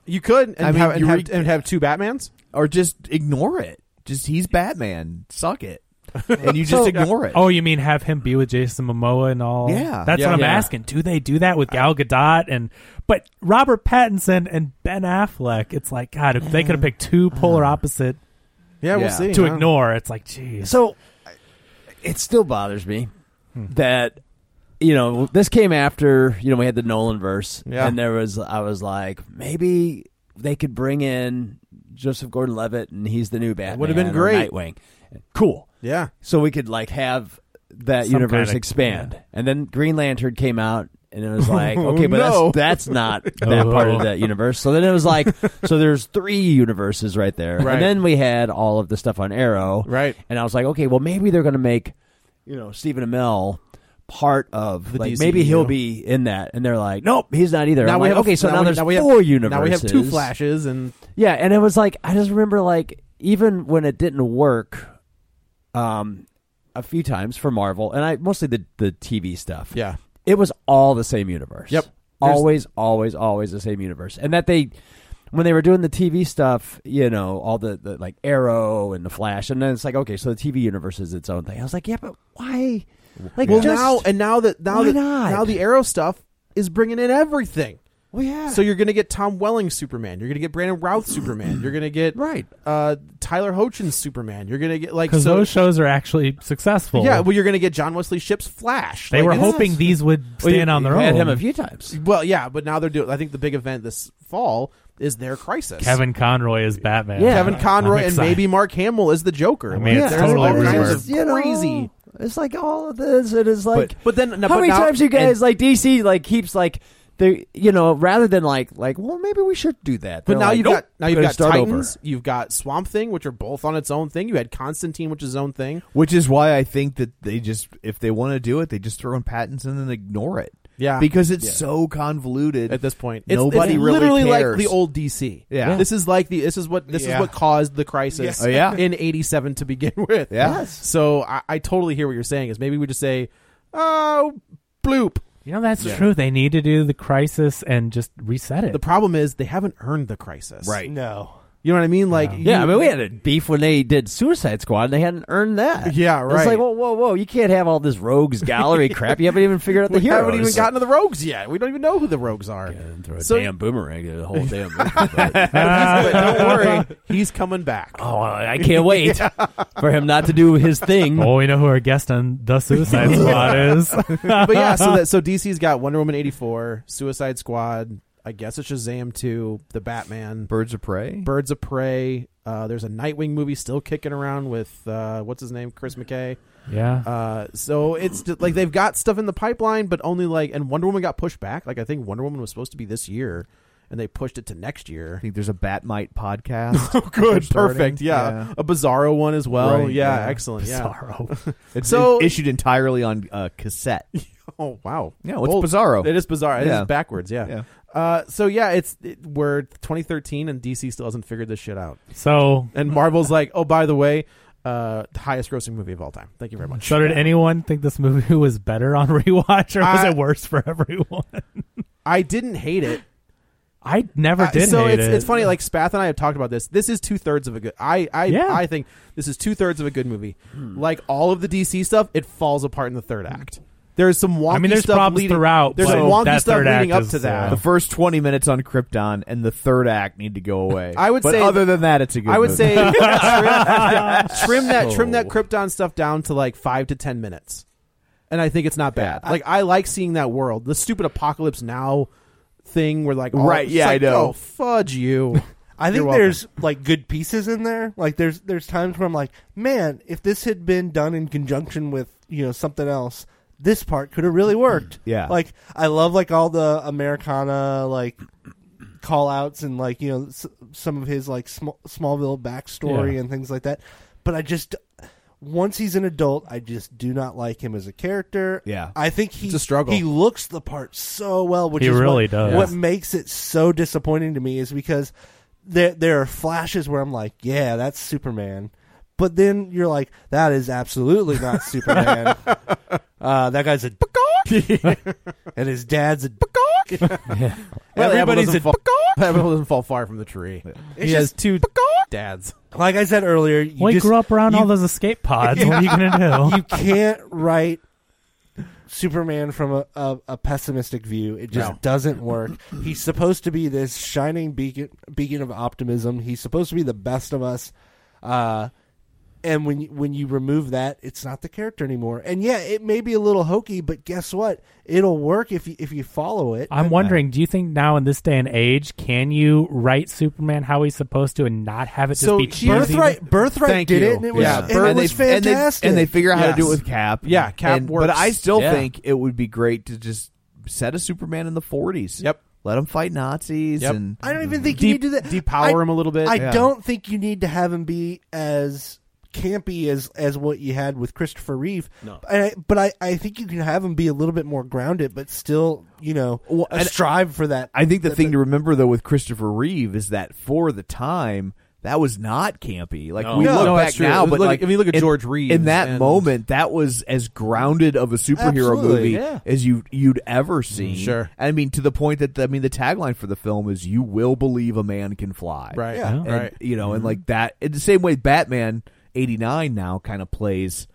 [SPEAKER 2] you could, and
[SPEAKER 1] I mean,
[SPEAKER 2] have, and,
[SPEAKER 1] you
[SPEAKER 2] have,
[SPEAKER 1] re-
[SPEAKER 2] and have two Batmans.
[SPEAKER 1] or just ignore it? Just he's Batman. Suck
[SPEAKER 2] [LAUGHS]
[SPEAKER 1] it, and you just ignore it.
[SPEAKER 3] Oh, you mean have him be with Jason Momoa and all?
[SPEAKER 1] Yeah.
[SPEAKER 3] that's
[SPEAKER 2] Yeah.
[SPEAKER 3] what I'm
[SPEAKER 2] Yeah.
[SPEAKER 3] asking. Do they do that with Gal Gadot and but Robert Pattinson and Ben Affleck? It's like God, if they could have picked two polar opposite
[SPEAKER 2] Yeah, we'll
[SPEAKER 1] Yeah.
[SPEAKER 2] see.
[SPEAKER 3] to
[SPEAKER 2] huh?
[SPEAKER 3] ignore, it's like geez.
[SPEAKER 4] So I- it still bothers me
[SPEAKER 2] Hmm.
[SPEAKER 4] that you know this came after you know we had the Nolan verse,
[SPEAKER 2] Yeah.
[SPEAKER 4] and there was I was like maybe they could bring in Joseph Gordon-Levitt and he's the new Batman.
[SPEAKER 2] would've been
[SPEAKER 4] or
[SPEAKER 2] great.
[SPEAKER 4] Nightwing, cool.
[SPEAKER 2] Yeah,
[SPEAKER 4] So we could like have that
[SPEAKER 3] Some
[SPEAKER 4] universe
[SPEAKER 3] kind of-
[SPEAKER 4] expand,
[SPEAKER 3] yeah.
[SPEAKER 4] and then Green Lantern came out. And it
[SPEAKER 2] [LAUGHS]
[SPEAKER 4] was like, okay, but
[SPEAKER 2] Oh, No. Oh.
[SPEAKER 4] that's, that's
[SPEAKER 2] [LAUGHS]
[SPEAKER 4] not that part of that universe. So then it was like, so there's three universes right there.
[SPEAKER 2] Right.
[SPEAKER 4] And then we had all of the stuff on Arrow.
[SPEAKER 2] right.
[SPEAKER 4] And I was like, okay, well, maybe they're going to make, you know, Stephen Amell part of
[SPEAKER 2] The
[SPEAKER 4] like
[SPEAKER 2] DCEU.
[SPEAKER 4] maybe he'll be in that. And they're like, nope, he's not either. I'm like, okay, so now,
[SPEAKER 2] we-
[SPEAKER 4] there's
[SPEAKER 2] we have-
[SPEAKER 4] four universes.
[SPEAKER 2] Now we have two flashes, and
[SPEAKER 4] Yeah, and it was like I just remember like even when it didn't work, um, a few times for Marvel, and I mostly the the TV stuff.
[SPEAKER 2] yeah,
[SPEAKER 4] it was all the same universe.
[SPEAKER 2] Yep. There's-
[SPEAKER 4] always, always, always the same universe, and that they. When they were doing the TV stuff, you know, all the, the like Arrow and the Flash, and then it's like, okay, so the TV universe is its own thing. I was like, yeah, but why? Like,
[SPEAKER 2] Well,
[SPEAKER 4] just-
[SPEAKER 2] now and now that now
[SPEAKER 4] Why
[SPEAKER 2] that
[SPEAKER 4] not?
[SPEAKER 2] now the arrow stuff is bringing in everything.
[SPEAKER 4] Well, yeah.
[SPEAKER 2] So you're going to get Tom Welling Superman. You're going to get Brandon Routh Superman. You're going to get
[SPEAKER 4] Right.
[SPEAKER 2] uh, Tyler Hoechlin Superman. You're going to get like
[SPEAKER 3] because
[SPEAKER 2] so.
[SPEAKER 3] those shows are actually successful.
[SPEAKER 2] yeah, well, you're going to get John Wesley Ship's Flash.
[SPEAKER 3] they
[SPEAKER 2] Like,
[SPEAKER 3] were
[SPEAKER 2] it's-
[SPEAKER 3] hoping these would
[SPEAKER 4] Well,
[SPEAKER 3] stand
[SPEAKER 4] you-
[SPEAKER 3] on their
[SPEAKER 4] you
[SPEAKER 3] own.
[SPEAKER 4] Had him a few times.
[SPEAKER 2] Well, yeah, but now they're doing. I think the big event this fall is their Crisis.
[SPEAKER 3] Kevin Conroy is Batman.
[SPEAKER 2] Kevin Conroy,
[SPEAKER 3] I'm
[SPEAKER 2] and
[SPEAKER 3] excited.
[SPEAKER 2] maybe Mark Hamill is the Joker.
[SPEAKER 3] I mean,
[SPEAKER 2] Like,
[SPEAKER 3] it's
[SPEAKER 2] there's
[SPEAKER 3] totally
[SPEAKER 2] all kinds
[SPEAKER 3] rumored.
[SPEAKER 2] of crazy.
[SPEAKER 4] it's like all of this. It is like.
[SPEAKER 2] But then, no,
[SPEAKER 4] how
[SPEAKER 2] but
[SPEAKER 4] many
[SPEAKER 2] now-
[SPEAKER 4] times you guys
[SPEAKER 2] and-
[SPEAKER 4] like DC like keeps like they you know rather than like like well maybe we should do that.
[SPEAKER 2] But
[SPEAKER 4] They're
[SPEAKER 2] now
[SPEAKER 4] like,
[SPEAKER 2] you've
[SPEAKER 4] nope,
[SPEAKER 2] got now you've
[SPEAKER 4] gotta
[SPEAKER 2] got
[SPEAKER 4] start over.
[SPEAKER 2] Titans, you've got Swamp Thing, which are both on its own thing. You had Constantine, which is its own thing.
[SPEAKER 1] Which is why I think that they just, if they want to do it, they just throw in patents and then ignore it.
[SPEAKER 2] Yeah.
[SPEAKER 1] because it's so convoluted
[SPEAKER 2] At this point, it's,
[SPEAKER 1] Nobody
[SPEAKER 2] it's
[SPEAKER 1] really
[SPEAKER 2] literally
[SPEAKER 1] cares.
[SPEAKER 2] like the old DC.
[SPEAKER 1] Yeah.
[SPEAKER 2] this is like the this is what this
[SPEAKER 5] Yeah.
[SPEAKER 2] is what caused the crisis.
[SPEAKER 1] Oh, yeah.
[SPEAKER 2] in '87 to begin [LAUGHS] with.
[SPEAKER 1] Yeah. Yes.
[SPEAKER 2] So I, I totally hear what you're saying. Is maybe we just say, oh, bloop.
[SPEAKER 3] You know that's true. They need to do the crisis and just reset it.
[SPEAKER 2] The problem is they haven't earned the crisis.
[SPEAKER 1] Right.
[SPEAKER 5] No.
[SPEAKER 2] You know what I mean? Like
[SPEAKER 4] Yeah,
[SPEAKER 2] you-
[SPEAKER 4] I mean, we had a beef when they did Suicide Squad, and they hadn't earned that.
[SPEAKER 2] Yeah,
[SPEAKER 4] It's
[SPEAKER 2] right.
[SPEAKER 4] like, whoa, whoa, whoa! You can't have all this rogues gallery crap. You haven't even figured out the
[SPEAKER 2] we
[SPEAKER 4] heroes.
[SPEAKER 2] haven't even gotten to the rogues yet. We don't even know who the rogues are.
[SPEAKER 4] Throw a
[SPEAKER 2] So-
[SPEAKER 4] damn boomerang at the whole
[SPEAKER 2] [LAUGHS]
[SPEAKER 4] damn. movie, but-
[SPEAKER 1] [LAUGHS]
[SPEAKER 2] but don't worry, he's coming back.
[SPEAKER 4] oh, I can't wait for him not to do his
[SPEAKER 2] [LAUGHS]
[SPEAKER 4] thing.
[SPEAKER 3] [LAUGHS] Oh, we know who our guest on the Suicide Squad is.
[SPEAKER 2] but yeah, so that so DC's got Wonder Woman eighty four, Suicide Squad. I guess it's Shazam two, the Batman,
[SPEAKER 1] Birds of Prey.
[SPEAKER 2] Birds of Prey. Uh, there's a Nightwing movie still kicking around with uh, what's his name, Chris McKay.
[SPEAKER 3] yeah,
[SPEAKER 2] Uh, so it's just, like they've got stuff in the pipeline, but only like and Wonder Woman got pushed back. Like I think Wonder Woman was supposed to be this year, and they pushed it to next year.
[SPEAKER 1] I think there's a Batmite podcast.
[SPEAKER 2] [LAUGHS] Good,
[SPEAKER 1] starting.
[SPEAKER 2] perfect, yeah.
[SPEAKER 1] Yeah.
[SPEAKER 2] A Bizarro one as well,
[SPEAKER 1] Right,
[SPEAKER 2] Oh, yeah,
[SPEAKER 1] yeah.
[SPEAKER 2] excellent,
[SPEAKER 3] Bizarro.
[SPEAKER 2] [LAUGHS]
[SPEAKER 1] It's
[SPEAKER 2] So-
[SPEAKER 1] i- issued entirely on uh, cassette.
[SPEAKER 2] yeah. Oh wow,
[SPEAKER 1] Yeah, what's
[SPEAKER 2] Bold.
[SPEAKER 1] Bizarro?
[SPEAKER 2] It is bizarre. It is
[SPEAKER 1] Yeah.
[SPEAKER 2] backwards. Yeah.
[SPEAKER 1] Yeah.
[SPEAKER 2] Uh, so yeah, it's it, we're 2013 and DC still hasn't figured this shit out.
[SPEAKER 3] so
[SPEAKER 2] And [LAUGHS] Marvel's like, oh, by the way, uh, the highest grossing movie of all time. Thank you very much.
[SPEAKER 3] so did anyone think this movie [LAUGHS] was better on rewatch, or was
[SPEAKER 2] I-
[SPEAKER 3] it worse for everyone?
[SPEAKER 2] I didn't hate it.
[SPEAKER 3] I never
[SPEAKER 2] Uh,
[SPEAKER 3] did.
[SPEAKER 2] so
[SPEAKER 3] hate
[SPEAKER 2] it's
[SPEAKER 3] it.
[SPEAKER 2] it's funny. Like Spath and I have talked about this. This is two thirds of a good. I I
[SPEAKER 3] Yeah.
[SPEAKER 2] I think this is two thirds of a good movie.
[SPEAKER 5] Hmm.
[SPEAKER 2] Like all of the DC stuff, it falls apart in the third act. There's some wonky
[SPEAKER 3] I mean, there's
[SPEAKER 2] stuff
[SPEAKER 3] problems
[SPEAKER 2] leading,
[SPEAKER 3] throughout,
[SPEAKER 2] There's
[SPEAKER 3] but
[SPEAKER 2] some wonky
[SPEAKER 3] that
[SPEAKER 2] stuff
[SPEAKER 3] third
[SPEAKER 2] leading
[SPEAKER 3] act
[SPEAKER 2] up
[SPEAKER 3] is,
[SPEAKER 2] to that.
[SPEAKER 3] uh,
[SPEAKER 1] The first 20 minutes on Krypton and the third act need to go away.
[SPEAKER 2] I would
[SPEAKER 1] But
[SPEAKER 2] say-
[SPEAKER 1] other than that, it's a good.
[SPEAKER 2] I would
[SPEAKER 1] movie.
[SPEAKER 2] say trim, yeah, trim
[SPEAKER 5] [LAUGHS]
[SPEAKER 2] that trim that Krypton stuff down to like five to ten minutes, and I think it's not bad. like I like seeing that world, the stupid apocalypse now thing where like all-
[SPEAKER 1] Right,
[SPEAKER 2] it's
[SPEAKER 1] yeah, I
[SPEAKER 2] like,
[SPEAKER 1] know.
[SPEAKER 2] oh, fudge you.
[SPEAKER 5] [LAUGHS] I
[SPEAKER 2] You're
[SPEAKER 5] think
[SPEAKER 2] welcome.
[SPEAKER 5] there's like good pieces in there. Like there's there's times where I'm like, man, if this had been done in conjunction with you know something else, this part could have really
[SPEAKER 2] Mm,
[SPEAKER 5] worked.
[SPEAKER 1] Yeah.
[SPEAKER 5] Like I love like all the Americana like call outs and like you know s- some of his like sm- Smallville backstory
[SPEAKER 3] Yeah.
[SPEAKER 5] and things like that. But I just once he's an adult, I just do not like him as a character.
[SPEAKER 1] Yeah.
[SPEAKER 5] I think he
[SPEAKER 2] It's a struggle.
[SPEAKER 5] He looks the part so well, which
[SPEAKER 3] He
[SPEAKER 5] is what-
[SPEAKER 3] really does.
[SPEAKER 5] What makes it so disappointing to me is because there there are flashes where I'm like, yeah, that's Superman. But then you're like, that is absolutely not Superman. uh, that guy's a [LAUGHS] and his dad's a
[SPEAKER 2] Well, the apple
[SPEAKER 5] Everybody's
[SPEAKER 2] doesn't
[SPEAKER 5] a
[SPEAKER 2] fall, the apple doesn't fall far from the tree. He has two dads.
[SPEAKER 5] like I said earlier. You
[SPEAKER 3] well, he
[SPEAKER 5] just-
[SPEAKER 3] grew up around
[SPEAKER 5] you
[SPEAKER 3] all those escape pods. What are you gonna do?
[SPEAKER 5] [LAUGHS] you can't write Superman from a, a, a pessimistic view. It just
[SPEAKER 2] No.
[SPEAKER 5] doesn't work. He's supposed to be this shining beacon beacon of optimism. He's supposed to be the best of us. Uh, and when you- when you remove that, it's not the character anymore. And yeah, it may be a little hokey, but guess what? It'll work if you if you follow it.
[SPEAKER 3] [LAUGHS] I'm wondering, do you think now in this day and age, can you write Superman how he's supposed to and not have it just
[SPEAKER 2] So
[SPEAKER 3] be
[SPEAKER 2] cheesy.
[SPEAKER 3] cheesy?
[SPEAKER 5] Birthright, birthright
[SPEAKER 2] Thank
[SPEAKER 5] did
[SPEAKER 2] you.
[SPEAKER 5] it. And it was,
[SPEAKER 2] Yeah.
[SPEAKER 5] and
[SPEAKER 2] Bird
[SPEAKER 5] it was
[SPEAKER 1] they- and they-
[SPEAKER 5] fantastic.
[SPEAKER 1] And they, figure out how to do it
[SPEAKER 2] Yes.
[SPEAKER 1] with Cap.
[SPEAKER 2] Yeah, Cap
[SPEAKER 1] and,
[SPEAKER 2] works.
[SPEAKER 1] But I still
[SPEAKER 4] Yeah.
[SPEAKER 1] think it would be great to just set a Superman in the 40s.
[SPEAKER 2] Yep.
[SPEAKER 1] Let him fight Nazis.
[SPEAKER 2] Yep.
[SPEAKER 1] And
[SPEAKER 5] I don't even think
[SPEAKER 2] Deep-
[SPEAKER 5] you need to do that.
[SPEAKER 2] depower
[SPEAKER 5] I-
[SPEAKER 2] him a little bit.
[SPEAKER 5] I
[SPEAKER 2] Yeah.
[SPEAKER 5] don't think you need to have him be as campy as as what you had with Christopher Reeve. No, I, but I I think you can have him be a little bit more grounded, but still you know
[SPEAKER 1] Well,
[SPEAKER 5] uh,
[SPEAKER 1] and-
[SPEAKER 5] strive for that.
[SPEAKER 1] I think the
[SPEAKER 5] that-
[SPEAKER 1] thing to remember though with Christopher Reeve is that for the time that was not campy. Like we
[SPEAKER 2] No,
[SPEAKER 1] look
[SPEAKER 2] that's
[SPEAKER 1] back
[SPEAKER 2] true.
[SPEAKER 1] now, but
[SPEAKER 2] Look-
[SPEAKER 1] like
[SPEAKER 2] I mean, look at
[SPEAKER 1] in-
[SPEAKER 2] George Reeves
[SPEAKER 1] in that
[SPEAKER 2] and-
[SPEAKER 1] moment. That was as grounded of a superhero
[SPEAKER 5] Absolutely,
[SPEAKER 1] movie
[SPEAKER 5] yeah.
[SPEAKER 1] as you you'd ever seen.
[SPEAKER 2] Mm, sure.
[SPEAKER 1] I mean to the point that I mean the tagline for the film is "You will believe a man can fly."
[SPEAKER 2] Right.
[SPEAKER 5] Yeah.
[SPEAKER 1] And,
[SPEAKER 2] Right. Mm-hmm.
[SPEAKER 1] You know, and like that. In the same way, Batman '89 now kind of plays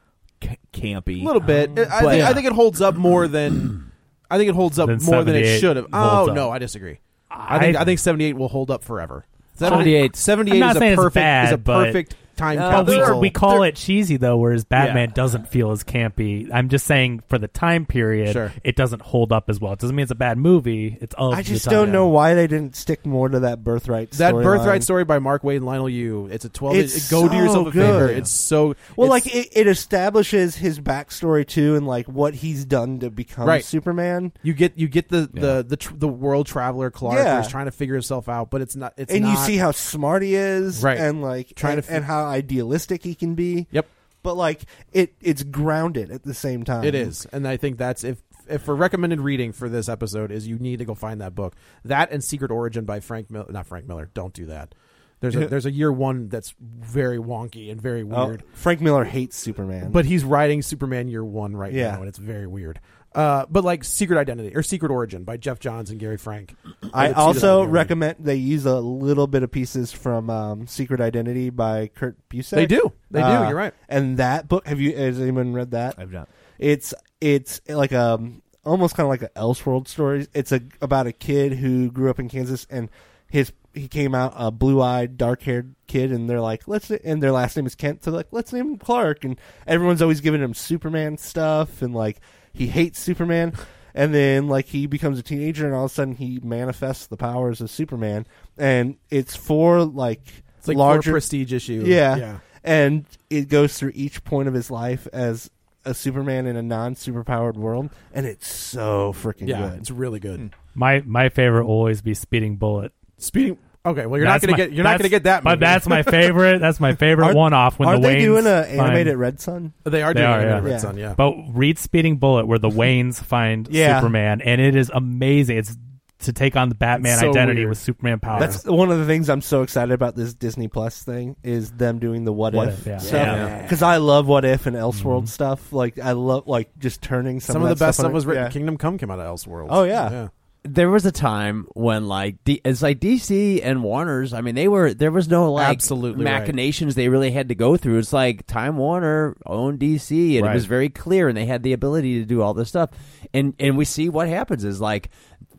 [SPEAKER 1] ca- campy
[SPEAKER 2] A little bit.
[SPEAKER 5] Um,
[SPEAKER 1] But-
[SPEAKER 2] I,
[SPEAKER 5] [CLEARS THROAT]
[SPEAKER 2] think, I think it holds up more than. I think it holds up
[SPEAKER 3] Than
[SPEAKER 2] more than it
[SPEAKER 3] 78
[SPEAKER 2] should have.
[SPEAKER 3] holds
[SPEAKER 2] Oh
[SPEAKER 3] up.
[SPEAKER 2] no, I disagree. I think I think 78 will hold up forever.
[SPEAKER 4] 78.
[SPEAKER 2] 78
[SPEAKER 3] I'm not
[SPEAKER 2] is, a
[SPEAKER 3] saying it's
[SPEAKER 2] perfect, is a
[SPEAKER 3] bad, but-
[SPEAKER 2] perfect time
[SPEAKER 3] But we,
[SPEAKER 2] capsule.
[SPEAKER 3] we call it cheesy though, whereas Batman
[SPEAKER 2] Yeah.
[SPEAKER 3] doesn't feel as campy. I'm just saying for the time period,
[SPEAKER 2] Sure.
[SPEAKER 3] it doesn't hold up as well. It doesn't mean it's a bad movie. It's of
[SPEAKER 5] I just
[SPEAKER 3] the time.
[SPEAKER 5] don't know why they didn't stick more to that birthright.
[SPEAKER 2] That
[SPEAKER 5] storyline.
[SPEAKER 2] birthright story by Mark Wade and Lionel Yu. It's a twelve.
[SPEAKER 5] It's
[SPEAKER 2] go do
[SPEAKER 5] so
[SPEAKER 2] yourself a
[SPEAKER 5] good.
[SPEAKER 2] favor. It's so
[SPEAKER 5] Well,
[SPEAKER 2] it's-
[SPEAKER 5] like it, it establishes his backstory too, and like what he's done to become
[SPEAKER 2] Right.
[SPEAKER 5] Superman.
[SPEAKER 2] you get you get the the the, tr- the world traveler Clark
[SPEAKER 5] Yeah.
[SPEAKER 2] who's trying to figure himself out, but it's not. It's
[SPEAKER 5] and you
[SPEAKER 2] not-
[SPEAKER 5] see how smart he is,
[SPEAKER 2] Right.
[SPEAKER 5] And like
[SPEAKER 2] Trying
[SPEAKER 5] trying
[SPEAKER 2] to
[SPEAKER 5] to
[SPEAKER 2] fi-
[SPEAKER 5] and how idealistic he can be.
[SPEAKER 2] Yep.
[SPEAKER 5] But like it, it's grounded at the same time.
[SPEAKER 2] It is, and I think that's if if for recommended reading for this episode is you need to go find that book. That and Secret Origin by Frank Miller, not Frank Miller. Don't do that. There's a there's a year one that's very wonky and very
[SPEAKER 5] Oh,
[SPEAKER 2] weird.
[SPEAKER 5] Frank Miller hates Superman,
[SPEAKER 2] But he's writing Superman Year One right
[SPEAKER 5] Yeah.
[SPEAKER 2] now, and it's very weird. Uh, but like Secret Identity or Secret Origin by Jeff Johns and Gary Frank.
[SPEAKER 5] I
[SPEAKER 2] would see
[SPEAKER 5] also
[SPEAKER 2] that.
[SPEAKER 5] recommend they use a little bit of pieces from um, Secret Identity by Kurt Busiek.
[SPEAKER 2] They do. They do.
[SPEAKER 5] Uh,
[SPEAKER 2] You're right.
[SPEAKER 5] And that book, have you? Has anyone read that?
[SPEAKER 1] I've not.
[SPEAKER 5] It's it's like um almost kind of like an Elseworld story. It's a about a kid who grew up in Kansas and his he came out a blue eyed, dark haired kid, and they're like let's and their last name is Kent, so they're like let's name him Clark, and everyone's always giving him Superman stuff, and like he hates Superman. And then, like, he becomes a teenager, and all of a sudden, he manifests the powers of Superman. And it's for like
[SPEAKER 2] It's like
[SPEAKER 5] larger
[SPEAKER 2] for a prestige issue.
[SPEAKER 5] yeah.
[SPEAKER 2] yeah.
[SPEAKER 5] And it goes through each point of his life as a Superman in a non superpowered world. And it's so freaking
[SPEAKER 2] Yeah,
[SPEAKER 5] good.
[SPEAKER 2] it's really good.
[SPEAKER 3] My my favorite will always be Speeding Bullet.
[SPEAKER 2] Speeding. Okay, well you're not
[SPEAKER 3] That's
[SPEAKER 2] gonna
[SPEAKER 3] my-
[SPEAKER 2] get you're not
[SPEAKER 3] that's-
[SPEAKER 2] gonna get that.
[SPEAKER 3] But
[SPEAKER 2] movie.
[SPEAKER 3] that's my favorite. That's my favorite
[SPEAKER 5] Aren't-
[SPEAKER 3] one off when
[SPEAKER 5] Aren't
[SPEAKER 3] the
[SPEAKER 5] they
[SPEAKER 3] Wayne's
[SPEAKER 5] doing an
[SPEAKER 3] find-
[SPEAKER 5] animated Red Sun?
[SPEAKER 2] they are
[SPEAKER 3] They
[SPEAKER 2] doing
[SPEAKER 3] are,
[SPEAKER 2] it
[SPEAKER 3] yeah.
[SPEAKER 2] in Red
[SPEAKER 5] Yeah.
[SPEAKER 2] Sun. Yeah,
[SPEAKER 3] But read Speeding Bullet, where the Waynes find
[SPEAKER 5] Yeah.
[SPEAKER 3] Superman, and it is amazing. It's to take on the Batman
[SPEAKER 2] It's so
[SPEAKER 3] identity
[SPEAKER 2] weird.
[SPEAKER 3] with Superman powers.
[SPEAKER 5] That's one of the things I'm so excited about this Disney Plus thing is them doing the what,
[SPEAKER 3] What
[SPEAKER 5] if,
[SPEAKER 3] If, yeah. Mm-hmm.
[SPEAKER 5] stuff because I love what if and Elseworld stuff. Like I love like just turning some,
[SPEAKER 2] some, of
[SPEAKER 5] that
[SPEAKER 2] the best
[SPEAKER 5] on
[SPEAKER 2] stuff
[SPEAKER 5] it.
[SPEAKER 2] was written.
[SPEAKER 5] Yeah.
[SPEAKER 2] Kingdom Come came out of Elseworlds.
[SPEAKER 5] Oh, yeah.
[SPEAKER 4] There was a time when like D- it's like DC and Warner's. I mean, they were there was no like
[SPEAKER 2] Absolutely right.
[SPEAKER 4] machinations they really had to go through. It's like Time Warner owned DC, and
[SPEAKER 2] Right.
[SPEAKER 4] it was very clear, and they had the ability to do all this stuff. And and we see what happens is like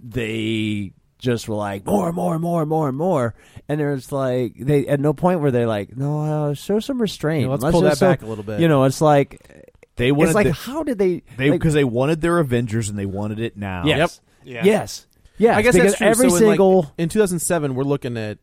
[SPEAKER 4] they just were like more and more and more and more and more and there's like they at no point were they like no uh, show some restraint
[SPEAKER 2] Yeah, let's
[SPEAKER 4] Let's
[SPEAKER 2] pull
[SPEAKER 4] just
[SPEAKER 2] that
[SPEAKER 4] show-"
[SPEAKER 2] back a little bit.
[SPEAKER 4] you know it's like
[SPEAKER 1] They wanted
[SPEAKER 4] it's like
[SPEAKER 1] the-
[SPEAKER 4] how did they
[SPEAKER 1] They
[SPEAKER 4] like-
[SPEAKER 1] because they wanted their Avengers and they wanted it now.
[SPEAKER 4] Yes.
[SPEAKER 5] Yep. Yeah.
[SPEAKER 4] Yes. Yes.
[SPEAKER 2] I guess
[SPEAKER 4] because
[SPEAKER 2] that's true.
[SPEAKER 4] every
[SPEAKER 2] So in, like,
[SPEAKER 4] single
[SPEAKER 2] in 2007, we're looking at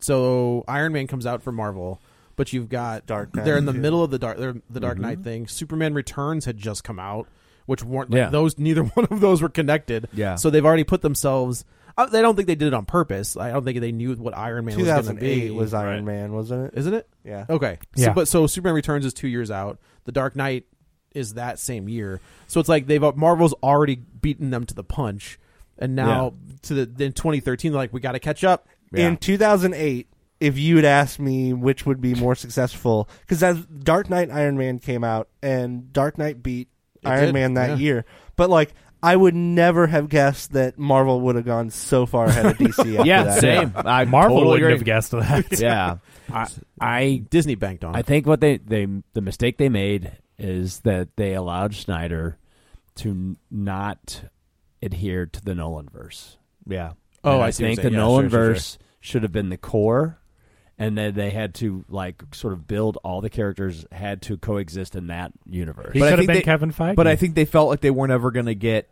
[SPEAKER 2] so Iron Man comes out for Marvel, but you've got
[SPEAKER 5] Dark Knight,
[SPEAKER 2] They're in the
[SPEAKER 5] yeah.
[SPEAKER 2] middle of the dark. They're the Dark
[SPEAKER 4] Mm-hmm.
[SPEAKER 2] Knight thing. Superman Returns had just come out, which weren't
[SPEAKER 1] Yeah.
[SPEAKER 2] those. Neither [LAUGHS] one of those were connected.
[SPEAKER 1] Yeah.
[SPEAKER 2] So they've already put themselves. I I don't think they did it on purpose. I don't think they knew what Iron Man was going to
[SPEAKER 5] 2008
[SPEAKER 2] be.
[SPEAKER 5] was Iron Man, wasn't it?
[SPEAKER 2] isn't it?
[SPEAKER 5] Yeah.
[SPEAKER 2] Okay. So,
[SPEAKER 3] Yeah.
[SPEAKER 2] but so Superman Returns is two years out. The Dark Knight is that same year. So it's like they've uh, Marvel's already beaten them to the punch, and now to the then 2013 they're like we got to catch up.
[SPEAKER 5] in 2008 if you had asked me which would be more successful because as dark knight and iron man came out and dark knight beat iron
[SPEAKER 2] did,
[SPEAKER 5] man that
[SPEAKER 2] yeah.
[SPEAKER 5] year but like i would never have guessed that marvel would have gone so far ahead of
[SPEAKER 2] [LAUGHS]
[SPEAKER 5] dc after
[SPEAKER 4] yeah,
[SPEAKER 5] that
[SPEAKER 4] [LAUGHS] same. I
[SPEAKER 3] Marvel
[SPEAKER 4] totally
[SPEAKER 3] wouldn't
[SPEAKER 4] agree.
[SPEAKER 3] have guessed
[SPEAKER 4] [LAUGHS]
[SPEAKER 3] that.
[SPEAKER 4] Yeah. I, I
[SPEAKER 2] Disney banked on
[SPEAKER 4] I
[SPEAKER 2] it.
[SPEAKER 4] think what they, they the mistake they made is that they allowed Schneider to n- not adhere to the Nolan verse.
[SPEAKER 1] Yeah.
[SPEAKER 2] Oh,
[SPEAKER 4] And
[SPEAKER 2] I
[SPEAKER 4] I
[SPEAKER 2] see what
[SPEAKER 4] think
[SPEAKER 2] you're
[SPEAKER 4] the
[SPEAKER 2] saying. Yeah,
[SPEAKER 4] Nolan
[SPEAKER 2] sure, sure,
[SPEAKER 4] verse should have been the core, and then they had to like sort of build all the characters had to coexist in that universe.
[SPEAKER 3] He
[SPEAKER 1] But I
[SPEAKER 3] could have
[SPEAKER 1] think
[SPEAKER 3] been
[SPEAKER 1] they-
[SPEAKER 3] Kevin Feige.
[SPEAKER 1] But I think they felt like they weren't ever going to get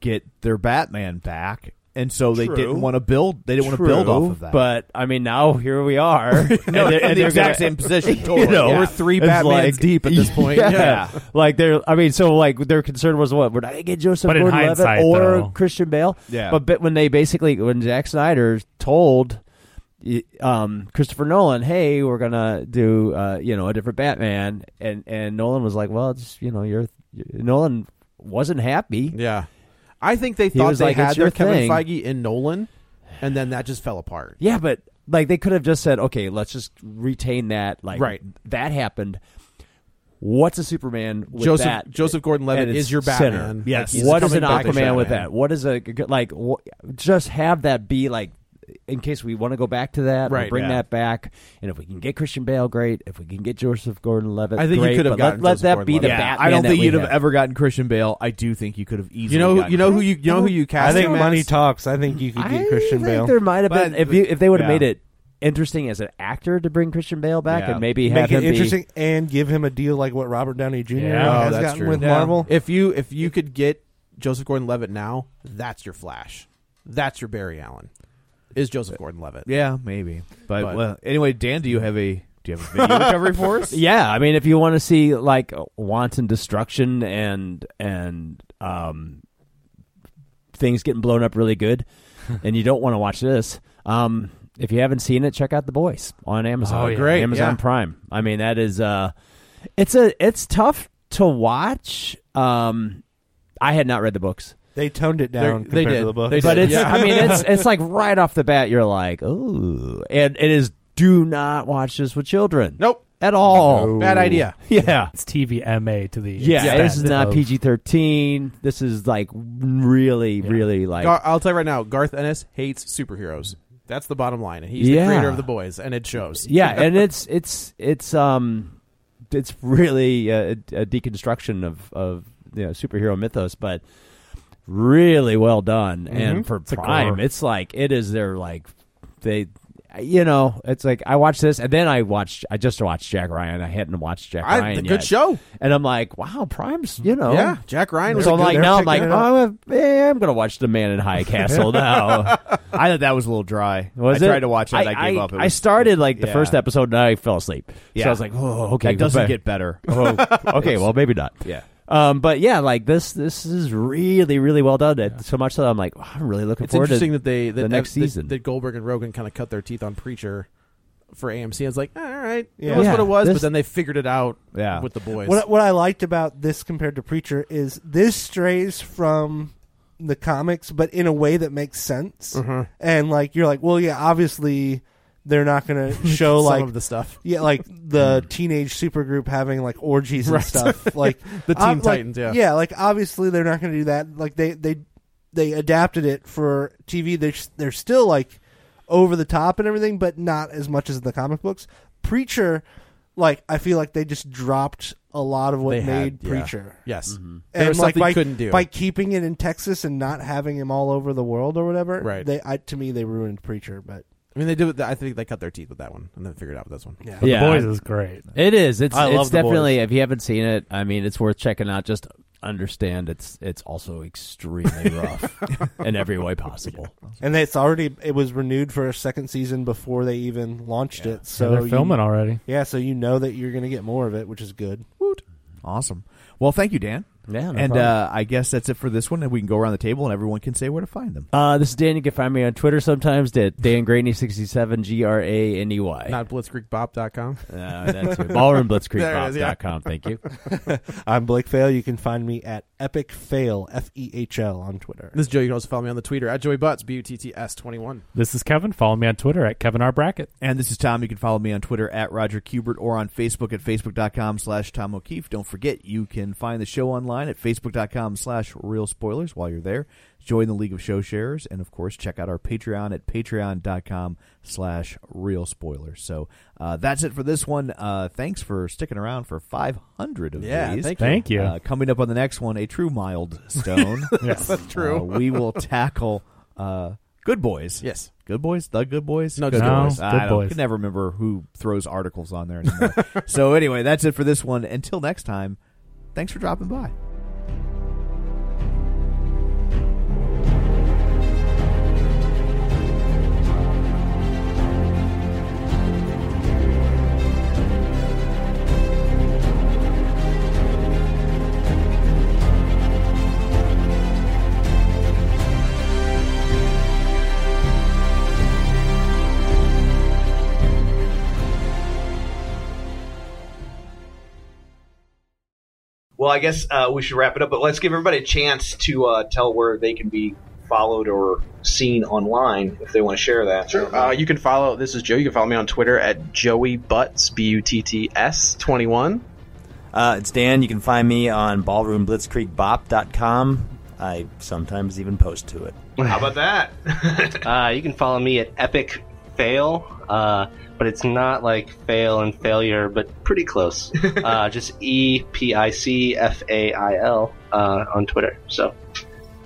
[SPEAKER 1] get their Batman back, and so they
[SPEAKER 4] True.
[SPEAKER 1] didn't want to build. They didn't
[SPEAKER 4] True,
[SPEAKER 1] want to build off of that.
[SPEAKER 4] But I mean, now here we are. no, and [LAUGHS]
[SPEAKER 1] no,
[SPEAKER 4] they're-
[SPEAKER 1] in
[SPEAKER 4] and
[SPEAKER 1] the
[SPEAKER 4] they're
[SPEAKER 1] exact
[SPEAKER 4] gonna-
[SPEAKER 1] same position.
[SPEAKER 4] you know,
[SPEAKER 2] Yeah. We're three
[SPEAKER 4] it's
[SPEAKER 2] Batmans deep at [LAUGHS] this point.
[SPEAKER 4] Yeah.
[SPEAKER 2] Yeah.
[SPEAKER 4] like they're. I mean, so like their concern was what? We're not gonna get Joseph
[SPEAKER 3] But in
[SPEAKER 4] Gordon-Levitt
[SPEAKER 3] hindsight,
[SPEAKER 4] or
[SPEAKER 3] though.
[SPEAKER 4] Christian Bale.
[SPEAKER 1] Yeah.
[SPEAKER 4] But, but when they basically when Zack Snyder told. y- Um, Christopher Nolan, hey, we're gonna do uh, you know a different Batman, and and Nolan was like, well, it's you know, you're Nolan wasn't happy,
[SPEAKER 2] Yeah. I think they thought
[SPEAKER 4] was
[SPEAKER 2] they
[SPEAKER 4] like,
[SPEAKER 2] had
[SPEAKER 4] "It's your
[SPEAKER 2] their Kevin
[SPEAKER 4] thing."
[SPEAKER 2] Feige in Nolan, and then that just fell apart.
[SPEAKER 4] Yeah, but like they could have just said, okay, let's just retain that. Like
[SPEAKER 2] Right.
[SPEAKER 4] that happened. What's a Superman with
[SPEAKER 2] Joseph
[SPEAKER 4] that?
[SPEAKER 2] Joseph Gordon-Levitt
[SPEAKER 4] at its
[SPEAKER 2] is your
[SPEAKER 4] center?
[SPEAKER 2] Batman.
[SPEAKER 1] Yes.
[SPEAKER 2] Like, he's
[SPEAKER 4] what is an
[SPEAKER 2] coming back as
[SPEAKER 4] Aquaman with
[SPEAKER 2] Batman.
[SPEAKER 4] that? What is a like? Wh- just have that be like in case we want to go back to that, Or
[SPEAKER 2] Right,
[SPEAKER 4] bring
[SPEAKER 2] yeah.
[SPEAKER 4] that back, and if we can get Christian Bale, great. If we can get Joseph Gordon-Levitt,
[SPEAKER 2] I think you
[SPEAKER 4] great.
[SPEAKER 2] could have
[SPEAKER 4] But let-
[SPEAKER 2] gotten
[SPEAKER 4] let,
[SPEAKER 2] Joseph
[SPEAKER 4] that be the
[SPEAKER 2] Gordon-Levitt.
[SPEAKER 4] Batman.
[SPEAKER 1] I don't
[SPEAKER 4] that
[SPEAKER 1] think
[SPEAKER 4] we
[SPEAKER 1] you'd have
[SPEAKER 4] have.
[SPEAKER 1] ever gotten Christian Bale. I do think you could have easily.
[SPEAKER 2] You know, who,
[SPEAKER 1] gotten
[SPEAKER 2] you know who you, you know who you
[SPEAKER 5] I
[SPEAKER 2] cast.
[SPEAKER 5] think
[SPEAKER 2] him as?
[SPEAKER 5] money talks. I think you could
[SPEAKER 4] I
[SPEAKER 5] get Christian
[SPEAKER 4] think
[SPEAKER 5] Bale.
[SPEAKER 4] there might have been
[SPEAKER 1] But-
[SPEAKER 4] if you if they would have
[SPEAKER 1] yeah.
[SPEAKER 4] made it interesting as an actor to bring Christian Bale back
[SPEAKER 1] Yeah.
[SPEAKER 4] and maybe have
[SPEAKER 5] Make
[SPEAKER 4] him
[SPEAKER 5] it
[SPEAKER 4] be-
[SPEAKER 5] interesting and give him a deal like what Robert Downey Jr.
[SPEAKER 3] Yeah,
[SPEAKER 5] has
[SPEAKER 3] that's
[SPEAKER 5] gotten
[SPEAKER 3] true.
[SPEAKER 5] with
[SPEAKER 2] Yeah.
[SPEAKER 5] Marvel.
[SPEAKER 2] If you if you could get Joseph Gordon-Levitt now, that's your Flash. That's your Barry Allen. Is Joseph Gordon-Levitt?
[SPEAKER 1] Yeah, maybe. But,
[SPEAKER 2] But-
[SPEAKER 1] well, anyway, Dan, do you have a do you have a video recovery for us?
[SPEAKER 4] [LAUGHS] Yeah, I mean, if you want to see like wanton destruction and and um, things getting blown up really
[SPEAKER 3] [LAUGHS]
[SPEAKER 4] good, and you don't want to watch this, um, if you haven't seen it, check out The Boys on Amazon.
[SPEAKER 3] Oh, yeah. Great,
[SPEAKER 4] Amazon
[SPEAKER 2] yeah.
[SPEAKER 4] Prime. I mean, that is uh, it's a it's tough to watch. Um, I had not read the books.
[SPEAKER 5] They toned it down
[SPEAKER 2] They
[SPEAKER 5] compared
[SPEAKER 2] did.
[SPEAKER 5] to the book.
[SPEAKER 2] They
[SPEAKER 4] But
[SPEAKER 2] did.
[SPEAKER 4] it's
[SPEAKER 5] [LAUGHS]
[SPEAKER 4] I mean it's it's like right off the bat you're like, "Ooh." And it is do not watch this with children.
[SPEAKER 2] Nope.
[SPEAKER 4] At all.
[SPEAKER 2] Bad idea.
[SPEAKER 4] [LAUGHS] Yeah.
[SPEAKER 3] It's TVMA to the
[SPEAKER 4] Yeah,
[SPEAKER 3] extent
[SPEAKER 4] this is not
[SPEAKER 3] of-
[SPEAKER 4] PG thirteen. This is like really, really like
[SPEAKER 2] Gar- I'll tell you right now, Garth Ennis hates superheroes. That's the bottom line, and he's
[SPEAKER 4] Yeah.
[SPEAKER 2] the creator of the boys, and it
[SPEAKER 4] [LAUGHS]
[SPEAKER 2] shows.
[SPEAKER 4] yeah, and it's it's it's um it's really a, a deconstruction of of you know, superhero mythos, but really well done.
[SPEAKER 2] Mm-hmm.
[SPEAKER 4] And for
[SPEAKER 3] a
[SPEAKER 4] Prime,
[SPEAKER 3] gore.
[SPEAKER 4] it's like it is their like they. You know, it's like I watched this, and then I watched. I just watched Jack Ryan. I hadn't watched Jack
[SPEAKER 2] I,
[SPEAKER 4] Ryan
[SPEAKER 2] good
[SPEAKER 4] yet,
[SPEAKER 2] show.
[SPEAKER 4] and I'm like, wow, Prime's. You know,
[SPEAKER 2] Yeah, Jack Ryan was
[SPEAKER 4] so
[SPEAKER 2] a
[SPEAKER 4] I'm
[SPEAKER 2] good-
[SPEAKER 4] like,
[SPEAKER 2] they're
[SPEAKER 4] now I'm
[SPEAKER 2] picking
[SPEAKER 4] like,
[SPEAKER 2] it
[SPEAKER 4] oh,
[SPEAKER 2] up.
[SPEAKER 4] I'm, eh, I'm gonna watch The Man in
[SPEAKER 2] [LAUGHS]
[SPEAKER 4] High Castle now.
[SPEAKER 1] I thought that was a little dry.
[SPEAKER 4] Was
[SPEAKER 1] I
[SPEAKER 4] it?
[SPEAKER 1] tried to watch it. I, gave up. It
[SPEAKER 4] I
[SPEAKER 1] was-
[SPEAKER 4] started like the
[SPEAKER 1] yeah.
[SPEAKER 4] first episode and I fell asleep. So I
[SPEAKER 1] Yeah.
[SPEAKER 4] was like, oh, okay,
[SPEAKER 1] That doesn't
[SPEAKER 4] [LAUGHS] goodbye."
[SPEAKER 1] get better.
[SPEAKER 4] Oh, okay, well, maybe not.
[SPEAKER 1] Yeah.
[SPEAKER 4] Um, but yeah, like this, this is really, really well done. It- So much that I'm like, "Wow, I'm really looking
[SPEAKER 2] It's
[SPEAKER 4] forward
[SPEAKER 2] interesting
[SPEAKER 4] to
[SPEAKER 2] that they that
[SPEAKER 4] the next
[SPEAKER 2] that-
[SPEAKER 4] season.
[SPEAKER 2] that Goldberg and Rogan kind of cut their teeth on Preacher for AMC. It's like, "Ah, all right, yeah.
[SPEAKER 5] Yeah.
[SPEAKER 2] it was what
[SPEAKER 4] Yeah,
[SPEAKER 2] it was,
[SPEAKER 4] this-
[SPEAKER 2] but then they figured it out
[SPEAKER 1] Yeah.
[SPEAKER 2] with the boys.
[SPEAKER 5] What what I liked about this compared to Preacher is this strays from the comics, but in a way that makes sense.
[SPEAKER 2] Mm-hmm.
[SPEAKER 5] And like you're like, well, yeah, obviously they're
[SPEAKER 2] [LAUGHS]
[SPEAKER 5] not going to show
[SPEAKER 2] Some
[SPEAKER 5] like
[SPEAKER 2] of the stuff.
[SPEAKER 5] yeah, like the teenage supergroup having like orgies and
[SPEAKER 2] Right. [LAUGHS]
[SPEAKER 5] stuff. Like
[SPEAKER 2] The Teen
[SPEAKER 5] ob- like,
[SPEAKER 2] Titans, yeah.
[SPEAKER 5] yeah. Like obviously they're not going to do that. Like they they they adapted it for TV. They s- they're still like over the top and everything, but not as much as the comic books. Preacher, like I feel like they just dropped a lot of what
[SPEAKER 2] They had,
[SPEAKER 5] made
[SPEAKER 2] yeah.
[SPEAKER 5] Preacher.
[SPEAKER 2] Yes, there
[SPEAKER 5] And
[SPEAKER 2] was
[SPEAKER 5] like
[SPEAKER 2] Mm-hmm. something
[SPEAKER 5] by,
[SPEAKER 2] you couldn't do.
[SPEAKER 5] by keeping it in Texas and not having him all over the world or whatever,
[SPEAKER 2] Right.
[SPEAKER 5] They I, to me they ruined Preacher, but
[SPEAKER 2] I mean, they did. it- I think they cut their teeth with that one, and then figured it out with this one.
[SPEAKER 5] yeah,
[SPEAKER 4] it.
[SPEAKER 3] The
[SPEAKER 4] Yeah,
[SPEAKER 3] boys is great.
[SPEAKER 4] it is. It's,
[SPEAKER 1] I
[SPEAKER 4] it's
[SPEAKER 1] love The
[SPEAKER 4] definitely. If you haven't seen it, I mean, it's worth checking out. Just understand it's it's also extremely
[SPEAKER 1] [LAUGHS]
[SPEAKER 4] rough in every way possible.
[SPEAKER 5] and it's already it was renewed for a second season before they even launched it. So
[SPEAKER 3] So they're filming
[SPEAKER 5] you,
[SPEAKER 3] already.
[SPEAKER 5] yeah, so you know that you're going to get more of it, which is good.
[SPEAKER 1] awesome. Well, thank you, Dan.
[SPEAKER 4] Yeah, no
[SPEAKER 1] and
[SPEAKER 4] problem.
[SPEAKER 1] uh, I guess that's it for this one. And we can go around the table, and everyone can say where to find them.
[SPEAKER 4] Uh, this is Dan. You can find me on Twitter sometimes at Dan Graney67, G R A N E Y.
[SPEAKER 2] Not blitzkriegbob.com.
[SPEAKER 4] Uh, that's it. Ballroom
[SPEAKER 2] [LAUGHS] There it is, yeah.
[SPEAKER 4] Thank you.
[SPEAKER 5] I'm Blake Fail. You can find me at Epic Fail F E H L on Twitter.
[SPEAKER 2] This is Joe. You can also follow me on the Twitter at Joey Butts B U T T S twenty one.
[SPEAKER 3] This is Kevin. Follow me on Twitter at Kevin R. Brackett.
[SPEAKER 1] And this is Tom. You can follow me on Twitter at Roger Kubert or on Facebook at Facebook.com slash Tom O'Keefe. Don't forget, you can find the show online at Facebook.com slash Real Spoilers while you're there. Join the League of Show Sharers. And, of course, check out our Patreon at Patreon.com slash Real Spoilers. So uh, that's it for this one. Uh, thanks for sticking around for 500 of
[SPEAKER 2] Yeah,
[SPEAKER 1] these.
[SPEAKER 2] thank
[SPEAKER 3] Thank you.
[SPEAKER 1] Uh, coming up on the next one, a true mild stone.
[SPEAKER 3] [LAUGHS] Yes.
[SPEAKER 2] That's true.
[SPEAKER 1] Uh, we will tackle uh, Good Boys.
[SPEAKER 2] Yes.
[SPEAKER 1] Good Boys? The Good Boys?
[SPEAKER 2] No,
[SPEAKER 1] good
[SPEAKER 3] no,
[SPEAKER 1] Boys.
[SPEAKER 3] Good
[SPEAKER 1] I don't-
[SPEAKER 3] Boys.
[SPEAKER 1] can never remember who throws articles on there anymore. so, anyway, that's it for this one. Until next time, thanks for dropping by.
[SPEAKER 6] Well, I guess uh, we should wrap it up, but let's give everybody a chance to uh, tell where they can be followed or seen online if they want to share that.
[SPEAKER 7] Sure. Uh, you can follow. This is Joe. You can follow me on Twitter at Joey Butts B U T T S twenty one.
[SPEAKER 8] Uh, it's Dan. You can find me on ballroomblitzkriegbob.com. I sometimes even post to it.
[SPEAKER 1] How about that?
[SPEAKER 5] [LAUGHS] uh, you can follow me at Epic Fail, uh, but it's not like fail and failure, but pretty
[SPEAKER 3] [LAUGHS]
[SPEAKER 5] close. uh, just E P I C F A I L uh, on Twitter. So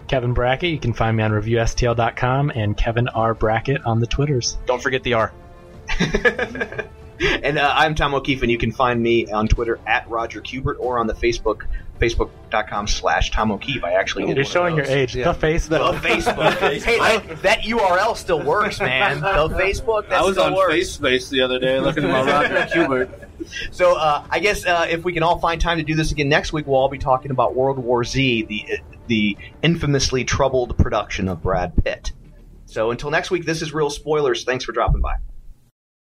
[SPEAKER 3] Kevin Brackett. You can find me on reviewstl.com and Kevin R Brackett on the Twitters.
[SPEAKER 9] Don't forget the R.
[SPEAKER 1] and uh, I'm Tom O'Keefe, and you can find me on Twitter at Roger Kubert or on the Facebook, facebook.com slash Tom O'Keefe. I actually did
[SPEAKER 3] You're showing your age. Yeah. The Facebook.
[SPEAKER 1] The [LAUGHS] Facebook. hey, that, that URL still works, man. [LAUGHS] The Facebook, that
[SPEAKER 10] I was
[SPEAKER 1] still
[SPEAKER 10] on
[SPEAKER 1] works.
[SPEAKER 10] FaceSpace the other day looking
[SPEAKER 1] [LAUGHS]
[SPEAKER 10] at my Roger Kubert.
[SPEAKER 1] So uh, I guess uh, if we can all find time to do this again next week, we'll all be talking about World War Z, the, the infamously troubled production of Brad Pitt. So until next week, this is Real Spoilers. Thanks for dropping by.